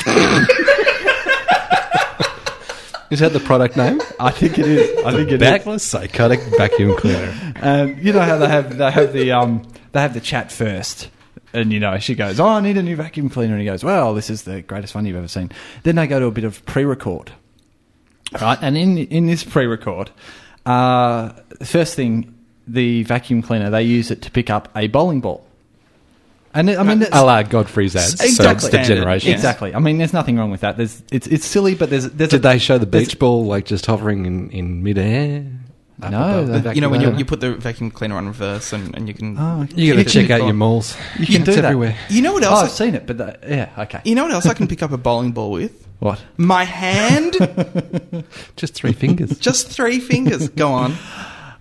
Speaker 3: Is that the product name?
Speaker 2: I think it is. I think it is.
Speaker 3: Backless psychotic vacuum cleaner.
Speaker 2: Um, you know how they have they have the um, they have the chat first. And you know, she goes, "Oh, I need a new vacuum cleaner." And he goes, "Well, this is the greatest one you've ever seen." Then they go to a bit of pre-record, right? And in in this pre-record, uh, first thing, the vacuum cleaner they use it to pick up a bowling ball. And it, I mean, that's-
Speaker 3: A la Godfrey's ads. So it's
Speaker 1: Exactly.
Speaker 3: the generation.
Speaker 1: Yes.
Speaker 2: Exactly. I mean, there's nothing wrong with that. There's, it's, it's silly, but there's, there's
Speaker 3: Did they show the
Speaker 2: there's-
Speaker 3: beach ball like just hovering in, in midair? Up
Speaker 2: No,
Speaker 3: above the
Speaker 2: they-
Speaker 3: vacuum
Speaker 1: You know when you,
Speaker 3: cleaner?
Speaker 1: you put the vacuum cleaner on reverse and, and you can.
Speaker 2: Oh,
Speaker 3: You got to
Speaker 2: can-
Speaker 3: check out your malls.
Speaker 2: You can do
Speaker 3: it's
Speaker 2: that.
Speaker 3: everywhere.
Speaker 1: You know what
Speaker 2: Oh, I've
Speaker 1: else? I-
Speaker 2: seen it, but the, yeah, okay.
Speaker 1: you know what else I can pick up a bowling ball
Speaker 3: *laughs*
Speaker 1: with?
Speaker 2: what?
Speaker 1: My hand,
Speaker 3: Just three *laughs* fingers.
Speaker 1: just three fingers. Go on.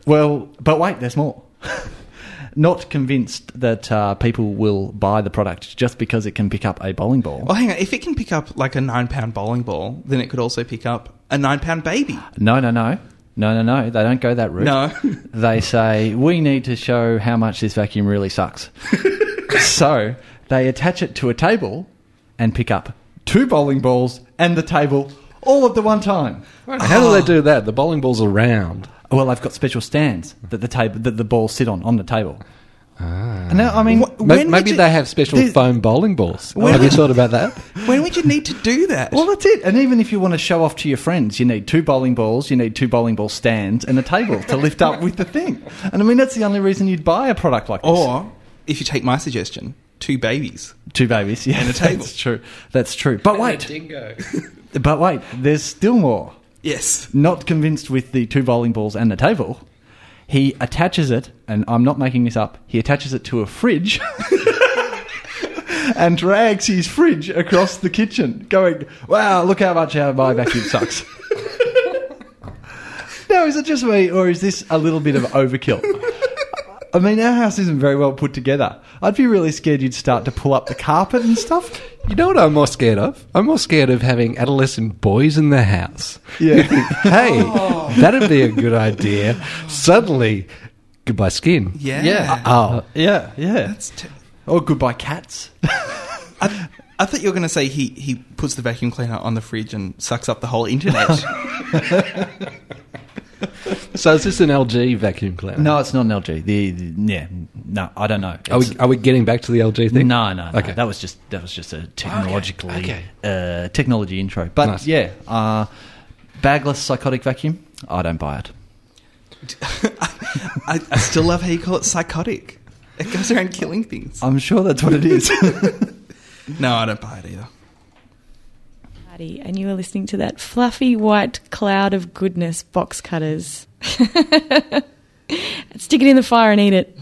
Speaker 2: Well, but wait, there's more. *laughs* Not convinced that uh, people will buy the product just because it can pick up a bowling ball.
Speaker 1: Well, hang on. If it can pick up like a nine pound bowling ball, then it could also pick up a nine pound baby.
Speaker 2: No, no, no. No, no, no. They don't go that route.
Speaker 1: No.
Speaker 2: *laughs* They say, we need to show how much this vacuum really
Speaker 3: *laughs*
Speaker 2: sucks. so they attach it to a table and pick up two bowling balls and the table all at the one time.
Speaker 3: How do they do that? The bowling balls are round.
Speaker 2: Well, I've got special stands that the table that the balls sit on on the table. Now, I mean,
Speaker 1: Wh-
Speaker 3: Ma-
Speaker 1: When would
Speaker 3: Ah. Maybe
Speaker 1: you-
Speaker 3: they have special
Speaker 2: There's-
Speaker 3: foam bowling balls.
Speaker 1: When
Speaker 3: Have you
Speaker 1: would-
Speaker 3: thought about that?
Speaker 1: When would you need to do that?
Speaker 2: Well, that's it. And even if you want to show off to your friends, you need two bowling balls, you need two bowling ball stands, and a table to lift up with the thing. And I mean, that's the only reason you'd buy a product like this.
Speaker 1: or if you take my suggestion, two babies.
Speaker 2: two babies, yeah,
Speaker 1: a table.
Speaker 2: *laughs* That's true. That's true. But wait, *laughs* but wait, there's still more.
Speaker 1: Yes.
Speaker 2: Not convinced with the two bowling balls and the table, he attaches it, and I'm not making this up. He attaches it to a fridge. *laughs* And drags his fridge across the kitchen, going, "Wow, look how much our my vacuum sucks." *laughs* now, is it just me, or is this a little bit of overkill? I mean, our house isn't very well put together. I'd be really scared you'd start to pull up the carpet
Speaker 1: *laughs*
Speaker 2: and stuff.
Speaker 3: You know what I'm more scared of? I'm more scared of having adolescent boys in
Speaker 1: *laughs*
Speaker 3: the house.
Speaker 2: Yeah. *laughs*
Speaker 3: hey, that'd be a good idea. Suddenly, goodbye skin.
Speaker 1: Yeah.
Speaker 3: Oh,
Speaker 2: Uh, Yeah, yeah.
Speaker 1: That's ter-
Speaker 2: Oh, goodbye, cats.
Speaker 1: I, I thought you were going to say he, he puts the vacuum cleaner on the fridge and sucks up the whole *laughs* internet.
Speaker 3: so Uh, is this an LG vacuum cleaner?
Speaker 2: No, it's not an LG. The, the- yeah, no, I don't know.
Speaker 3: Are
Speaker 2: It's-
Speaker 3: we, are we getting back to the LG thing?
Speaker 2: no, no, no.
Speaker 3: Okay.
Speaker 2: That was just that was just a technologically
Speaker 3: Okay,
Speaker 2: Uh, technology intro. But
Speaker 3: Nice.
Speaker 2: yeah, uh, bagless psychotic vacuum. I don't buy it.
Speaker 1: I, I still love how you call it psychotic. It goes around killing things.
Speaker 2: I'm sure that's what it *laughs* is.
Speaker 1: No, I don't buy it either.
Speaker 9: Party, and you were listening to that fluffy white cloud of goodness box cutters. Stick it in the fire and eat it.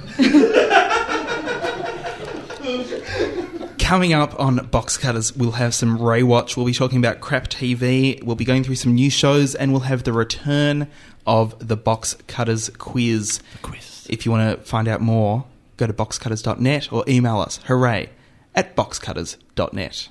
Speaker 1: Coming up on Box Cutters, we'll have some Ray Watch. We'll be talking about crap TV. We'll be going through some new shows, and we'll have the return of the Box Cutters quiz.
Speaker 2: Quiz.
Speaker 1: If you want to find out more, go to boxcutters.net or email us hooray at boxcutters.net.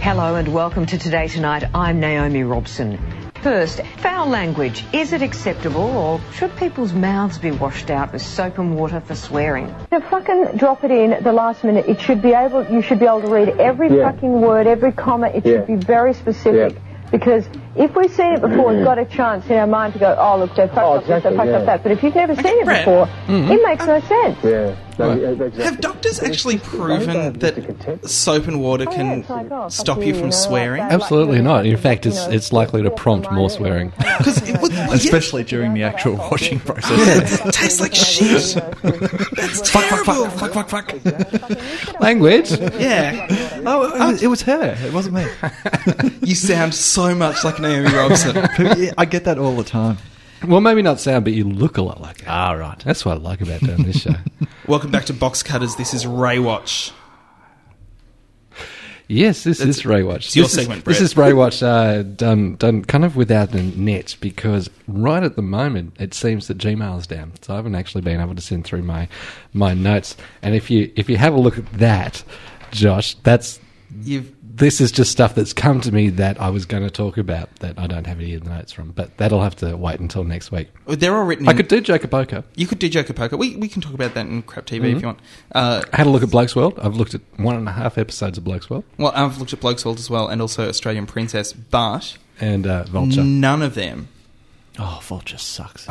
Speaker 10: Hello and welcome to Today Tonight. I'm Naomi Robson. First, foul language. Is it acceptable or should people's mouths be washed out with soap and water for swearing?
Speaker 11: If I can drop it in at the last minute, it should be able. You should be able to read every fucking word, every comma. It should be very specific. Because if we've seen it before, it's got a chance in our mind to go, oh, look, they fucked up this, they fucked up that. But if you've never seen it
Speaker 1: Brett.
Speaker 11: before, it makes no sense.
Speaker 1: Have doctors actually proven that soap and water can stop you from swearing?
Speaker 3: Oh, Absolutely not. In fact, it's it's likely to prompt more swearing,
Speaker 2: especially during the actual washing process.
Speaker 1: It tastes like shit. That's terrible.
Speaker 2: fuck, fuck, fuck.
Speaker 3: *laughs* Language.
Speaker 1: Yeah.
Speaker 2: *laughs* Oh, it was, it was her. It wasn't *laughs* me.
Speaker 1: You sound so much like Naomi Robson.
Speaker 2: Yeah, I get that all the time.
Speaker 3: Well, maybe not sound, but you look a lot like her.
Speaker 2: All Ah, right.
Speaker 3: That's what I like about doing this *laughs* show.
Speaker 1: Welcome back to Box Cutters. This is Ray Watch.
Speaker 3: Yes, this is Ray Watch.
Speaker 1: it's your
Speaker 3: this
Speaker 1: segment,
Speaker 3: is, this
Speaker 1: Brett.
Speaker 3: is Ray Watch uh, done done kind of without a net because right at the moment it seems that Gmail's down, so I haven't actually been able to send through my my notes. And if you if you have a look at that, Josh, that's
Speaker 1: You've
Speaker 3: this is just stuff that's come to me that I was going to talk about that I don't have any of the notes from, but that'll have to wait until next week.
Speaker 1: they're all written.
Speaker 3: I
Speaker 1: in-
Speaker 3: could do Joker Poker.
Speaker 1: You could do Joker Poker. We we can talk about that in crap TV if you want. Uh,
Speaker 3: I had a look at Bloke's World. I've looked at one and a half episodes of Bloke's World
Speaker 1: well, I've looked at Blokesworld as well, and also Australian Princess, but
Speaker 3: and uh, Vulture.
Speaker 1: none of them.
Speaker 2: Oh, Vulture sucks.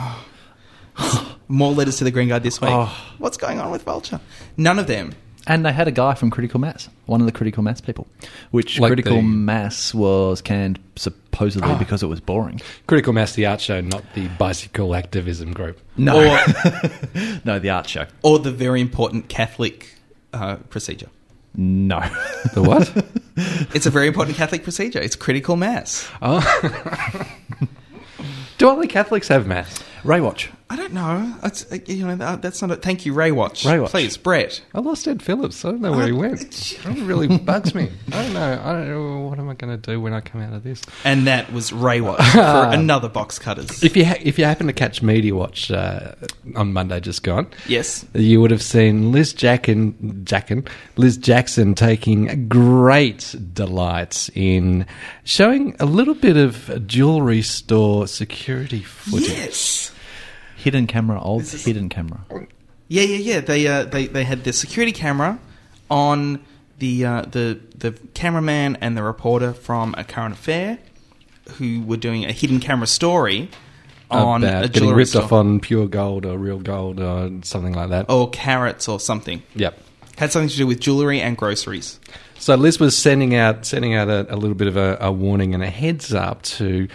Speaker 1: More letters to the Green Guide this week.
Speaker 2: Oh.
Speaker 1: What's going on with Vulture? None of them.
Speaker 2: And they had a guy from Critical Mass, one of the Critical Mass people, which
Speaker 3: Like
Speaker 2: Critical
Speaker 3: the-
Speaker 2: Mass was canned *gasps* supposedly because it was boring.
Speaker 3: Critical Mass, the art show, not the bicycle activism group.
Speaker 2: No,
Speaker 1: Or,
Speaker 2: no, the art show.
Speaker 1: or the very important Catholic uh, procedure.
Speaker 2: *laughs* No,
Speaker 3: The what?
Speaker 1: It's a very important Catholic procedure. It's critical mass.
Speaker 3: Do only Catholics have mass?
Speaker 2: Raywatch.
Speaker 1: I don't know. It's, uh, you know that, that's not. A, thank you, Ray Watch.
Speaker 2: Ray Watch.
Speaker 1: Please, Brett.
Speaker 3: I lost Ed Phillips. I don't know where he *laughs* went. It really bugs me. *laughs* I don't know. I don't know. What am I going to do when I come out of this?
Speaker 1: And that was Ray
Speaker 3: *laughs*
Speaker 1: Watch for another box cutters.
Speaker 3: If you ha- if you happen to catch Media Watch uh, on Monday, just gone.
Speaker 1: Yes.
Speaker 3: You would have seen Liz Jackin, Jackin, Liz Jackson taking great delight in showing a little bit of jewelry store security footage.
Speaker 1: Yes.
Speaker 2: Hidden camera, old hidden camera.
Speaker 1: Yeah, yeah, yeah. They uh, they they had the security camera on the uh, the the cameraman and the reporter from a current affair, who were doing a hidden camera story on
Speaker 3: about
Speaker 1: a
Speaker 3: getting
Speaker 1: jewelry
Speaker 3: ripped
Speaker 1: store
Speaker 3: off on pure gold or real gold or something like that.
Speaker 1: or carrots or something.
Speaker 3: Yep.
Speaker 1: Had something to do with jewelry and groceries.
Speaker 3: So Liz was sending out sending out a, a little bit of a, a warning and a heads up to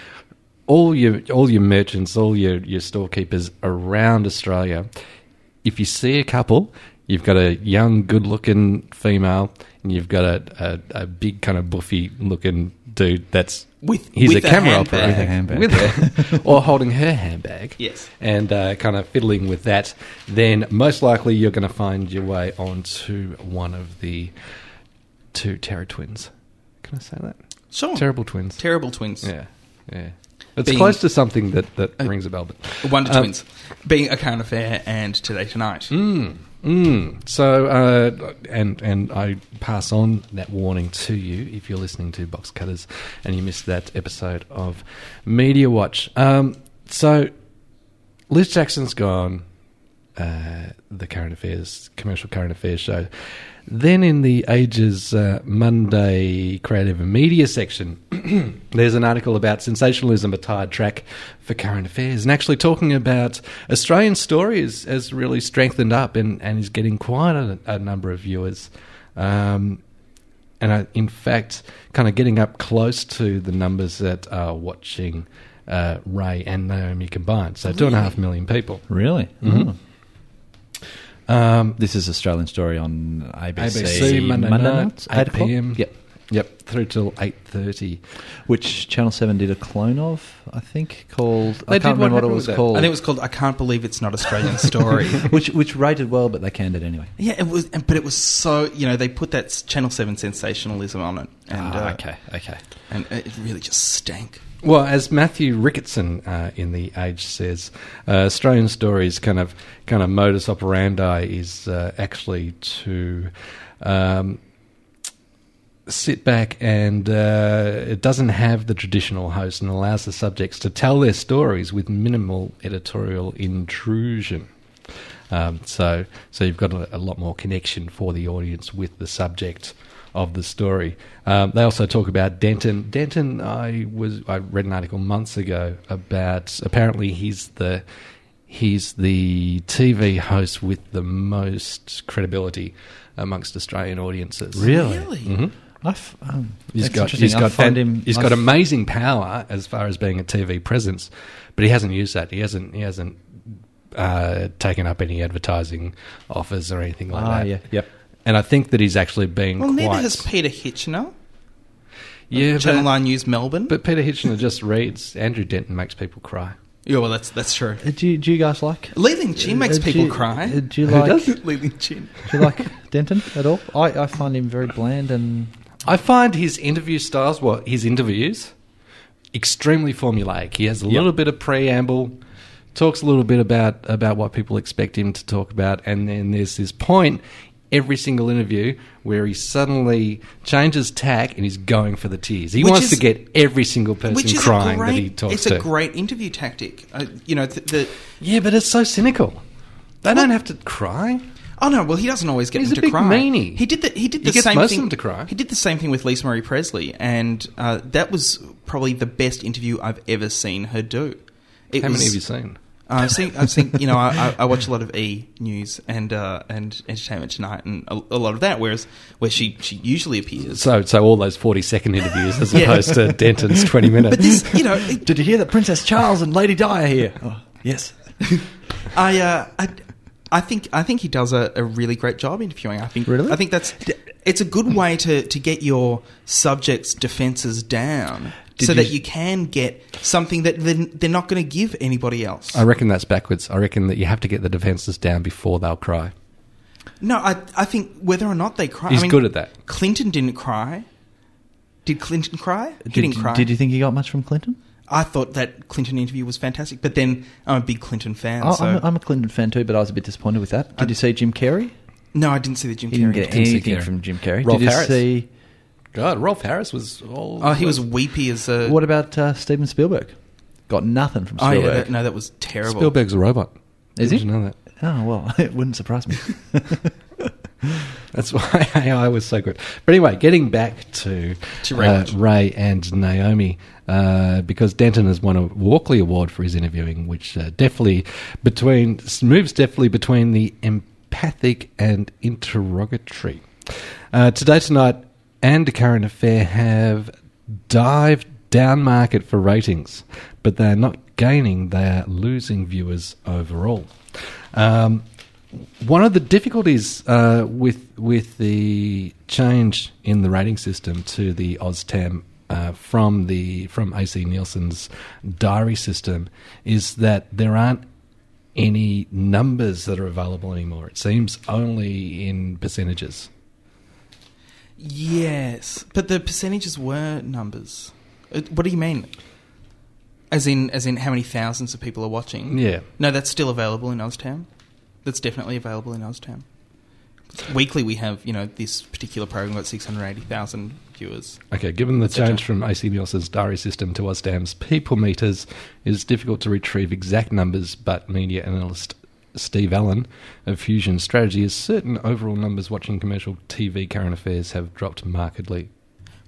Speaker 3: all your all your merchants, all your, your storekeepers around Australia. If you see a couple, you've got a young, good looking female, and you've got a, a, a big kind of buffy looking dude that's
Speaker 1: With-
Speaker 3: he's
Speaker 1: with
Speaker 3: a
Speaker 1: a
Speaker 3: camera
Speaker 1: handbag.
Speaker 3: operator
Speaker 2: Handbag,
Speaker 1: *laughs*
Speaker 3: with, or holding her handbag
Speaker 1: Yes.
Speaker 3: and uh, kind of fiddling with that, then most likely you're going to find your way onto one of the two Terra twins. Can I say that?
Speaker 1: Sure.
Speaker 3: Terrible twins.
Speaker 1: Terrible twins.
Speaker 3: yeah, yeah. It's
Speaker 1: Being-
Speaker 3: close to something that, that rings a bell. But,
Speaker 1: Wonder
Speaker 3: Um,
Speaker 1: Twins. Being a current affair and Today Tonight.
Speaker 3: Mm. So, uh, and and I pass on that warning to you if you're listening to Box Cutters and you missed that episode of Media Watch. Um, so, Liz Jackson's gone. Uh, the current affairs, commercial current affairs show. Then in the Ages uh, Monday creative and media section, there's an article about sensationalism, a tired track for current affairs, and actually talking about Australian stories has really strengthened up and, and is getting quite a, a number of viewers. Um, and I, in fact, kind of getting up close to the numbers that are watching uh, Ray and Naomi combined. So, two and a half million people.
Speaker 2: Really?
Speaker 3: Mm-hmm.
Speaker 2: Oh.
Speaker 3: Um,
Speaker 2: This is Australian story on ABC,
Speaker 3: ABC Monday, night,
Speaker 2: nights,
Speaker 3: eight
Speaker 2: o'clock?
Speaker 3: PM.
Speaker 2: Yep.
Speaker 3: Yep, through till eight thirty.
Speaker 2: Which Channel Seven did a clone of, I think, called
Speaker 3: They
Speaker 2: I can't
Speaker 3: did one
Speaker 2: remember what it
Speaker 3: happened
Speaker 2: was
Speaker 3: with that.
Speaker 2: called.
Speaker 1: I think it was called I Can't Believe It's Not
Speaker 3: *laughs*
Speaker 1: Australian Story.
Speaker 2: which which rated well, but they canned it anyway.
Speaker 1: yeah, it was, and- but it was so, you know, they put that s- Channel 7 sensationalism on it. And,
Speaker 2: Ah,
Speaker 1: uh,
Speaker 2: okay, okay.
Speaker 1: And it really just stank.
Speaker 3: Well, as Matthew Ricketson uh, in the Age says, uh, Australian stories kind of kind of modus operandi is uh, actually to um, sit back and uh, it doesn't have the traditional host and allows the subjects to tell their stories with minimal editorial intrusion. Um, so, so you've got a, a lot more connection for the audience with the subject of the story. Um, they also talk about Denton. Denton, I was I read an article months ago about apparently he's the He's the TV host with the most credibility amongst Australian audiences.
Speaker 2: Really? Really?
Speaker 3: Mhm.
Speaker 2: I've, um,
Speaker 3: He's
Speaker 2: that's
Speaker 3: got,
Speaker 2: interesting.
Speaker 3: he's
Speaker 2: I
Speaker 3: got,
Speaker 2: find
Speaker 3: that-
Speaker 2: him-
Speaker 3: he's
Speaker 2: I
Speaker 3: got
Speaker 2: f-
Speaker 3: amazing power as far as being a TV presence, but he hasn't used that. He hasn't. He hasn't uh, taken up any advertising offers or anything like
Speaker 2: Ah,
Speaker 3: that.
Speaker 2: yeah, yep.
Speaker 3: And I think that he's actually been
Speaker 1: Well,
Speaker 3: quite.
Speaker 1: neither has Peter Hitchener.
Speaker 3: yeah,
Speaker 1: Channel
Speaker 3: but, uh,
Speaker 1: Nine News Melbourne.
Speaker 3: but Peter Hitchener just reads. Andrew Denton makes people cry.
Speaker 1: yeah, well, that's that's true.
Speaker 2: Uh, Do you, do you guys like?
Speaker 1: Leaving Chin makes
Speaker 2: uh, do
Speaker 1: people
Speaker 2: you-
Speaker 1: cry.
Speaker 2: uh,
Speaker 1: *laughs*
Speaker 2: Do you
Speaker 3: Who
Speaker 2: like?
Speaker 3: does?
Speaker 2: Do
Speaker 1: Leaving Chin.
Speaker 2: you like Denton at all? I, I find him very bland and
Speaker 3: I find his interview styles, well, his interviews, extremely formulaic. He has a little bit of preamble, talks a little bit about about what people expect him to talk about, and then there's this point every single interview where he suddenly changes tack and he's going for the tears. He
Speaker 1: Which
Speaker 3: wants
Speaker 1: is-
Speaker 3: to get every single
Speaker 1: Which
Speaker 3: person
Speaker 1: is
Speaker 3: crying
Speaker 1: a great,
Speaker 3: that he talks
Speaker 1: It's
Speaker 3: to.
Speaker 1: a great interview tactic. Uh, you know, th- the
Speaker 3: yeah, but it's so cynical. They don't have to cry.
Speaker 1: Oh no! Well, he doesn't always get
Speaker 3: He's
Speaker 1: them
Speaker 3: a
Speaker 1: to
Speaker 3: big
Speaker 1: cry.
Speaker 3: meanie.
Speaker 1: He did the he did
Speaker 3: He
Speaker 1: the
Speaker 3: gets
Speaker 1: same
Speaker 3: most of
Speaker 1: thing.
Speaker 3: them to cry.
Speaker 1: He did the same thing with Lisa Marie Presley, and uh, that was probably the best interview I've ever seen her do. It
Speaker 3: How many
Speaker 1: was-
Speaker 3: have you seen?
Speaker 1: Uh, I've seen. I've seen. You know, I, I- I watch a lot of E News and uh, and Entertainment Tonight, and a, a lot of that. Whereas where she she usually appears.
Speaker 3: So, so all those forty-second interviews as
Speaker 1: Yeah.
Speaker 3: opposed to Denton's twenty minutes.
Speaker 1: But this, you
Speaker 3: *laughs*
Speaker 1: know, it-
Speaker 2: Did you hear that Princess Charles and Lady Di are here? Oh, yes.
Speaker 1: I, uh, I, I think I think he does a, a really great job interviewing. I think
Speaker 2: Really?
Speaker 1: I think that's it's a good way to, to get your subject's defenses down,
Speaker 2: Did
Speaker 1: so
Speaker 2: you-
Speaker 1: that you can get something that they're, they're not going to give anybody else.
Speaker 3: I reckon that's backwards. I reckon that you have to get the defences down before they'll cry.
Speaker 1: no, I I think whether or not they cry,
Speaker 3: He's
Speaker 1: I mean,
Speaker 3: good at that.
Speaker 1: Clinton didn't cry. Did Clinton cry? He
Speaker 2: Did,
Speaker 1: didn't cry.
Speaker 2: did you think he got much from Clinton?
Speaker 1: I thought that Clinton interview was fantastic, but then I'm a big Clinton fan.
Speaker 2: I,
Speaker 1: so
Speaker 2: Oh, I'm, a, I'm a Clinton fan too, but I was a bit disappointed with that. Did you see Jim Carrey?
Speaker 1: no, I didn't see the Jim
Speaker 2: He didn't
Speaker 1: Carrey.
Speaker 2: get
Speaker 1: interview.
Speaker 3: see
Speaker 2: anything
Speaker 3: Carrey.
Speaker 2: from Jim Carrey.
Speaker 3: Rolf
Speaker 2: Did you
Speaker 3: Harris.
Speaker 2: see?
Speaker 3: God, Rolf Harris was all.
Speaker 1: Oh, he was weepy as a.
Speaker 2: What about uh, Steven Spielberg? Got nothing from
Speaker 1: Oh
Speaker 2: Spielberg.
Speaker 1: yeah, that, no, that was terrible.
Speaker 3: Spielberg's a robot.
Speaker 2: Is
Speaker 3: Did
Speaker 2: he?
Speaker 3: You know that.
Speaker 2: Oh well, *laughs* it wouldn't surprise
Speaker 1: *laughs*
Speaker 2: me.
Speaker 3: That's *laughs* why AI was so good. But anyway, getting back to,
Speaker 1: To Ray
Speaker 3: uh,
Speaker 1: Lynch.
Speaker 3: Ray and Naomi, uh, because Denton has won a Walkley Award for his interviewing, which uh, definitely between moves definitely between the empathic and interrogatory. Uh, today, tonight, and current affair have dived down market for ratings, but they're not gaining; they're losing viewers overall. Um, one of the difficulties uh, with with the change in the rating system to the OzTAM uh, from the from AC Nielsen's diary system is that there aren't any numbers that are available anymore. It seems only in percentages.
Speaker 1: Yes, but the percentages were numbers. Uh, What do you mean? As in, as in, how many thousands of people are watching?
Speaker 3: Yeah.
Speaker 1: No, that's still available in OzTam. That's definitely available in OzTam. Weekly, we have you know this particular program got six hundred eighty thousand viewers.
Speaker 3: Okay, given the
Speaker 1: Etc.
Speaker 3: change from AC Nielsen's diary system to OzDAM's people meters, it is difficult to retrieve exact numbers, but media analyst Steve Allen of Fusion Strategy is certain overall numbers watching commercial TV current affairs have dropped markedly.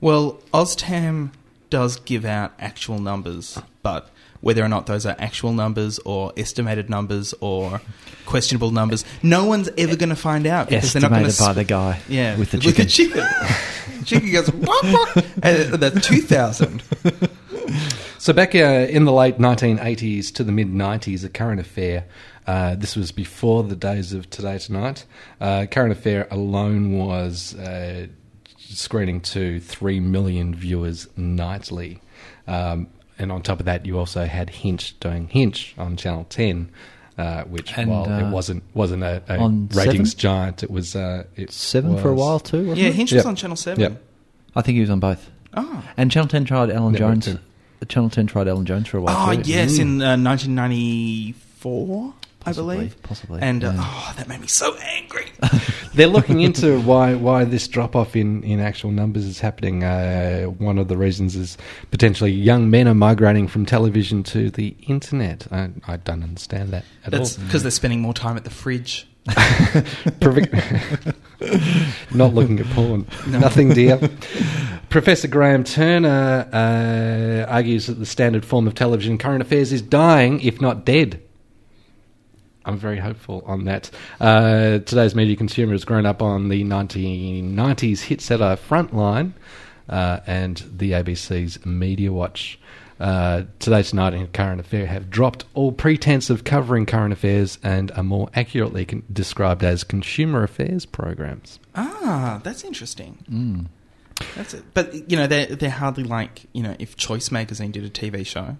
Speaker 1: Well, OzTam does give out actual numbers, but whether or not those are actual numbers or estimated numbers or questionable numbers, no one's ever going to find out because they're not going to
Speaker 2: Estimated by the guy.
Speaker 1: Yeah,
Speaker 2: with the chicken.
Speaker 1: the chicken. Chicken *laughs* goes wop, wop, and the two thousand.
Speaker 3: So back uh, in the late 1980s to the mid 90s, a current affair. Uh, this was before the days of Today Tonight. Uh, current affair alone was uh, screening to three million viewers nightly, um, and on top of that, you also had Hinch doing Hinch on Channel 10. Uh, which,
Speaker 2: And,
Speaker 3: while
Speaker 2: uh,
Speaker 3: it wasn't wasn't a, a
Speaker 2: on
Speaker 3: ratings
Speaker 2: Seven?
Speaker 3: giant, it was uh, it
Speaker 2: Seven for a
Speaker 3: was-
Speaker 2: while too, wasn't
Speaker 1: Yeah,
Speaker 2: it?
Speaker 1: Hinch
Speaker 3: Yep.
Speaker 1: was on Channel Seven.
Speaker 3: Yep.
Speaker 2: I think he was on both.
Speaker 1: Oh,
Speaker 2: And Channel Ten tried Alan
Speaker 3: Network
Speaker 2: Jones.
Speaker 3: Ten.
Speaker 2: Channel Ten tried Alan Jones for a while.
Speaker 1: oh
Speaker 2: too.
Speaker 1: yes, in uh, nineteen ninety four, I
Speaker 2: Mm. Possibly,
Speaker 1: believe,
Speaker 2: possibly,
Speaker 1: And uh,
Speaker 2: yeah.
Speaker 1: oh, that made me so
Speaker 2: *laughs*
Speaker 1: angry.
Speaker 3: They're looking into *laughs* why why this drop off in, in actual numbers is happening. Uh, one of the reasons is potentially young men are migrating from television to the internet. I, I don't understand that at
Speaker 1: That's
Speaker 3: all.
Speaker 1: because they're spending more time at the fridge.
Speaker 3: Provi- *laughs* Not looking at porn. Nothing, dear. Professor Graham Turner uh, argues that the standard form of television current affairs is dying, if not dead. I'm very hopeful on that. Uh, today's media consumer has grown up on the 1990s hit seller Frontline uh, and the ABC's Media Watch. Uh, today, tonight, and current affair have dropped all pretense of covering current affairs and are more accurately con- described as consumer affairs programs.
Speaker 1: Ah, that's interesting.
Speaker 2: Mm.
Speaker 1: That's it. But you know, they're they're hardly like you know if Choice Magazine did a TV show.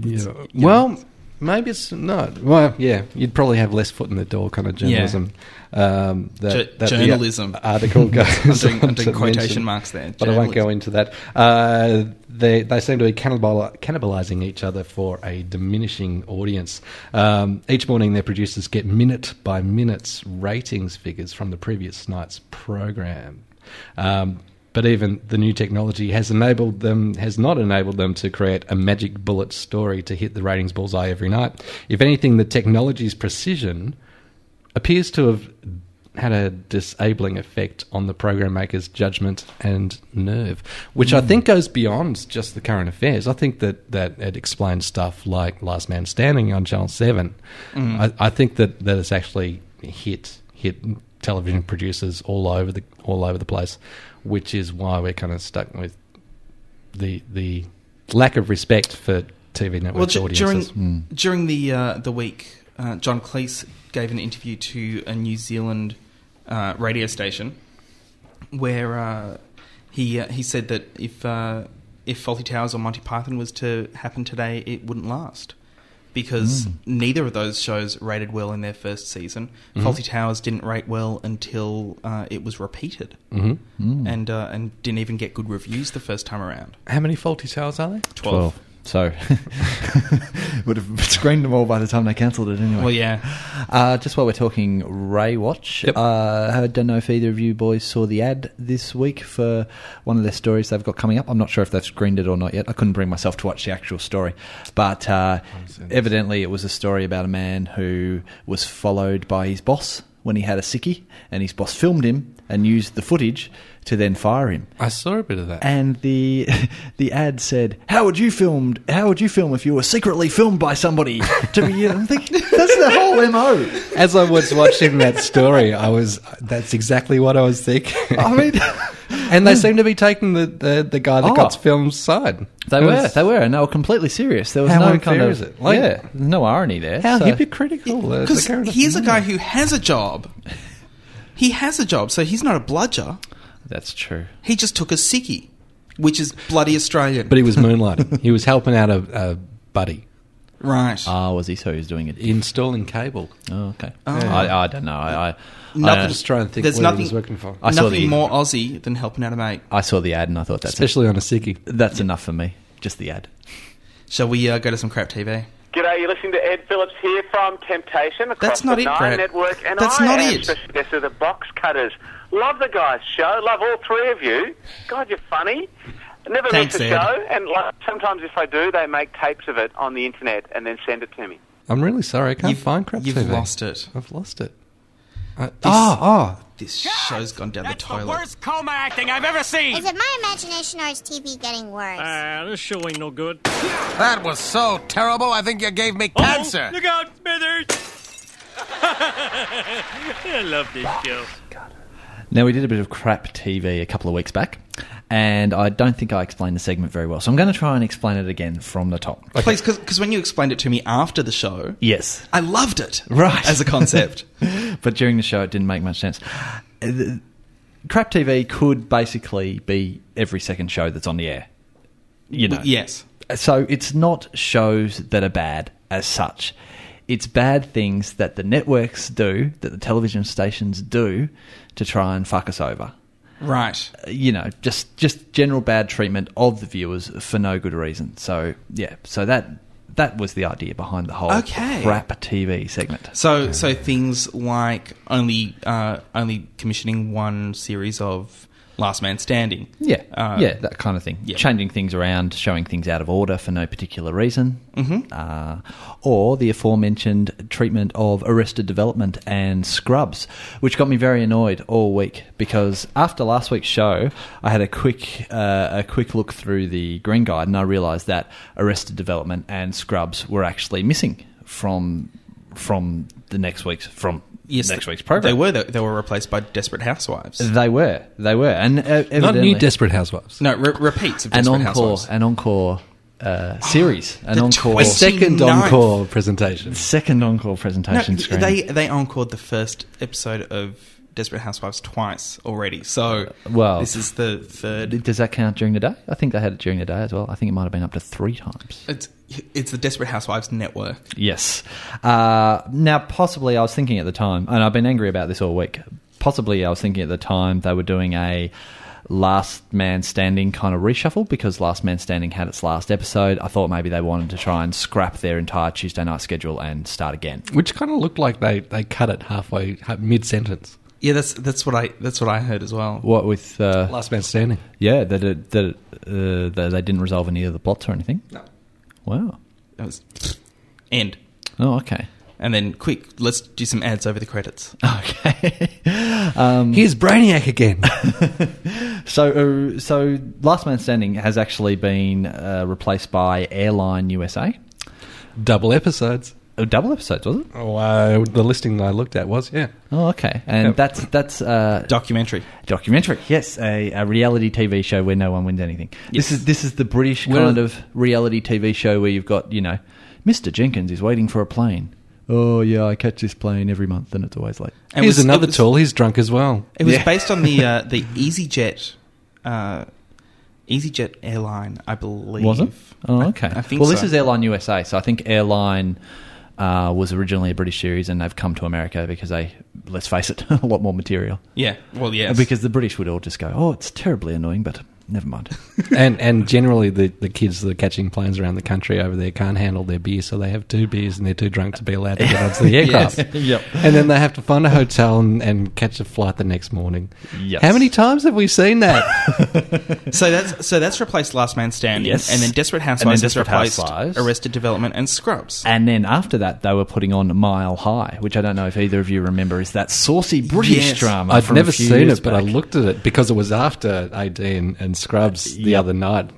Speaker 3: Yeah. Well, maybe it's not. Well, yeah, you'd probably have less foot in the door kind of journalism. Um,
Speaker 1: Ju-
Speaker 3: the
Speaker 1: journalism.
Speaker 3: article goes. *laughs*
Speaker 1: I'm doing- I'm
Speaker 3: on to
Speaker 1: doing quotation
Speaker 3: mention,
Speaker 1: marks there.
Speaker 3: but I won't go into that. Uh, they they seem to be cannibal, cannibalizing each other for a diminishing audience. Um, each morning, their producers get minute by minutes ratings figures from the previous night's program. Um, but even the new technology has enabled them has not enabled them to create a magic bullet story to hit the ratings bullseye every night. If anything, the technology's precision appears to have had a disabling effect on the program maker's judgment and nerve, which I think goes beyond just the current affairs. I think that, that it explains stuff like Last Man Standing on Channel 7.
Speaker 12: Mm.
Speaker 3: I, I think that, that it's actually hit hit television producers all over the all over the place, which is why we're kind of stuck with the the lack of respect for TV
Speaker 1: Well,
Speaker 3: networks
Speaker 1: du- during
Speaker 3: audiences.
Speaker 1: during the uh, the week, uh, John Cleese gave an interview to a New Zealand uh, radio station where uh, he uh, he said that if uh, if Faulty Towers or Monty Python was to happen today, it wouldn't last because
Speaker 2: Mm.
Speaker 1: neither of those shows rated well in their first season.
Speaker 2: Mhm.
Speaker 1: Faulty Towers didn't rate well until uh, it was repeated,
Speaker 3: Mhm.
Speaker 2: Mm.
Speaker 1: and uh, and didn't even get good reviews the first time around.
Speaker 3: How many faulty towers are there?
Speaker 1: 12.
Speaker 2: So,
Speaker 1: *laughs*
Speaker 2: *laughs* would have screened them all by the time they cancelled it anyway.
Speaker 1: Well, yeah.
Speaker 2: Uh, just while we're talking Ray Watch, uh, I don't know if either of you boys saw the ad this week for one of their stories they've got coming up. I'm not sure if they've screened it or not yet. I couldn't bring myself to watch the actual story. But uh, evidently, it was a story about a man who was followed by his boss when he had a sickie, and his boss filmed him and used the footage to then fire him.
Speaker 3: I saw a bit of that.
Speaker 2: And the *laughs* the ad said, "How would you filmed? How would you film if you were secretly filmed by somebody?" To be, you know, I'm thinking *laughs* that's the whole mo.
Speaker 3: As I was watching that story, I was that's exactly what I was thinking.
Speaker 2: I mean, *laughs*
Speaker 3: and they seem to be taking the the, the guy that
Speaker 2: Oh.
Speaker 3: got filmed side.
Speaker 2: They
Speaker 3: It
Speaker 2: were,
Speaker 3: was-
Speaker 2: they were, and they were completely serious. There was
Speaker 3: How
Speaker 2: no
Speaker 3: unfair
Speaker 2: kind of
Speaker 3: is it? Like-
Speaker 2: yeah, there's no irony there.
Speaker 3: How
Speaker 2: so-
Speaker 3: hypocritical! uh,
Speaker 1: Because
Speaker 3: the character-
Speaker 1: he's a guy who has a job. He has a job, so he's not a bludger.
Speaker 2: That's true.
Speaker 1: He just took a sickie, which is bloody Australian.
Speaker 3: but he was moonlighting. he was helping out a, a buddy
Speaker 1: right.
Speaker 3: Uh,
Speaker 2: Ah, was he? So he was doing it.
Speaker 3: installing cable.
Speaker 2: Oh, okay.
Speaker 1: Oh.
Speaker 2: I, I don't know. I, I
Speaker 1: Nothing-
Speaker 2: I,
Speaker 3: just trying to think
Speaker 1: There's
Speaker 3: what he
Speaker 1: nothing
Speaker 3: was working for.
Speaker 2: I saw
Speaker 1: nothing
Speaker 2: the-
Speaker 1: more Aussie than helping out a mate.
Speaker 2: I saw the ad and I thought that's
Speaker 3: Especially on a Siggy.
Speaker 2: That's enough for me. Just the ad.
Speaker 1: Shall we uh, go to some crap TV?
Speaker 13: G'day, you're listening to Ed Phillips here from Temptation across
Speaker 1: That's not
Speaker 13: the
Speaker 1: it,
Speaker 13: Nine
Speaker 1: Brett.
Speaker 13: Network, and
Speaker 1: That's
Speaker 13: I
Speaker 1: not
Speaker 13: am
Speaker 1: it.
Speaker 13: special guest of the Box Cutters. Love the guys' show. Love all three of you. God, you're funny. Never
Speaker 1: Thanks,
Speaker 13: miss a
Speaker 1: Ed.
Speaker 13: show, and like, sometimes if I do, they make tapes of it on the internet and then send it to me.
Speaker 3: I'm really sorry. I can't
Speaker 1: You've-
Speaker 3: find crap Oh.
Speaker 1: You've
Speaker 3: TV.
Speaker 1: lost Ah, it.
Speaker 3: I've lost it. I,
Speaker 1: This-
Speaker 3: oh, oh,
Speaker 1: This show's gone down the toilet.
Speaker 14: Worst coma acting I've ever seen.
Speaker 15: Is it my imagination or is TV getting worse?
Speaker 14: Ah, this show ain't no good.
Speaker 16: That was so terrible, I think you gave me
Speaker 14: Uh-oh,
Speaker 16: cancer.
Speaker 14: Look out, Smithers! I love this show.
Speaker 2: Now, we did a bit of crap TV a couple of weeks back, and I don't think I explained the segment very well. So I'm going to try and explain it again from the top.
Speaker 1: Please, because when you explained it to me after the show,
Speaker 2: Yes.
Speaker 1: I loved it.
Speaker 2: Right.
Speaker 1: As a *laughs*
Speaker 2: *laughs*
Speaker 1: concept.
Speaker 2: but during the show, it didn't make much sense. Uh, the- Crap TV could basically be every second show that's on the air. You know.
Speaker 1: Yes.
Speaker 2: So it's not shows that are bad as such. It's bad things that the networks do, that the television stations do, to try and fuck us over Uh,
Speaker 1: right.
Speaker 2: you know, just just general bad treatment of the viewers for no good reason. So yeah, so that that was the idea behind the whole
Speaker 1: Okay.
Speaker 2: crap TV segment.
Speaker 1: So, so things like only uh, only commissioning one series of Last Man Standing.
Speaker 2: Yeah,
Speaker 1: Uh,
Speaker 2: yeah, that kind of thing.
Speaker 1: yeah.
Speaker 2: Changing things around, showing things out of order for no particular reason,
Speaker 1: Mhm.
Speaker 2: uh, or the aforementioned treatment of Arrested Development and Scrubs, which got me very annoyed all week because after last week's show, I had a quick uh, a quick look through the Green Guide and I realised that Arrested Development and Scrubs were actually missing from from the next week's from
Speaker 1: Yes,
Speaker 2: next week's program. Uh,
Speaker 1: They were they, they were replaced by Desperate Housewives.
Speaker 2: They were. They were. And uh,
Speaker 1: Not new
Speaker 2: evidently-
Speaker 1: Desperate Housewives. No, re- repeats of
Speaker 2: an
Speaker 1: Desperate
Speaker 2: encore,
Speaker 1: Housewives.
Speaker 2: an encore uh, *gasps* series, an
Speaker 1: the
Speaker 2: encore,
Speaker 1: 29th. Second encore
Speaker 2: presentation, second encore presentation screen.
Speaker 1: they they encored the first episode of Desperate Housewives twice already. So
Speaker 2: Uh, well,
Speaker 1: this is the third.
Speaker 2: Does that count during the day? I think they had it during the day as well. I think it might have been up to three times.
Speaker 1: It's it's the Desperate Housewives network.
Speaker 2: Yes. Uh, now, possibly, I was thinking at the time, and I've been angry about this all week. Possibly, I was thinking at the time they were doing a last man standing kind of reshuffle because last man standing had its last episode i thought maybe they wanted to try and scrap their entire tuesday night schedule and start again
Speaker 3: Which kind of looked like they, they cut it halfway, mid sentence.
Speaker 1: Yeah, that's that's what I that's what I heard as well.
Speaker 2: What with uh,
Speaker 3: Last Man Standing?
Speaker 2: Yeah, that it, that, it, uh, that they didn't resolve any of the plots or anything. No. Wow.
Speaker 1: That was end.
Speaker 2: Oh, okay. *laughs*
Speaker 1: And then quick, let's do some ads over the credits.
Speaker 2: Okay. *laughs* um,
Speaker 3: Here's Brainiac again.
Speaker 2: so, uh, so Last Man Standing has actually been uh, replaced by Airline USA.
Speaker 3: *laughs* Double episodes.
Speaker 2: Oh, double episodes, was it?
Speaker 3: Oh, uh, the listing that I looked at was, yeah.
Speaker 2: Oh, okay. And
Speaker 3: Yep.
Speaker 2: that's that's uh,
Speaker 1: documentary.
Speaker 2: Documentary, yes, a, a reality TV show where no one wins anything. This is this is the British
Speaker 3: Where-
Speaker 2: kind of reality TV show where you've got you know, Mr. Jenkins is waiting for a plane. Oh yeah, I catch this plane every month, and it's always late.
Speaker 1: And
Speaker 3: Here's
Speaker 1: was- it
Speaker 3: another
Speaker 1: was-
Speaker 3: tool. He's drunk as well.
Speaker 1: It was
Speaker 2: Yeah.
Speaker 1: based on the
Speaker 2: *laughs*
Speaker 1: uh, the EasyJet uh, EasyJet airline, I believe.
Speaker 2: Was it? Oh,
Speaker 1: I-
Speaker 2: okay.
Speaker 1: I, think
Speaker 2: well, this
Speaker 1: so.
Speaker 2: is Airline USA, so I think Airline uh, was originally a British series, and they've come to America because they, let's face it, *laughs* a lot more material.
Speaker 1: Yeah, well, yes.
Speaker 2: Because the British would all just go, "Oh, it's terribly annoying," but never mind.
Speaker 3: and and generally, the, the kids that are catching planes around the country over there can't handle their beer, so they have two beers and they're too drunk to be allowed to get onto the
Speaker 2: *laughs*
Speaker 3: aircraft.
Speaker 2: Yes. Yep.
Speaker 3: And then they have to find a hotel and, and catch a flight the next morning.
Speaker 2: Yes.
Speaker 3: How many times have we seen that?
Speaker 2: *laughs*
Speaker 1: so that's so that's replaced Last Man Standing,
Speaker 2: Yes.
Speaker 1: and then Desperate
Speaker 2: And then
Speaker 1: Housewives has
Speaker 2: Desperate
Speaker 1: replaced
Speaker 2: Housewives.
Speaker 1: Arrested Development and Scrubs.
Speaker 2: And then after that, they were putting on Mile High, which I don't know if either of you remember. Is that saucy British
Speaker 1: Yes.
Speaker 2: drama?
Speaker 3: I'd
Speaker 2: from
Speaker 3: never
Speaker 2: a few
Speaker 3: seen
Speaker 2: years
Speaker 3: it, but I
Speaker 2: back.
Speaker 3: looked at it because it was after AD and,
Speaker 2: Uh,
Speaker 3: and Scrubs the other night.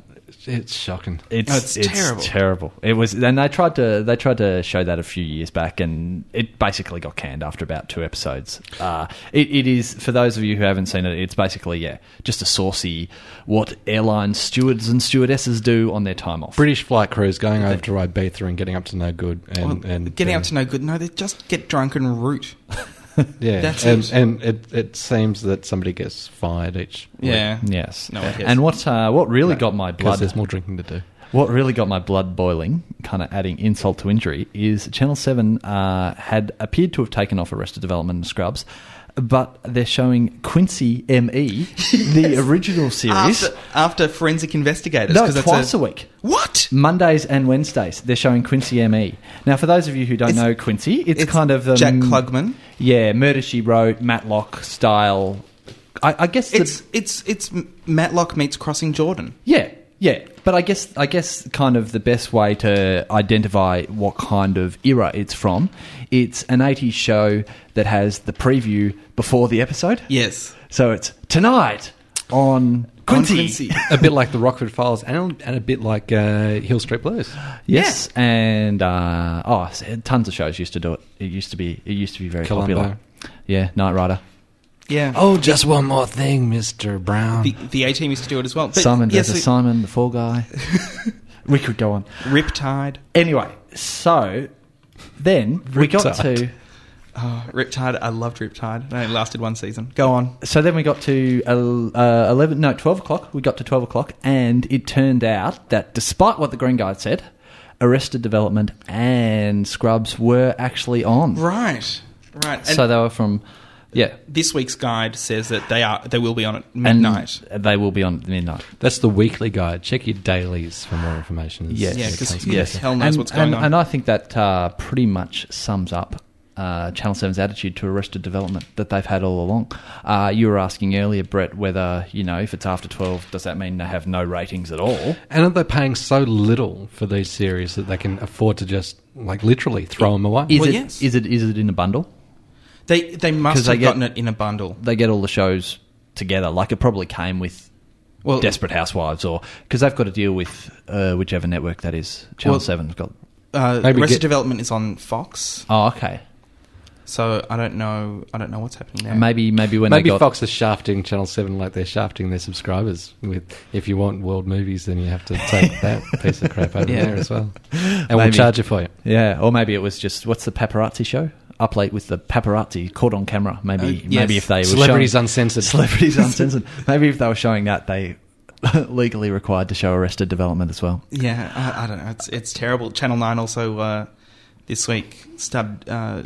Speaker 3: It's shocking.
Speaker 2: It's,
Speaker 1: No,
Speaker 2: it's,
Speaker 1: Oh, it's
Speaker 2: terrible.
Speaker 1: terrible.
Speaker 2: It was, and they tried to they tried to show that a few years back, and it basically got canned after about two episodes. Uh, it, it is for those of you who haven't seen it. It's basically yeah, just a saucy what airline stewards and stewardesses do on their time off.
Speaker 3: British flight crews going over to Ibiza and getting up to no good, and,
Speaker 1: Well,
Speaker 3: and
Speaker 1: getting
Speaker 3: uh,
Speaker 1: up to no good. No, they just get drunk and root.
Speaker 3: yeah,
Speaker 1: that's
Speaker 3: and,
Speaker 1: it.
Speaker 3: and it it seems that somebody gets fired each. week.
Speaker 1: Yeah.
Speaker 2: Yes.
Speaker 1: No one cares.
Speaker 2: and what uh, what really got my
Speaker 3: because
Speaker 2: blood
Speaker 3: there's more drinking to do.
Speaker 2: What really got my blood boiling, kind of adding insult to injury, is Channel 7 uh, had appeared to have taken off Arrested Development and Scrubs, but they're showing Quincy M.E.,
Speaker 1: *laughs*
Speaker 2: the original series.
Speaker 1: after, after Forensic Investigators,
Speaker 2: no,
Speaker 1: 'cause that's
Speaker 2: twice a, week.
Speaker 1: What?
Speaker 2: Mondays and Wednesdays, they're showing Quincy M.E. Now, for those of you who don't
Speaker 1: It's-
Speaker 2: know Quincy, it's,
Speaker 1: it's
Speaker 2: kind of. Um,
Speaker 1: Jack Klugman.
Speaker 2: Yeah, Murder She Wrote, Matlock style. I, I guess the-
Speaker 1: It's it's it's Matlock meets Crossing Jordan.
Speaker 2: Yeah, yeah. But I guess I guess kind of the best way to identify what kind of era it's from, it's an 80s show that has the preview before the episode.
Speaker 1: Yes.
Speaker 2: So it's tonight on
Speaker 1: On
Speaker 2: Quincy.
Speaker 1: Quincy.
Speaker 3: a bit like the Rockford Files, and and a bit like uh, Hill Street Blues.
Speaker 2: Yes, and uh, oh, so tons of shows used to do it. It used to be it used to be very
Speaker 3: Columbo.
Speaker 2: popular. Yeah, Knight Rider.
Speaker 1: Yeah.
Speaker 3: Oh, just one more thing, Mister Brown.
Speaker 1: The the A team used to do it as well. But
Speaker 2: Simon
Speaker 1: yes,
Speaker 2: versus
Speaker 1: it-
Speaker 2: Simon, the
Speaker 1: *laughs*
Speaker 2: Fall Guy. we could go on.
Speaker 1: Riptide.
Speaker 2: Anyway, so then we got
Speaker 3: Riptide.
Speaker 2: to
Speaker 1: Oh, Riptide. I loved Riptide. It only lasted one season. Go on.
Speaker 2: so then we got to el- uh, 11 no 12 o'clock we got to 12 o'clock and it turned out that despite what the green guy had said arrested development and scrubs were actually on
Speaker 1: Right. Right. And
Speaker 2: so they were from yeah
Speaker 1: this week's guide says that they are they will be on at
Speaker 2: and
Speaker 1: midnight.
Speaker 2: they will be on at midnight
Speaker 3: That's the weekly guide. Check your dailies for more information. It's-
Speaker 2: Yes.
Speaker 1: Yeah,
Speaker 3: it
Speaker 1: 'cause
Speaker 3: comes
Speaker 1: who
Speaker 3: from-
Speaker 1: the hell knows
Speaker 2: and,
Speaker 1: what's going
Speaker 2: and,
Speaker 1: on?
Speaker 2: and i think that uh, pretty much sums up uh, Channel 7's attitude to arrested development that they've had all along. Uh, you were asking earlier, Brett, whether, you know, if it's after 12, does that mean they have no ratings at all?
Speaker 3: And are they paying so little for these series that they can afford to just like literally throw them away?
Speaker 2: Is,
Speaker 1: Well,
Speaker 2: it,
Speaker 1: yes.
Speaker 2: is, it, is it in a bundle?
Speaker 1: They they
Speaker 2: 'Cause
Speaker 1: must
Speaker 2: they
Speaker 1: have
Speaker 2: get-
Speaker 1: gotten it in a bundle.
Speaker 2: they get all the shows together. Like it probably came with
Speaker 1: Well,
Speaker 2: Desperate Housewives, or because they've got to deal with uh, whichever network that is. Channel
Speaker 1: Well,
Speaker 2: Seven's got
Speaker 1: Uh,
Speaker 2: Maybe
Speaker 1: Arrested
Speaker 2: get-
Speaker 1: Development is on Fox,
Speaker 2: Oh, okay.
Speaker 1: so I don't know. I don't know what's happening there.
Speaker 2: Maybe maybe when
Speaker 3: Maybe
Speaker 2: they got
Speaker 3: Fox is shafting Channel Seven like they're shafting their subscribers with. If you want world movies, then you have to *laughs* take that piece of crap over
Speaker 2: Yeah.
Speaker 3: there as *laughs* well, and we'll
Speaker 2: Maybe.
Speaker 3: charge you for it.
Speaker 2: Yeah, or maybe it was just what's the paparazzi show? Up late with the paparazzi caught on camera. Maybe
Speaker 3: Uh, yes.
Speaker 2: maybe if they were
Speaker 3: Celebrities
Speaker 2: showing-
Speaker 3: *laughs* Uncensored.
Speaker 2: Celebrities uncensored. Maybe if they were showing that, they *laughs* legally required to show Arrested Development as well.
Speaker 1: Yeah, I, I don't know. It's it's terrible. Channel Nine also uh, this week started. Uh,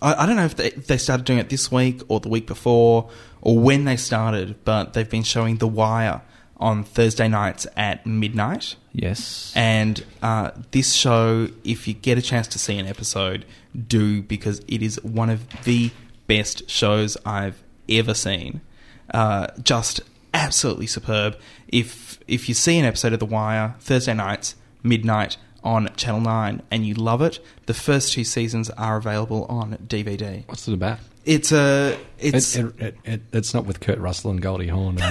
Speaker 1: I, I don't know if they, if they started doing it this week or the week before or when they started, but they've been showing The Wire on Thursday nights at midnight.
Speaker 2: Yes.
Speaker 1: And uh, this show, if you get a chance to see an episode, do because it is one of the best shows I've ever seen. Uh, just absolutely superb. If if you see an episode of The Wire Thursday nights midnight on Channel Nine and you love it, the first two seasons are available on DVD.
Speaker 3: What's it about?
Speaker 1: It's a it's.
Speaker 3: It's it, it, it, it's not with Kurt Russell and Goldie Hawn. and- *laughs*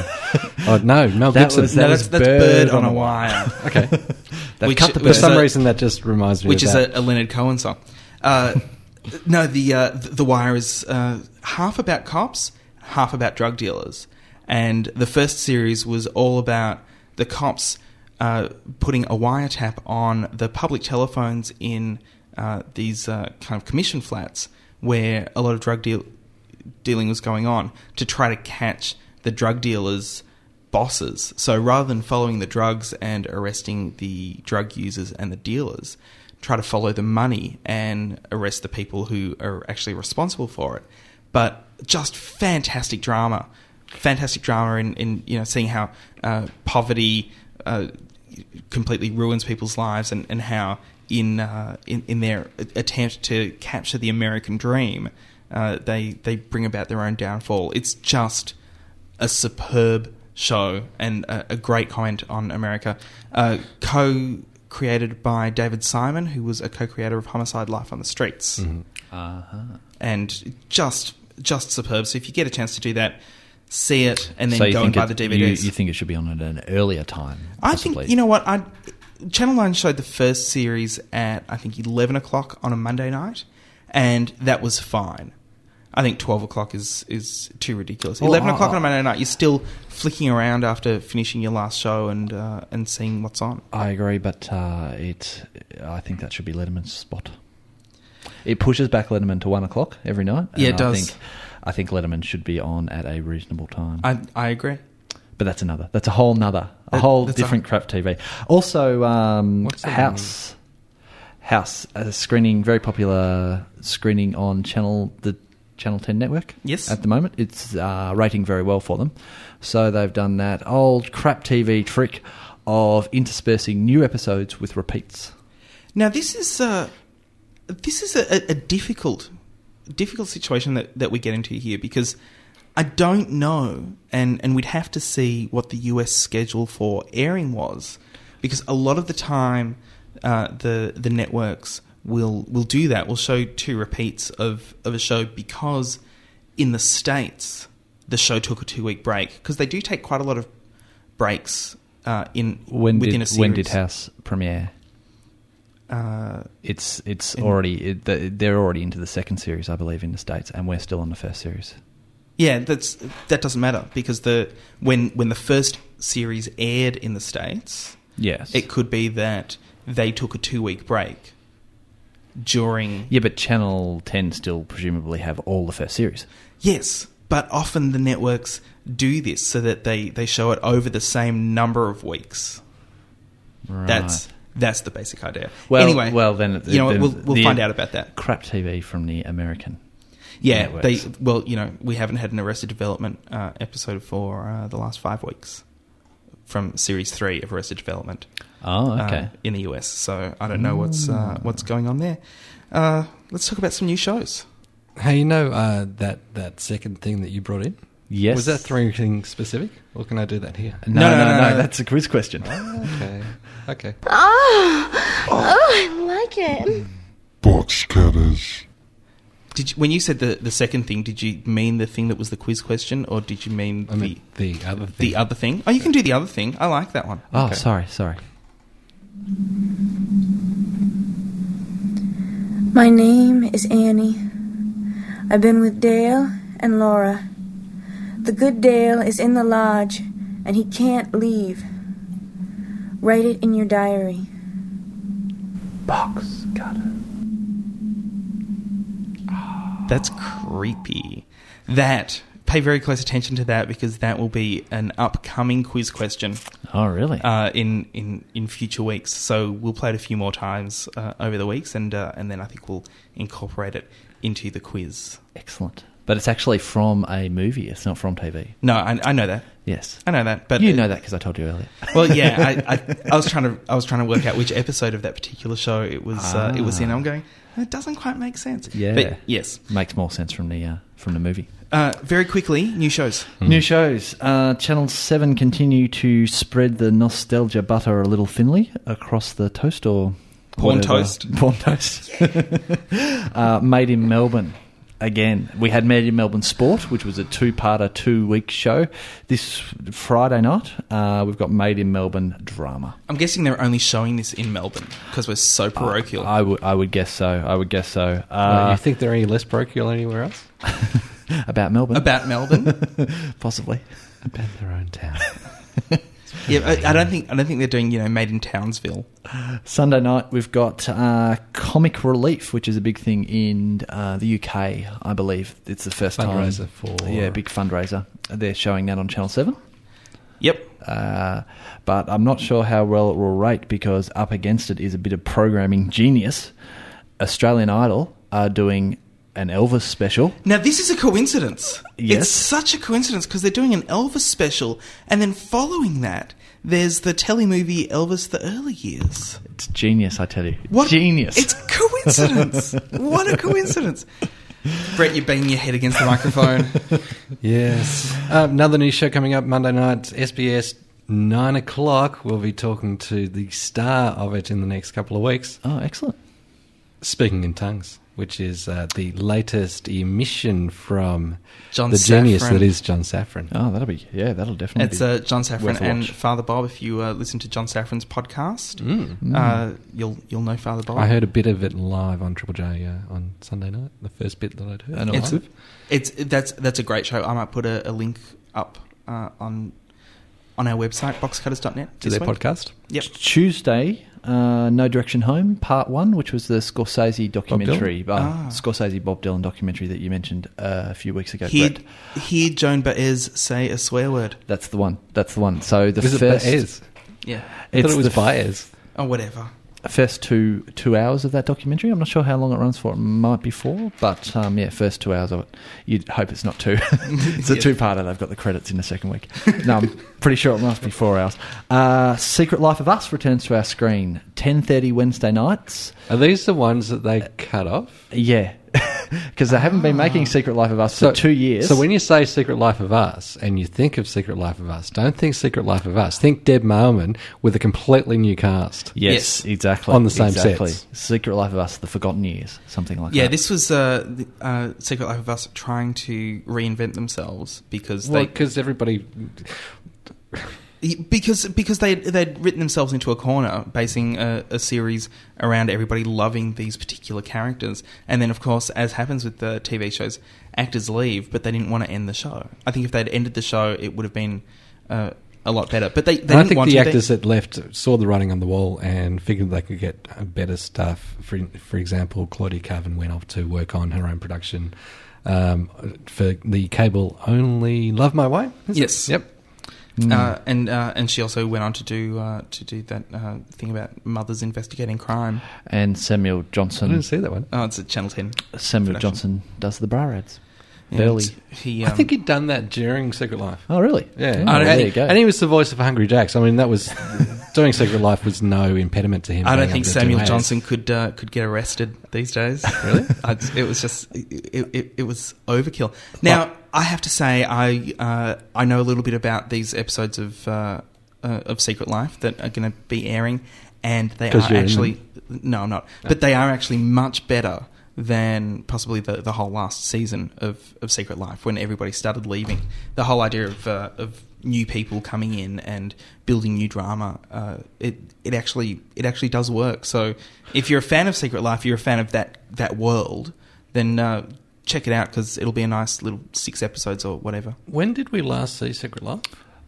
Speaker 3: oh no, Mel
Speaker 1: That
Speaker 3: Gibson.
Speaker 1: was- No, that that's- was that's Bird Bird on on a a Wire. *laughs* Wire.
Speaker 3: *laughs* okay,
Speaker 1: They've Which- cut the
Speaker 3: for
Speaker 1: Bird.
Speaker 3: some
Speaker 1: which is a-
Speaker 3: reason that just reminds me.
Speaker 1: which
Speaker 3: of
Speaker 1: is
Speaker 3: that.
Speaker 1: a, a Leonard Cohen song. Uh, no, the uh, th- the Wire is uh, half about cops, half about drug dealers, and the first series was all about the cops uh, putting a wiretap on the public telephones in uh, these uh, kind of commission flats where a lot of drug deal dealing was going on to try to catch the drug dealers bosses. So rather than following the drugs and arresting the drug users and the dealers, try to follow the money and arrest the people who are actually responsible for it. But just fantastic drama, fantastic drama in, in you know seeing how uh, poverty uh, completely ruins people's lives and, and how in, uh, in in their attempt to capture the American dream, uh, they they bring about their own downfall. It's just a superb show and a, a great comment on America. Uh, co created by David Simon, who was a co creator of Homicide Life on the Streets.
Speaker 2: Uh-huh.
Speaker 1: And just just superb. So if you get a chance to do that, see it and then
Speaker 2: So you
Speaker 1: go and
Speaker 2: think
Speaker 1: buy
Speaker 2: it-
Speaker 1: the DVDs.
Speaker 2: You, you think it should be on at an earlier time?
Speaker 1: I
Speaker 2: possibly?
Speaker 1: think you know what I. Channel Nine showed the first series at I think eleven o'clock on a Monday night, and that was fine. I think twelve o'clock is is too ridiculous.
Speaker 2: Well, oh.
Speaker 1: eleven
Speaker 2: I-
Speaker 1: o'clock
Speaker 2: I-
Speaker 1: on a Monday night, you're still flicking around after finishing your last show and uh, and seeing what's on.
Speaker 2: I agree, but uh, it. I think that should be Letterman's spot. It pushes back Letterman to one o'clock every night. and
Speaker 1: Yeah, it
Speaker 2: I
Speaker 1: does.
Speaker 2: Think, I think Letterman should be on at a reasonable time.
Speaker 1: I I agree.
Speaker 2: but that's another. That's a whole nother, a
Speaker 1: That-
Speaker 2: whole
Speaker 1: that's a-
Speaker 2: different crap TV. Also, um,
Speaker 1: What's the
Speaker 2: House, House a screening, very popular screening on channel the Channel Ten network.
Speaker 1: Yes.
Speaker 2: at the moment it's uh, rating very well for them. So they've done that old crap TV trick of interspersing new episodes with repeats.
Speaker 1: Now this is uh, this is a, a, a difficult difficult situation that, that we get into here because I don't know and, and we'd have to see what the US schedule for airing was because a lot of the time uh, the the networks will will do that will show two repeats of, of a show because in the states the show took a two week break because they do take quite a lot of breaks uh, in
Speaker 2: When
Speaker 1: within
Speaker 2: did
Speaker 1: a series.
Speaker 2: when did House premiere?
Speaker 1: Uh,
Speaker 2: It's it's
Speaker 1: In-
Speaker 2: already it, they- they're already into the second series, I believe, in the states, and we're still on the first series.
Speaker 1: Yeah, that's that doesn't matter because the when when the first series aired in the states,
Speaker 2: Yes.
Speaker 1: it could be that they took a two week break during.
Speaker 2: Yeah, but Channel 10 still presumably have all the first series.
Speaker 1: Yes, but often the networks do this so that they they show it over the same number of weeks. That's that's the basic idea.
Speaker 2: Well,
Speaker 1: anyway,
Speaker 2: well then
Speaker 1: you know what,
Speaker 2: then
Speaker 1: we'll we'll
Speaker 2: the
Speaker 1: find out about that.
Speaker 2: Crap TV from the American.
Speaker 1: Yeah,
Speaker 2: networks.
Speaker 1: they well, you know, we haven't had an Arrested Development uh, episode for uh, the last five weeks from series three of Arrested Development.
Speaker 2: Oh,
Speaker 1: uh,
Speaker 2: okay.
Speaker 1: in the US, so I don't know what's uh,
Speaker 3: Hmm.
Speaker 1: what's going on there. Uh, let's talk about some new shows.
Speaker 3: Hey, you know uh, that that second thing that you brought in?
Speaker 2: Yes.
Speaker 3: Was that three things specific, or can I do that here?
Speaker 2: No, no, no, no,
Speaker 1: no. Oh,
Speaker 2: that's a quiz question.
Speaker 3: Okay. *laughs* Okay.
Speaker 12: Oh, oh, I like it.
Speaker 1: Box cutters. Did you, when you said the the second thing, did you mean the thing that was the quiz question, or did you mean
Speaker 3: I
Speaker 1: the
Speaker 3: mean, the other thing.
Speaker 1: the other thing? Oh, you can do the other thing. I like that one.
Speaker 2: Oh,
Speaker 3: Okay.
Speaker 2: sorry, sorry.
Speaker 17: My name is Annie. I've been with Dale and Laura. The good Dale is in the lodge and he can't leave. Write it in your diary.
Speaker 2: Box cutter.
Speaker 1: That's
Speaker 3: Oh.
Speaker 1: creepy. That pay very close attention to that because that will be an upcoming quiz question.
Speaker 2: Oh, really?
Speaker 1: Uh, in in in future weeks. So we'll play it a few more times uh, over the weeks, and uh, and then I think we'll incorporate it into the quiz.
Speaker 2: Excellent. But it's actually from a movie. It's not from TV.
Speaker 1: No, I, I know that.
Speaker 2: Yes,
Speaker 1: I know that. But
Speaker 2: you know that because I told you earlier.
Speaker 1: Well, yeah, I, I, I was trying to I was trying to work out which episode of that particular show it was uh, it was in.
Speaker 2: Ah.
Speaker 1: I'm going. It doesn't quite make sense.
Speaker 2: yeah.
Speaker 1: But yes.
Speaker 2: makes more sense from the uh, from the movie.
Speaker 1: Uh, very quickly, new shows.
Speaker 2: New shows. Uh, Channel 7 continue to spread the nostalgia butter a little thinly across the toast or.
Speaker 1: Porn
Speaker 2: whatever.
Speaker 1: toast.
Speaker 2: *laughs* Porn toast. uh, made in Melbourne. Again, we had Made in Melbourne Sport, which was a two-parter, two-week show. This Friday night, uh, we've got Made in Melbourne Drama.
Speaker 1: I'm guessing they're only showing this in Melbourne because we're so parochial.
Speaker 2: I would, I would guess so. I would guess so.
Speaker 3: Uh,
Speaker 2: Uh,
Speaker 3: you think they're any less parochial anywhere else?
Speaker 2: *laughs* about Melbourne,
Speaker 1: About Melbourne.
Speaker 2: possibly.
Speaker 3: About their own town.
Speaker 1: yeah, I, I don't think I don't think they're doing you know Made in Townsville.
Speaker 2: Sunday night, we've got uh, Comic Relief, which is a big thing in uh, the UK, I believe. It's the first
Speaker 3: Fundraiser
Speaker 2: time.
Speaker 3: for-
Speaker 2: Yeah, big fundraiser. They're showing that on Channel 7.
Speaker 1: Yep.
Speaker 2: Uh, but I'm not sure how well it will rate because up against it is a bit of programming genius. Australian Idol are doing an Elvis special.
Speaker 1: Now this is a coincidence.
Speaker 2: Yes.
Speaker 1: It's such a coincidence because they're doing an Elvis special, and then following that, there's the telemovie Elvis: The Early Years.
Speaker 2: It's genius, I tell you.
Speaker 1: What
Speaker 2: Genius.
Speaker 1: It's coincidence. what a coincidence. *laughs* Brett, you're banging your head against the
Speaker 3: *laughs*
Speaker 1: microphone.
Speaker 3: *laughs* Yes. Uh, another new show coming up Monday night, SBS, 9 o'clock. We'll be talking to the star of it in the next couple of weeks,
Speaker 2: oh, excellent.
Speaker 3: Speaking in Tongues, which is uh, the latest emission from
Speaker 1: John
Speaker 3: the genius
Speaker 1: Safran.
Speaker 3: that is John Safran.
Speaker 2: Oh, that'll be, yeah, that'll definitely
Speaker 1: It's
Speaker 2: be.
Speaker 1: uh, John Saffron
Speaker 2: worth a
Speaker 1: and
Speaker 2: watch.
Speaker 1: Father Bob. If you uh, listen to John Saffron's
Speaker 2: Oh.
Speaker 1: podcast,
Speaker 3: Mm.
Speaker 1: uh, you'll you'll know Father Bob.
Speaker 3: I heard a bit of it live on Triple J uh, on Sunday night, the first bit that I'd heard.
Speaker 2: And
Speaker 1: it's,
Speaker 2: live?
Speaker 1: it's that's that's a great show. I might put a, a link up uh, on on our website boxcutters.net
Speaker 3: to
Speaker 1: this
Speaker 3: their
Speaker 1: week.
Speaker 3: podcast.
Speaker 1: Yep.
Speaker 2: Tuesday, uh, No Direction Home, Part One, which was the Scorsese documentary, uh,
Speaker 1: Ah.
Speaker 2: Scorsese Bob Dylan documentary that you mentioned uh, a few weeks ago.
Speaker 1: Hear,
Speaker 2: Brett.
Speaker 1: hear Joan Baez say a swear word.
Speaker 2: That's the one. That's the one. So the
Speaker 3: Is it
Speaker 2: first,
Speaker 3: Baez?
Speaker 1: Yeah.
Speaker 3: I thought
Speaker 2: it's
Speaker 3: it was
Speaker 2: the f-
Speaker 3: Baez.
Speaker 1: Oh, whatever.
Speaker 2: first two two hours of that documentary. I'm not sure how long it runs for. It might be four, but um, yeah, first two hours of it. You'd hope it's not two. *laughs* it's a
Speaker 1: Yeah.
Speaker 2: two parter. They've got the credits in the second week. No, I'm pretty sure it must be four hours. Uh, Secret Life of Us returns to our screen 10:30 Wednesday nights.
Speaker 3: Are these the ones that they cut off?
Speaker 2: Yeah, *laughs* because they haven't been making Secret Life of Us for two years.
Speaker 3: Ah. So when you say Secret Life of Us and you think of Secret Life of Us, don't think Secret Life of Us. Think Deb Mailman with a completely new cast.
Speaker 2: yes,
Speaker 1: Yes.
Speaker 2: exactly
Speaker 3: On the same
Speaker 2: exactly.
Speaker 3: sets.
Speaker 2: Secret Life of Us, The Forgotten Years, something like
Speaker 1: Yeah,
Speaker 2: that.
Speaker 1: this was uh, the, uh, Secret Life of Us trying to reinvent themselves because they
Speaker 3: Because everybody.
Speaker 1: because because they they'd written themselves into a corner, basing a, a series around everybody loving these particular characters, and then of course, as happens with the TV shows, actors leave, but they didn't want to end the show. I think if they'd ended the show, it would have been uh, a lot better. But they, they
Speaker 3: I don't
Speaker 1: didn't
Speaker 3: think
Speaker 1: want
Speaker 3: the
Speaker 1: to. They-
Speaker 3: actors that left saw the writing on the wall and figured they could get uh, better stuff. For, for example, Claudia Carvin went off to work on her own production um, for the cable only Love My Way. is it?
Speaker 1: Yes.
Speaker 3: Yep. Hmm.
Speaker 1: uh, and uh, and she also went on to do uh, to do that uh, thing about mothers investigating crime.
Speaker 2: and Samuel
Speaker 3: I
Speaker 2: Johnson.
Speaker 3: didn't see that one.
Speaker 1: Oh, it's at Channel Ten.
Speaker 3: Uh,
Speaker 2: Samuel
Speaker 1: production.
Speaker 2: Johnson does the bra ads.
Speaker 1: Yeah,
Speaker 2: Burley.
Speaker 1: it's- He, um,
Speaker 3: I think he'd done that during Secret Life.
Speaker 2: Oh, really?
Speaker 3: Yeah,
Speaker 2: Oh,
Speaker 1: I
Speaker 3: and,
Speaker 1: don't
Speaker 2: there
Speaker 1: think-
Speaker 2: you go.
Speaker 3: and he was the voice of Hungry Jacks. I mean, that *laughs* was doing Secret Life was no impediment to him.
Speaker 1: I don't
Speaker 3: being
Speaker 1: think
Speaker 3: able to do
Speaker 1: Samuel
Speaker 3: ads.
Speaker 1: Johnson could uh, could get arrested these days.
Speaker 3: *laughs* Really?
Speaker 1: I, it was just it, it, it was overkill. Now I have to say I uh, I know a little bit about these episodes of uh, uh, of Secret Life that are going to be airing, and they
Speaker 3: 'Cause
Speaker 1: are
Speaker 3: you're in
Speaker 1: actually no I'm not, but they are actually much better than possibly the, the whole last season of, of Secret Life when everybody started leaving. The whole idea of uh, of new people coming in and building new drama. Uh, it it actually it actually does work. So if you're a fan of Secret Life, you're a fan of that that world, then uh, check it out because it'll be a nice little six episodes or whatever.
Speaker 3: When did we last see Secret Life?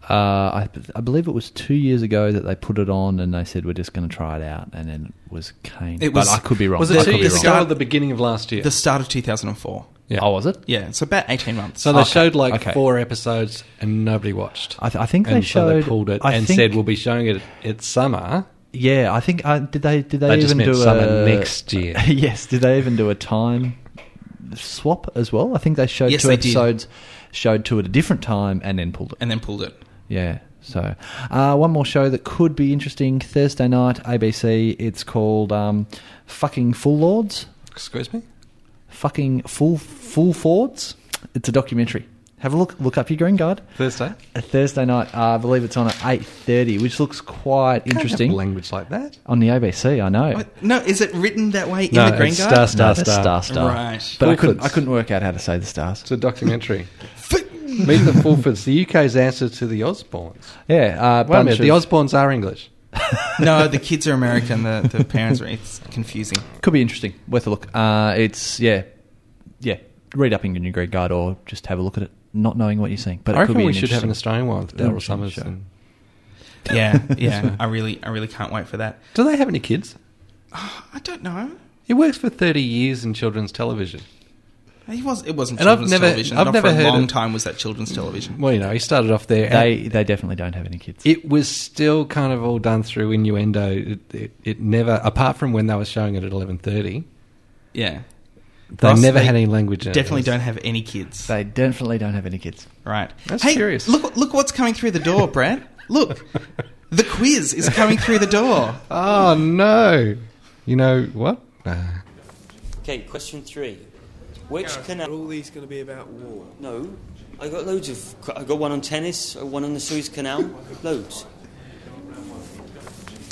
Speaker 2: Uh, I, I believe it was two years ago that they put it on and they said we're just going to try it out, and then it was Kane.
Speaker 1: It was-
Speaker 2: but I could be wrong.
Speaker 3: Was
Speaker 2: I
Speaker 3: it
Speaker 2: could
Speaker 3: two
Speaker 2: be
Speaker 3: years
Speaker 2: wrong.
Speaker 3: ago or the beginning of last year?
Speaker 1: The start of 2004.
Speaker 3: Yeah.
Speaker 2: Oh, was it?
Speaker 1: Yeah, so about 18 months.
Speaker 3: So they
Speaker 2: Okay,
Speaker 3: showed like
Speaker 2: okay.
Speaker 3: four episodes and nobody watched.
Speaker 2: I, th- I think they
Speaker 3: and so
Speaker 2: showed.
Speaker 3: they pulled it
Speaker 2: I
Speaker 3: and
Speaker 2: think-
Speaker 3: said we'll be showing it at summer.
Speaker 2: Yeah, I think uh, did they did they,
Speaker 3: They
Speaker 2: even
Speaker 3: just meant
Speaker 2: do
Speaker 3: summer
Speaker 2: a
Speaker 3: next year.
Speaker 2: *laughs* yes, did they even do a time swap as well? I think they showed
Speaker 1: Yes,
Speaker 2: two
Speaker 1: they did.
Speaker 2: episodes, showed two at a different time, and then pulled it.
Speaker 1: and then pulled it.
Speaker 2: Yeah. So, uh, one more show that could be interesting Thursday night, ABC. It's called um, Fucking Full Lords.
Speaker 3: Excuse me.
Speaker 2: Fucking Full Full Fords. It's a documentary. Have a look. Look up your green guide.
Speaker 3: Thursday.
Speaker 2: A Thursday night. Uh, I believe it's on at eight thirty, which looks quite
Speaker 3: have
Speaker 2: interesting.
Speaker 3: language like that.
Speaker 2: on the ABC. I know.
Speaker 1: No, is it written that way in
Speaker 3: No,
Speaker 1: the Green
Speaker 3: it's
Speaker 1: Guide?
Speaker 3: Star, Star,
Speaker 2: No, that's star star.
Speaker 1: Right.
Speaker 2: But I
Speaker 3: Full
Speaker 2: couldn't.
Speaker 3: Fords.
Speaker 2: I couldn't work out how to say the stars.
Speaker 3: It's a *laughs* documentary. Meet the Fulfords, the UK's answer to the Osbournes.
Speaker 2: Yeah. Uh,
Speaker 3: Wait a
Speaker 2: bunch of-
Speaker 3: minute, the Osbournes are English. *laughs*
Speaker 1: no, the kids are American. The, the parents are. It's confusing.
Speaker 2: could be interesting. Worth a look. Uh, it's yeah, yeah. Read up in your new grade guide, or just have a look at it, not knowing what you're seeing. But
Speaker 3: I
Speaker 2: it could
Speaker 3: reckon
Speaker 2: be
Speaker 3: we
Speaker 2: an
Speaker 3: should have an
Speaker 2: interesting-
Speaker 3: Australian one with Daryl
Speaker 2: Interesting
Speaker 3: Summers.
Speaker 2: show.
Speaker 3: and-
Speaker 1: *laughs* Yeah, yeah. I really, I really can't wait for that.
Speaker 3: Do they have any kids?
Speaker 1: I don't know.
Speaker 3: He works for 30 years in children's television.
Speaker 1: He was. It wasn't
Speaker 3: And I've
Speaker 1: children's
Speaker 3: never-
Speaker 1: television.
Speaker 3: I've
Speaker 1: Not
Speaker 3: never
Speaker 1: for a
Speaker 3: heard
Speaker 1: long
Speaker 3: of-
Speaker 1: time was that children's television.
Speaker 3: Well, you know, he started off there. and
Speaker 2: They they definitely don't have any kids.
Speaker 3: it was still kind of all done through innuendo. It, it, it never, apart from when they were showing it at 11.30,
Speaker 1: Yeah,
Speaker 3: they
Speaker 1: Ross,
Speaker 3: never
Speaker 1: they
Speaker 3: had any language in it.
Speaker 1: definitely
Speaker 3: It was-
Speaker 1: don't have any kids.
Speaker 2: They definitely don't have any kids.
Speaker 1: Right.
Speaker 3: That's
Speaker 1: hey,
Speaker 3: curious.
Speaker 1: Look, look what's coming through the door, Brad.
Speaker 3: *laughs*
Speaker 1: Look, the quiz is coming through the door.
Speaker 3: Oh, no. You know what? Uh,
Speaker 18: Okay, question three. Which can
Speaker 19: Are all these going to be about war?
Speaker 18: No, I got loads of. I got one on tennis, uh, one on the Suez Canal, loads.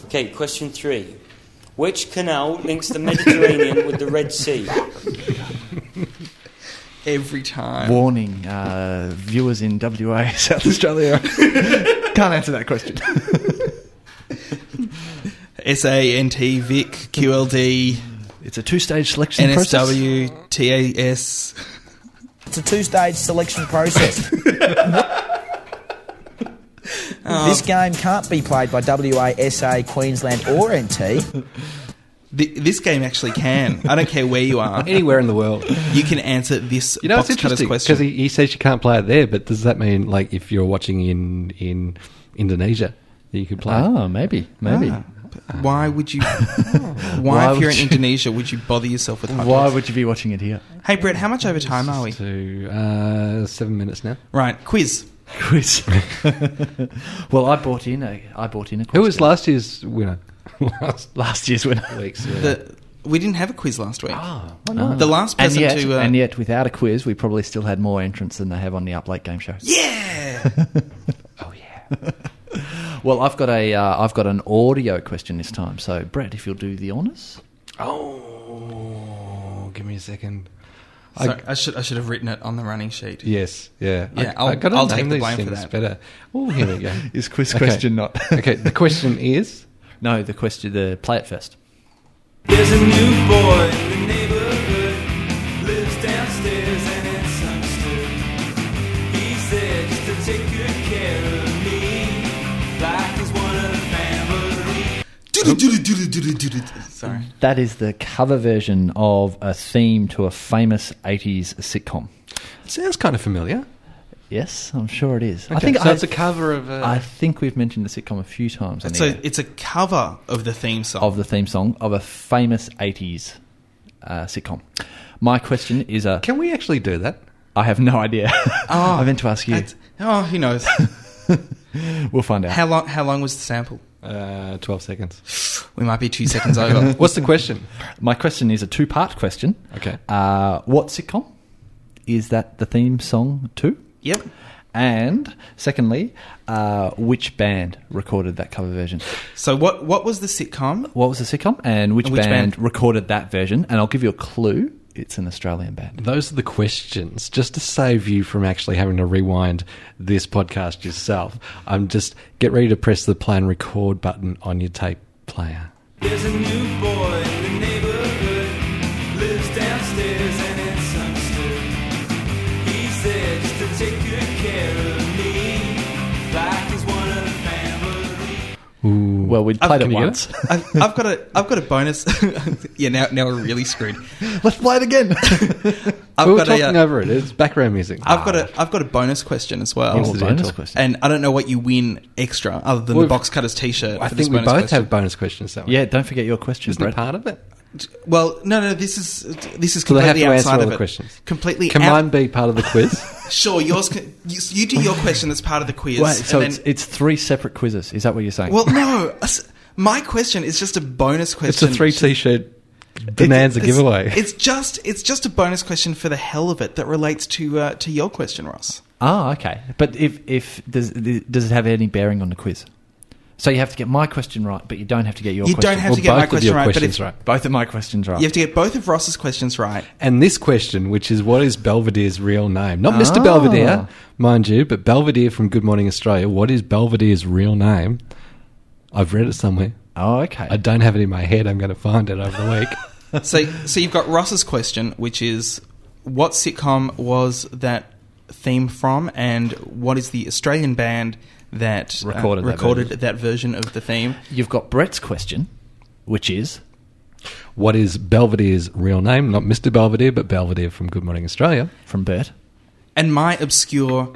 Speaker 18: Okay, question three. Which canal links the Mediterranean with the Red Sea?
Speaker 1: Every time.
Speaker 2: Warning, uh, viewers in WA, *laughs* South Australia, can't answer that question.
Speaker 1: S A N T Vic QLD
Speaker 2: It's a two-stage selection process.
Speaker 1: NSW TAS.
Speaker 5: It's a two stage selection process. *laughs* This game can't be played by WASA, Queensland, or NT.
Speaker 1: Th- This game actually can. I don't care where you
Speaker 3: *laughs*
Speaker 1: are.
Speaker 3: anywhere in the world.
Speaker 1: You can answer this
Speaker 3: You know,
Speaker 1: box
Speaker 3: it's
Speaker 1: cutter's
Speaker 3: interesting
Speaker 1: question.
Speaker 3: because he, he says you can't play it there, but does that mean like if you're watching in in Indonesia, that you could play? it?
Speaker 2: Oh, maybe, maybe.
Speaker 1: ah. Why would
Speaker 2: *laughs*
Speaker 1: you? Why,
Speaker 2: Why
Speaker 1: if you're in
Speaker 2: would you-
Speaker 1: Indonesia, would you bother yourself with hot
Speaker 2: Why
Speaker 1: dogs?
Speaker 2: would you be watching it here?
Speaker 1: Hey, Brett, how much over time are we?
Speaker 3: So uh, seven minutes now.
Speaker 1: Right, quiz.
Speaker 2: Quiz. *laughs* well, I bought in a. I bought in a. Quiz
Speaker 3: Who was
Speaker 2: game.
Speaker 3: last year's winner? *laughs* last
Speaker 2: last year's winner?
Speaker 3: week's winner.
Speaker 1: The, we didn't have a quiz last week.
Speaker 2: Ah,
Speaker 1: The last
Speaker 2: *laughs* and
Speaker 1: person
Speaker 2: yet,
Speaker 1: to. Uh,
Speaker 2: and yet, without a quiz, we probably still had more entrants than they have on the Up Late Game Show.
Speaker 1: Yeah!
Speaker 2: *laughs* Oh yeah. well, I've got a uh, I've got an audio question this time. So, Brett, if you'll do the honors.
Speaker 3: oh, give me a second.
Speaker 1: Sorry, I, should, I should have written it on the running sheet.
Speaker 3: Yes, yeah,
Speaker 1: Yeah,
Speaker 3: I,
Speaker 1: I'll-
Speaker 3: I gotta
Speaker 1: I'll
Speaker 3: name
Speaker 1: take the
Speaker 3: these
Speaker 1: blame for
Speaker 3: things
Speaker 1: that.
Speaker 3: Better. Oh, here we go.
Speaker 2: Is quiz
Speaker 3: Okay.
Speaker 2: question not-
Speaker 3: okay, the question is.
Speaker 2: No, the question the play it first.
Speaker 8: There's a new boy in the neighborhood, lives downstairs and it's understood. He's there just to take good care of me, like he's one of the family.
Speaker 1: Sorry.
Speaker 2: That is the cover version of a theme to a famous '80s sitcom.
Speaker 3: It sounds kind of familiar.
Speaker 2: Yes, I'm sure it is. I
Speaker 3: Okay,
Speaker 2: think
Speaker 3: so
Speaker 2: I,
Speaker 3: it's a cover of. Uh,
Speaker 2: I think we've mentioned the sitcom a few times on
Speaker 1: It's
Speaker 2: the air,
Speaker 1: a, it's a cover of the theme song.
Speaker 2: of the theme song of a famous '80s uh, sitcom. My question is a.
Speaker 3: can we actually do that?
Speaker 2: I have no idea. *laughs*
Speaker 1: Oh,
Speaker 2: I meant to ask you.
Speaker 1: that's- Oh, who
Speaker 2: *laughs*
Speaker 1: knows?
Speaker 2: We'll find out.
Speaker 1: how, long, how long was the sample?
Speaker 3: Uh, Twelve seconds.
Speaker 1: We might be two
Speaker 2: *laughs*
Speaker 1: seconds over.
Speaker 3: What's the question?
Speaker 2: My question is a two-part question.
Speaker 3: Okay.
Speaker 2: Uh, what sitcom is that the theme song to?
Speaker 1: Yep.
Speaker 2: And secondly, uh, which band recorded that cover version?
Speaker 1: So, what, what was the sitcom?
Speaker 2: *laughs* What was the sitcom and which,
Speaker 1: And which
Speaker 2: band,
Speaker 1: band?
Speaker 2: recorded that version? And I'll give you a clue. it's an Australian band.
Speaker 3: Those are the questions. Just to save you from actually having to rewind this podcast yourself, I'm just get ready to press the play and record button on your tape player.
Speaker 8: There's a new boy in the neighborhood, lives downstairs and it's unstood. He says to take good care of me, like he's one of the family.
Speaker 2: Well, we played it once.
Speaker 1: I've, I've got a I've got a bonus. *laughs* yeah, now now we're really screwed.
Speaker 2: Let's play it
Speaker 3: *laughs*
Speaker 2: again.
Speaker 1: I've
Speaker 3: we were
Speaker 1: got a, uh,
Speaker 3: talking over it. It's background music.
Speaker 1: I've got a I've got a bonus question as well.
Speaker 3: Oh, Incidental. bonus question.
Speaker 1: And I don't know what you win extra other than
Speaker 3: We've-
Speaker 1: the box cutters T-shirt.
Speaker 3: I
Speaker 1: for this
Speaker 3: think we both
Speaker 1: bonus
Speaker 3: have bonus questions. Don't
Speaker 2: *laughs*
Speaker 3: we?
Speaker 2: yeah, don't forget your question,
Speaker 3: Isn't it
Speaker 2: Brett.
Speaker 3: part of it?
Speaker 1: question. Well, no, no, this is this is
Speaker 3: So they have
Speaker 1: completely
Speaker 3: to answer
Speaker 1: outside
Speaker 3: all
Speaker 1: of
Speaker 3: the
Speaker 1: it.
Speaker 3: questions.
Speaker 1: Completely.
Speaker 3: Can
Speaker 1: out-
Speaker 3: mine be part of the quiz?
Speaker 1: *laughs* Sure, yours. Can, you, you do your question as part of the quiz.
Speaker 2: Wait, so
Speaker 1: and
Speaker 2: it's,
Speaker 1: then,
Speaker 2: it's three separate quizzes. Is that what you're saying?
Speaker 1: well, no. s- My question is just a bonus
Speaker 3: it's
Speaker 1: question.
Speaker 3: a three T-shirt bonanza
Speaker 1: It's-
Speaker 3: giveaway.
Speaker 1: It's just it's just a bonus question for the hell of it that relates to uh, to your question, Ross.
Speaker 2: Ah, okay. But if if does does it have any bearing on the quiz? So you have to get my question right, but you don't have to get your.
Speaker 1: You don't
Speaker 2: question.
Speaker 1: have to Well, get my both of question your right, but questions
Speaker 3: if- right.
Speaker 2: both of my questions right.
Speaker 1: You have to get both of Ross's questions right.
Speaker 3: And this question, which is what is Belvedere's real name? Not Mr.
Speaker 2: Ah.
Speaker 3: Belvedere, mind you, but Belvedere from Good Morning Australia. What is Belvedere's real name? I've read it somewhere.
Speaker 2: oh, okay.
Speaker 3: I don't have it in my head. I'm going to find it over the week.
Speaker 1: so so you've got Ross's question, which is what sitcom was that theme from, and what is the Australian band that uh,
Speaker 2: Recorded that
Speaker 1: recorded that version of the theme?
Speaker 2: You've got Brett's question, which is
Speaker 3: what is Belvedere's real name? Not Mr. Belvedere, but Belvedere from Good Morning Australia.
Speaker 2: from Bert.
Speaker 1: And my obscure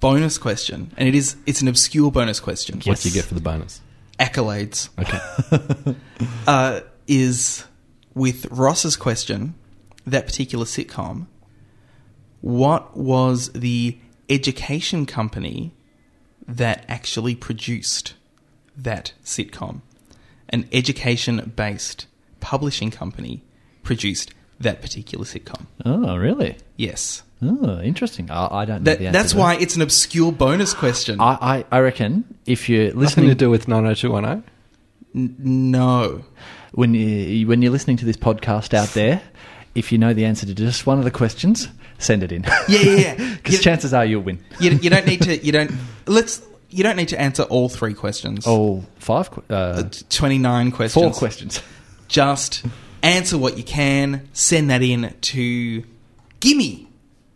Speaker 1: bonus question, and it is it's an obscure bonus question.
Speaker 3: What do you get for the bonus?
Speaker 1: accolades?
Speaker 3: Okay.
Speaker 1: uh, is with Ross's question, that particular sitcom, what was the education company that actually produced that sitcom? An education based publishing company produced that particular sitcom.
Speaker 2: Oh, really?
Speaker 1: Yes.
Speaker 2: Oh, interesting. I, I don't know
Speaker 1: That,
Speaker 2: the answer
Speaker 1: that's
Speaker 2: to that.
Speaker 1: why it's an obscure bonus question.
Speaker 2: I, I, I reckon if you're
Speaker 3: Nothing to
Speaker 2: listening
Speaker 3: do with 90210.
Speaker 1: N- no.
Speaker 2: when you, when you're listening to this podcast out there, if you know the answer to just one of the questions, send it in.
Speaker 1: Yeah, yeah,
Speaker 2: *laughs*
Speaker 1: yeah.
Speaker 2: Because
Speaker 1: You-
Speaker 2: chances are you'll win.
Speaker 1: You, you don't need to. You don't. Let's. You don't need to answer all three questions.
Speaker 2: All five, que- uh,
Speaker 1: twenty nine questions.
Speaker 2: Oh. four questions.
Speaker 1: just answer what you can. Send that in to gimme,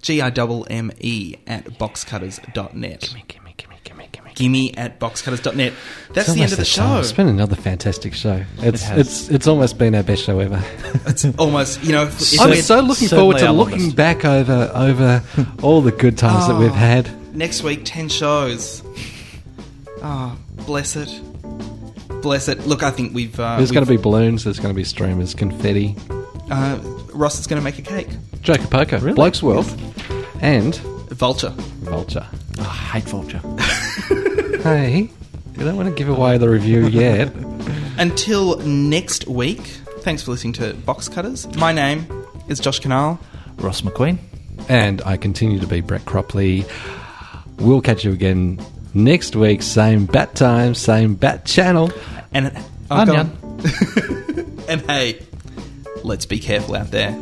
Speaker 1: G I double M E at boxcutters.net. Gimme, gimme, gimme, gimme, gimme. Gimme at boxcutters.net. That's the end of the show.
Speaker 3: It's been another fantastic show. It's,
Speaker 2: has.
Speaker 3: it's, it's almost been our best show ever.
Speaker 1: It's almost, you know, if, if
Speaker 3: I'm
Speaker 1: we had-
Speaker 3: so looking
Speaker 2: certainly
Speaker 3: forward to
Speaker 2: our
Speaker 3: looking
Speaker 2: longest.
Speaker 3: back over over all the good times that we've had.
Speaker 1: next week, 10 shows. Ah, bless it. Bless it. Look, I think we've. Uh,
Speaker 3: There's going to
Speaker 1: we've-
Speaker 3: be balloons. There's going to be streamers, confetti,
Speaker 1: Uh, Ross is going to make a cake.
Speaker 3: Joker Poker,
Speaker 2: Really?
Speaker 3: Bloke's World, and
Speaker 1: Vulture.
Speaker 3: Vulture.
Speaker 2: Oh, I hate Vulture.
Speaker 3: Hey, we don't want to give away the review yet.
Speaker 1: Until next week, thanks for listening to Box Cutters. My name is Josh Canal.
Speaker 2: Ross McQueen.
Speaker 3: and I continue to be Brett Cropley. We'll catch you again next week. Same bat time, same bat channel.
Speaker 1: And
Speaker 2: I'm
Speaker 1: *laughs* gone. and hey, let's be careful out there.